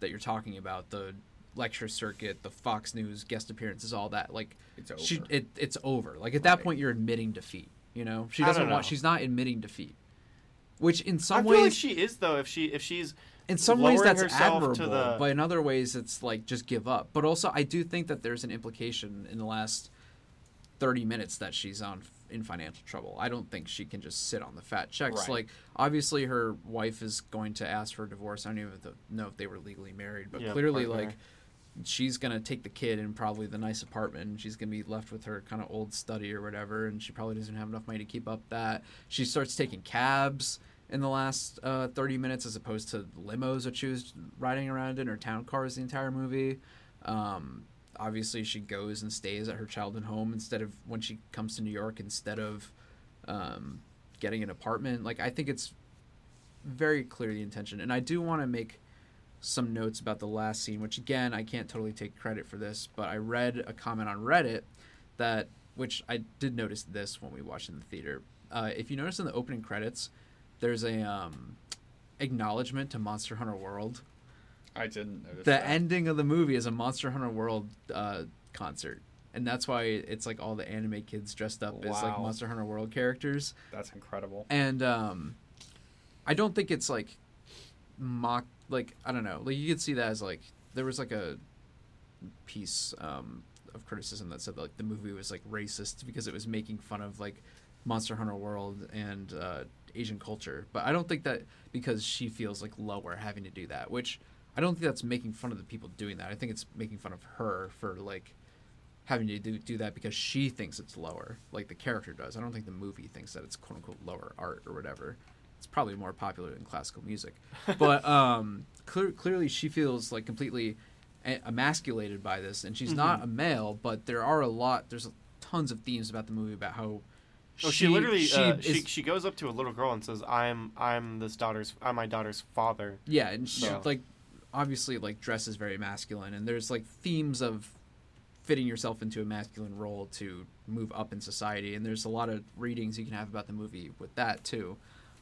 [SPEAKER 2] that you're talking about, the lecture circuit, the Fox News guest appearances, all that, like
[SPEAKER 4] It's over.
[SPEAKER 2] she it, it's over. Like at that
[SPEAKER 4] Right.
[SPEAKER 2] point, you're admitting defeat. You know, she
[SPEAKER 1] I
[SPEAKER 2] doesn't
[SPEAKER 1] don't
[SPEAKER 2] want.
[SPEAKER 1] know.
[SPEAKER 2] She's not admitting defeat, which in
[SPEAKER 1] I
[SPEAKER 2] some
[SPEAKER 1] feel
[SPEAKER 2] ways
[SPEAKER 1] like she is though. If she if she's
[SPEAKER 2] in some ways
[SPEAKER 1] lowering
[SPEAKER 2] that's
[SPEAKER 1] herself to
[SPEAKER 2] admirable
[SPEAKER 1] the-
[SPEAKER 2] but in other ways it's like just give up but also i do think that there's an implication in the last 30 minutes that she's on in financial trouble i don't think she can just sit on the fat checks
[SPEAKER 4] Right.
[SPEAKER 2] like obviously her wife is going to ask for a divorce i don't even th- know if they were legally married but
[SPEAKER 1] Yeah,
[SPEAKER 2] clearly
[SPEAKER 1] partner.
[SPEAKER 2] like she's going to take the kid in probably the nice apartment and she's going to be left with her kind of old study or whatever and she probably doesn't have enough money to keep up that she starts taking cabs in the last uh, 30 minutes as opposed to limos that she was riding around in or town cars the entire movie um, obviously she goes and stays at her childhood home instead of when she comes to new york instead of um, getting an apartment like i think it's very clear the intention. And I do want to make some notes about the last scene, which again, I can't totally take credit for this, but I read a comment on Reddit that, which I did notice this when we watched in the theater. Uh, if you notice in the opening credits, there's a um, acknowledgement to Monster Hunter World.
[SPEAKER 4] I didn't notice
[SPEAKER 2] The
[SPEAKER 4] that.
[SPEAKER 2] ending of the movie is a Monster Hunter World uh, concert. And that's why it's like all the anime kids dressed up as like
[SPEAKER 4] Wow.
[SPEAKER 2] Monster Hunter World characters
[SPEAKER 4] That's incredible.
[SPEAKER 2] and um i don't think it's like mock like i don't know like you could see that as like there was like a piece um of criticism that said like the movie was like racist because it was making fun of like monster hunter world and uh asian culture but i don't think that because she feels like lower having to do that which i don't think that's making fun of the people doing that i think it's making fun of her for like having to do, do that because she thinks it's lower, like the character does. I don't think the movie thinks that it's quote unquote lower art or whatever. It's probably more popular than classical
[SPEAKER 1] [LAUGHS]
[SPEAKER 2] music, but um, clear, clearly she feels like completely e- emasculated by this, and she's not a
[SPEAKER 1] Mm-hmm.
[SPEAKER 2] male. But there are a lot. There's tons of themes about the movie about how.
[SPEAKER 1] Oh, she, literally
[SPEAKER 2] she
[SPEAKER 1] uh,
[SPEAKER 2] is-
[SPEAKER 1] she she goes up to a little girl and says, "I'm I'm this daughter's I'm my daughter's father."
[SPEAKER 2] Yeah, and she
[SPEAKER 1] So-
[SPEAKER 2] like obviously like dresses very masculine, and there's like themes of fitting yourself into a masculine role to move up in society, and there's a lot of readings you can have about the movie with that too,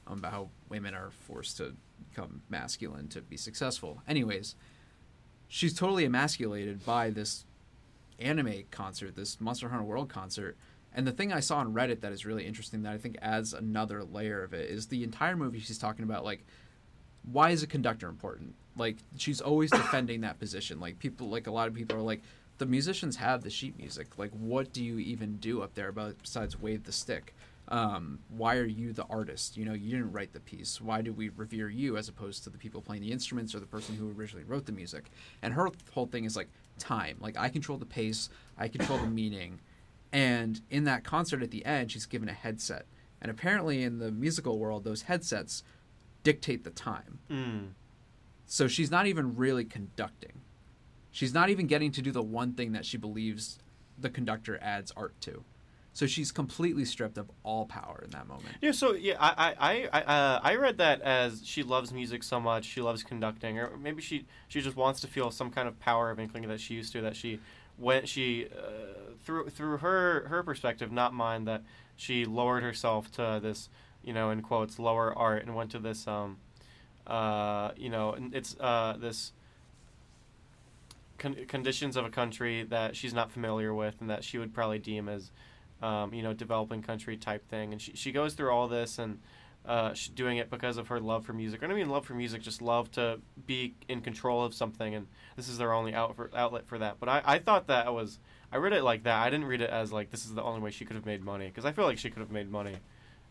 [SPEAKER 2] um, about how women are forced to become masculine to be successful. Anyways, she's totally emasculated by this anime concert, this Monster Hunter World concert. And the thing I saw on Reddit that is really interesting that I think adds another layer of it is the entire movie she's talking about like why is a conductor important? Like she's always defending that position. Like people like a lot of people are like the musicians have the sheet music. Like what do you even do up there about besides wave the stick? Um, why are you the artist? You know, you didn't write the piece. Why do we revere you as opposed to the people playing the instruments or the person who originally wrote the music? And her whole thing is like time. Like I control the pace, I control the meaning. And in that concert at the end, she's given a headset. And apparently in the musical world, those headsets dictate the time.
[SPEAKER 1] Mm.
[SPEAKER 2] So she's not even really conducting. She's not even getting to do the one thing that she believes the conductor adds art to. So she's completely stripped of all power in that moment.
[SPEAKER 1] Yeah, so yeah, I I I I, uh, I read that as she loves music so much, she loves conducting, or maybe she she just wants to feel some kind of power of inkling that she used to that she went she uh, through through her her perspective, not mine, that she lowered herself to this you know in quotes lower art and went to this um uh you know and it's uh this. Con- conditions of a country that she's not familiar with and that she would probably deem as um, you know, developing country type thing. And she, she goes through all this and uh, she's doing it because of her love for music. I don't mean love for music, just love to be in control of something. And this is their only out for, outlet for that. But I, I thought that was, I read it like that. I didn't read it as like, this is the only way she could have made money. Because I feel like she could have made money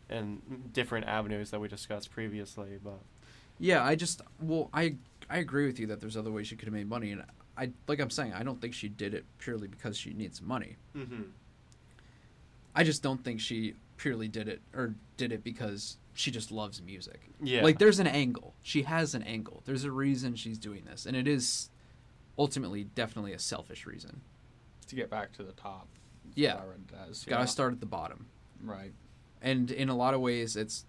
[SPEAKER 1] in different avenues that we discussed previously. But
[SPEAKER 2] Yeah, I just well, I I agree with you that there's other ways she could have made money and I like I'm saying, I don't think she did it purely because she needs money. I just don't think she purely did it or did it because she just loves music.
[SPEAKER 1] yeah.
[SPEAKER 2] Like there's an angle. She has an angle. There's a reason she's doing this, and it is ultimately definitely a selfish reason.
[SPEAKER 4] To get back to the top. that's
[SPEAKER 2] Yeah.
[SPEAKER 4] what I read that as,
[SPEAKER 2] Got
[SPEAKER 4] yeah.
[SPEAKER 2] to start at the bottom.
[SPEAKER 4] Right.
[SPEAKER 2] And in a lot of ways it's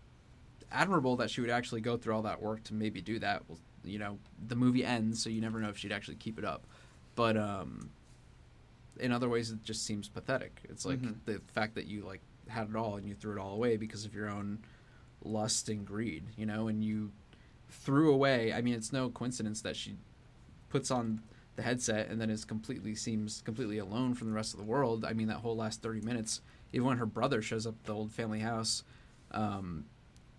[SPEAKER 2] admirable that she would actually go through all that work to maybe do that. Well, you know, the movie ends, so you never know if she'd actually keep it up. But um in other ways it just seems pathetic. It's like
[SPEAKER 4] Mhm.
[SPEAKER 2] the fact that you like had it all and you threw it all away because of your own lust and greed, you know, and you threw away. I mean, it's no coincidence that she puts on the headset and then is completely seems completely alone from the rest of the world. I mean, that whole last thirty minutes, even when her brother shows up at the old family house, um,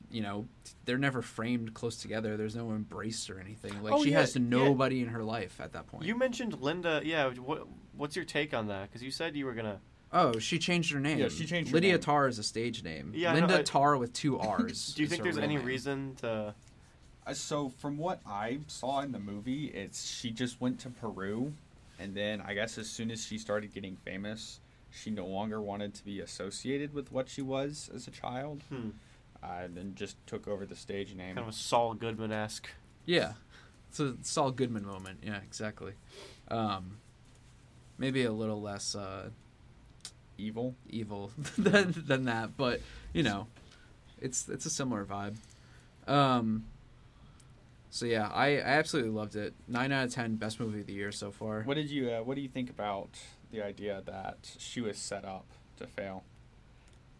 [SPEAKER 2] you know, they're never framed close together. There's no embrace or anything. Like
[SPEAKER 1] Oh,
[SPEAKER 2] she
[SPEAKER 1] yeah,
[SPEAKER 2] has
[SPEAKER 1] yeah.
[SPEAKER 2] nobody in her life at that point.
[SPEAKER 1] You mentioned Linda. Yeah. What, what's your take on that? Because you said you were going to.
[SPEAKER 2] Oh, she changed her name.
[SPEAKER 4] Yeah, she changed her
[SPEAKER 2] Lydia
[SPEAKER 4] name.
[SPEAKER 2] Tarr is a stage name.
[SPEAKER 1] Yeah, I know,
[SPEAKER 2] Linda
[SPEAKER 1] I-
[SPEAKER 2] Tarr with two R's.
[SPEAKER 1] [LAUGHS] Do you
[SPEAKER 2] is
[SPEAKER 1] think
[SPEAKER 2] her
[SPEAKER 1] there's
[SPEAKER 2] real
[SPEAKER 1] any
[SPEAKER 2] name.
[SPEAKER 1] reason to.
[SPEAKER 4] Uh, So from what I saw in the movie, it's she just went to Peru, and then I guess as soon as she started getting famous, she no longer wanted to be associated with what she was as a child,
[SPEAKER 1] Hmm.
[SPEAKER 4] uh, and then just took over the stage name.
[SPEAKER 1] kind of a Saul Goodman esque.
[SPEAKER 2] Yeah, it's a Saul Goodman moment. Yeah, exactly. Um, maybe a little less uh,
[SPEAKER 4] Evil.
[SPEAKER 2] evil [LAUGHS] than than that, but you know, it's it's a similar vibe. Um, So yeah, I, I absolutely loved it. Nine out of ten, best movie of the year so far.
[SPEAKER 4] What did you uh, What do you think about the idea that she was set up to fail?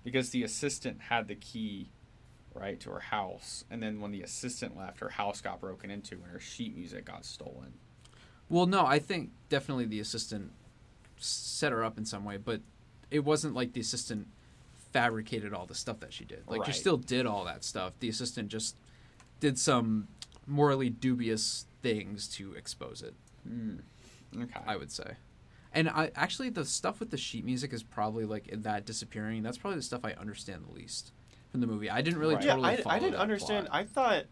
[SPEAKER 4] Because the assistant had the key, right, to her house, and then when the assistant left, her house got broken into and her sheet music got stolen.
[SPEAKER 2] Well, no, I think definitely the assistant set her up in some way, but it wasn't like the assistant fabricated all the stuff that she did. Like she
[SPEAKER 4] Right.
[SPEAKER 2] still did all that stuff. The assistant just did some morally dubious things to expose it.
[SPEAKER 4] Mm. Okay.
[SPEAKER 2] I would say. And I actually the stuff with the sheet music is probably like in that disappearing. That's probably the stuff I understand the least from the movie. I didn't really
[SPEAKER 4] Right.
[SPEAKER 1] yeah,
[SPEAKER 2] totally.
[SPEAKER 1] I,
[SPEAKER 2] follow
[SPEAKER 1] I didn't
[SPEAKER 2] that
[SPEAKER 1] understand.
[SPEAKER 2] plot.
[SPEAKER 1] I thought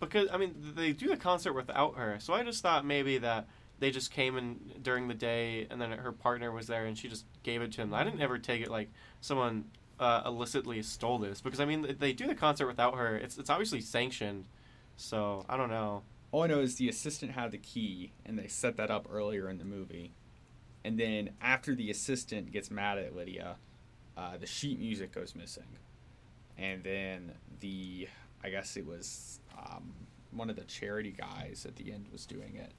[SPEAKER 1] because I mean they do the concert without her, so I just thought maybe that they just came in during the day and then her partner was there and she just gave it to him. I didn't ever take it like someone uh, illicitly stole this because I mean they do the concert without her. It's it's obviously sanctioned, so I don't know.
[SPEAKER 4] All I know is the assistant had the key, and they set that up earlier in the movie. And then after the assistant gets mad at Lydia, uh, the sheet music goes missing. And then the, I guess it was um, one of the charity guys at the end was doing it,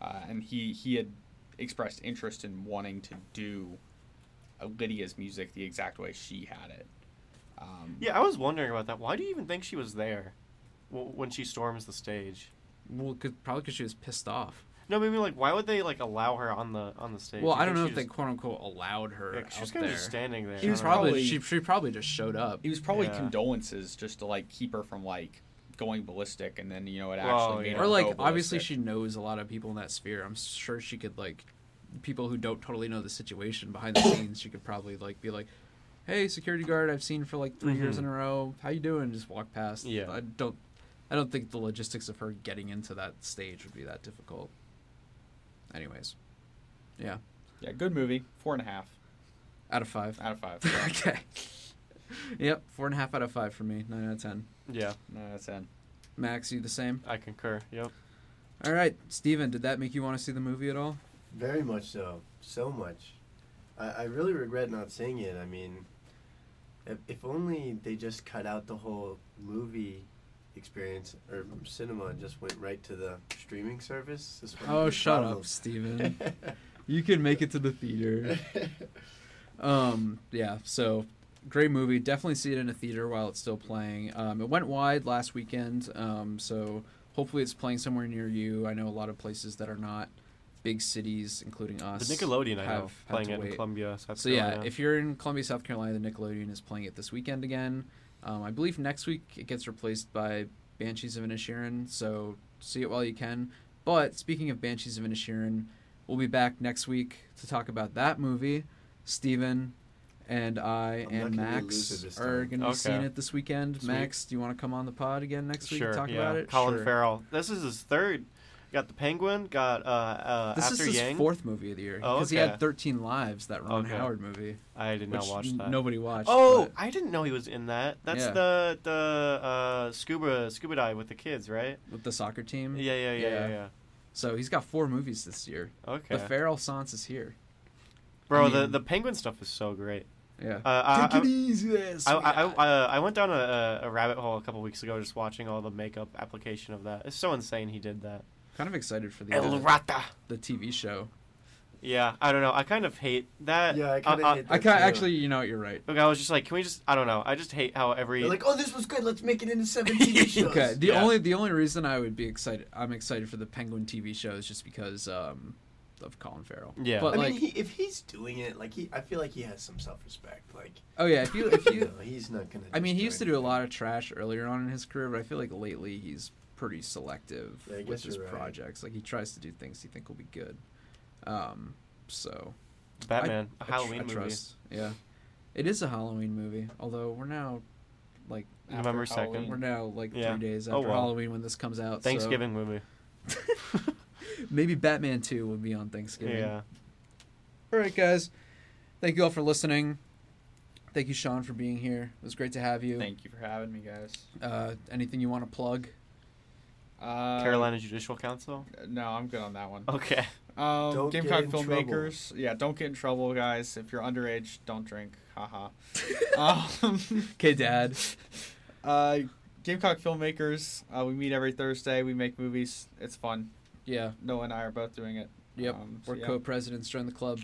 [SPEAKER 4] uh, and he he had expressed interest in wanting to do uh, Lydia's music the exact way she had it. Um,
[SPEAKER 1] Yeah, I was wondering about that. Why do you even think she was there w- when she storms the stage?
[SPEAKER 2] Well, 'cause- probably because she was pissed off.
[SPEAKER 1] No, maybe like why would they like allow her on the on the stage?
[SPEAKER 2] Well,
[SPEAKER 1] You
[SPEAKER 2] I don't know
[SPEAKER 1] think
[SPEAKER 2] if
[SPEAKER 1] she
[SPEAKER 2] they quote unquote allowed her
[SPEAKER 1] just- yeah, she was
[SPEAKER 2] out
[SPEAKER 1] kind
[SPEAKER 2] there.
[SPEAKER 1] of just standing there. Oh.
[SPEAKER 4] She
[SPEAKER 1] I
[SPEAKER 4] was
[SPEAKER 1] don't know.
[SPEAKER 2] probably
[SPEAKER 4] Probably-
[SPEAKER 2] she, she probably just showed up.
[SPEAKER 4] It was probably
[SPEAKER 1] Yeah.
[SPEAKER 4] condolences just to like keep her from like going ballistic, and then you know it actually
[SPEAKER 1] Well,
[SPEAKER 4] made
[SPEAKER 1] yeah.
[SPEAKER 4] her
[SPEAKER 2] Or like
[SPEAKER 4] go
[SPEAKER 2] obviously
[SPEAKER 4] ballistic.
[SPEAKER 2] she knows a lot of people in that sphere. I'm sure she could like people who don't totally know the situation behind the scenes. She could probably like be like, "Hey, security guard, I've seen for like 3 years
[SPEAKER 1] Mhm.
[SPEAKER 2] in a row. How you doing?" Just walk past.
[SPEAKER 1] Yeah.
[SPEAKER 2] I don't. I don't think the logistics of her getting into that stage would be that difficult. Anyways,
[SPEAKER 4] yeah, good movie, four and a half
[SPEAKER 2] out of five. [LAUGHS]
[SPEAKER 4] out of five.
[SPEAKER 2] okay. Yep, four and a half out of five for me. Nine out of ten.
[SPEAKER 1] Yeah,
[SPEAKER 4] no, that's ten.
[SPEAKER 2] Max, you the same?
[SPEAKER 1] I concur. Yep.
[SPEAKER 2] All right, Steven, did that make you want to see the movie at all?
[SPEAKER 3] [LAUGHS] Very much so. So much. I, I really regret not seeing it. I mean, if, if only they just cut out the whole movie experience or cinema and just went right to the streaming service. This wouldn't be
[SPEAKER 2] Oh,
[SPEAKER 3] a
[SPEAKER 2] shut
[SPEAKER 3] problem.
[SPEAKER 2] up, Steven. you can make it to the theater. Um, yeah, so great movie. Definitely see it in a theater while it's still playing. Um, it went wide last weekend, um, so hopefully it's playing somewhere near you. I know a lot of places that are not big cities, including us.
[SPEAKER 1] The Nickelodeon, I
[SPEAKER 2] have
[SPEAKER 1] know,
[SPEAKER 2] had
[SPEAKER 1] playing
[SPEAKER 2] to
[SPEAKER 1] it in
[SPEAKER 2] wait.
[SPEAKER 1] Columbia, South
[SPEAKER 2] So
[SPEAKER 1] Carolina.
[SPEAKER 2] yeah, if you're in Columbia, South Carolina, the Nickelodeon is playing it this weekend again. Um, I believe next week it gets replaced by Banshees of Inisherin. So see it while you can. But speaking of Banshees of Inisherin, we'll be back next week to talk about that movie. Steven and I
[SPEAKER 3] I'm
[SPEAKER 2] and
[SPEAKER 3] not gonna be a loser
[SPEAKER 2] Max
[SPEAKER 3] this
[SPEAKER 2] are
[SPEAKER 3] time.
[SPEAKER 2] going to be
[SPEAKER 1] Okay.
[SPEAKER 2] seeing it this weekend.
[SPEAKER 1] Sweet.
[SPEAKER 2] Max, do you want to come on the pod again next week
[SPEAKER 1] sure,
[SPEAKER 2] to talk
[SPEAKER 1] yeah.
[SPEAKER 2] about it?
[SPEAKER 1] Colin
[SPEAKER 2] Sure.
[SPEAKER 1] Farrell. This is his third. Got the Penguin. Got uh, uh
[SPEAKER 2] This
[SPEAKER 1] After
[SPEAKER 2] is his
[SPEAKER 1] Yang.
[SPEAKER 2] fourth movie of the year
[SPEAKER 1] Oh,
[SPEAKER 2] because he
[SPEAKER 1] okay.
[SPEAKER 2] had 13 Lives, that Ron
[SPEAKER 1] Okay.
[SPEAKER 2] Howard movie,
[SPEAKER 1] I did not
[SPEAKER 2] which
[SPEAKER 1] watch
[SPEAKER 2] n-
[SPEAKER 1] that.
[SPEAKER 2] nobody watched.
[SPEAKER 1] oh,
[SPEAKER 2] but-
[SPEAKER 1] I didn't know he was in that. That's
[SPEAKER 2] Yeah.
[SPEAKER 1] the the uh, scuba scuba dive with the kids, right?
[SPEAKER 2] with the soccer team.
[SPEAKER 1] Yeah, yeah, yeah,
[SPEAKER 2] Mm-hmm. Yeah.
[SPEAKER 1] yeah. yeah,
[SPEAKER 2] So he's got four movies this year.
[SPEAKER 1] Okay,
[SPEAKER 2] The Feral Sans is here.
[SPEAKER 1] bro. the
[SPEAKER 2] mean-
[SPEAKER 1] the Penguin stuff is so great.
[SPEAKER 2] Yeah.
[SPEAKER 1] Uh, I, I,
[SPEAKER 2] easy,
[SPEAKER 1] I, I, I, uh, I went down a, a rabbit hole a couple weeks ago just watching all the makeup application of that. It's so insane he did that.
[SPEAKER 2] kind of excited for the
[SPEAKER 1] El
[SPEAKER 2] uh,
[SPEAKER 1] Rata.
[SPEAKER 2] the TV show.
[SPEAKER 1] Yeah, I don't know. I kind of hate that.
[SPEAKER 3] [LAUGHS] Yeah, I kinda
[SPEAKER 1] uh, uh,
[SPEAKER 3] hate that.
[SPEAKER 2] I
[SPEAKER 3] That's
[SPEAKER 2] can
[SPEAKER 3] true.
[SPEAKER 2] actually, you know, what, you're right.
[SPEAKER 1] Like, I was just like, can we just? I don't know. I just hate how every.
[SPEAKER 3] They're like, oh, this was good. Let's
[SPEAKER 2] [LAUGHS]
[SPEAKER 3] make it into seven TV shows.
[SPEAKER 2] Okay. The
[SPEAKER 1] Yeah.
[SPEAKER 2] only the only reason I would be excited, I'm excited for the Penguin TV show is just because um, of Colin Farrell.
[SPEAKER 1] Yeah.
[SPEAKER 2] But
[SPEAKER 3] I
[SPEAKER 2] like,
[SPEAKER 3] mean, he, if he's doing it, like he, I feel like he has some self-respect. Like,
[SPEAKER 2] oh yeah, if you if
[SPEAKER 3] you
[SPEAKER 1] [LAUGHS]
[SPEAKER 2] you,
[SPEAKER 3] know, he's not gonna.
[SPEAKER 2] I mean,
[SPEAKER 3] just
[SPEAKER 2] he used to do a
[SPEAKER 3] anything.
[SPEAKER 2] lot of trash earlier on in his career, but I feel like lately he's pretty selective
[SPEAKER 3] Yeah, I
[SPEAKER 2] with
[SPEAKER 3] guess
[SPEAKER 2] his
[SPEAKER 3] you're right.
[SPEAKER 2] projects. Like he tries to do things he think will be good. Um, so
[SPEAKER 1] Batman, a
[SPEAKER 2] I tr-
[SPEAKER 1] Halloween
[SPEAKER 2] I
[SPEAKER 1] movie,
[SPEAKER 2] trust, Yeah, it is a Halloween movie. Although we're now, like,
[SPEAKER 1] November
[SPEAKER 4] After
[SPEAKER 1] second.
[SPEAKER 2] we're
[SPEAKER 4] Halloween.
[SPEAKER 2] now like
[SPEAKER 1] Yeah.
[SPEAKER 2] three days
[SPEAKER 1] Oh,
[SPEAKER 2] after
[SPEAKER 1] well.
[SPEAKER 2] Halloween when this comes out. so
[SPEAKER 1] Thanksgiving movie.
[SPEAKER 2] [LAUGHS] maybe Batman Two will be on Thanksgiving.
[SPEAKER 1] Yeah.
[SPEAKER 2] All right, guys. Thank you all for listening. Thank you, Sean, for being here. It was great to have you.
[SPEAKER 4] Thank you for having me, guys.
[SPEAKER 2] Uh, anything you want to plug?
[SPEAKER 4] Uh,
[SPEAKER 1] Carolina Oh, Judicial Council. [LAUGHS]
[SPEAKER 4] No, I'm good on that one.
[SPEAKER 1] Okay.
[SPEAKER 4] Um,
[SPEAKER 3] Don't get
[SPEAKER 4] Gamecock
[SPEAKER 3] in trouble.
[SPEAKER 4] filmmakers. Yeah, don't get in trouble, guys. If
[SPEAKER 2] [LAUGHS]
[SPEAKER 4] you're underage, don't drink. Haha. um,
[SPEAKER 2] Okay, Dad.
[SPEAKER 4] [LAUGHS] uh, Gamecock filmmakers. Uh, we meet every Thursday. We make movies. It's fun.
[SPEAKER 2] Yeah.
[SPEAKER 4] Noah and I are both doing it.
[SPEAKER 2] Yep.
[SPEAKER 4] Um, so
[SPEAKER 2] We're
[SPEAKER 4] yeah.
[SPEAKER 2] co-presidents. Join the club.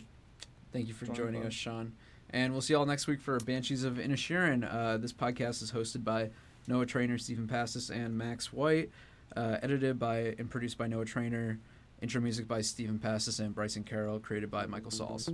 [SPEAKER 2] Thank you for
[SPEAKER 4] Join the
[SPEAKER 2] joining
[SPEAKER 4] club.
[SPEAKER 2] us, Sean. And we'll see y'all next week for Banshees of Inisherin. Uh, this podcast is hosted by Noah Trainer, Stephen Pastis, and Max White. Uh, edited by and produced by Noah Trainer. Intro music by Stephen Pastis and Bryson Carroll. Created by Michael Sauls.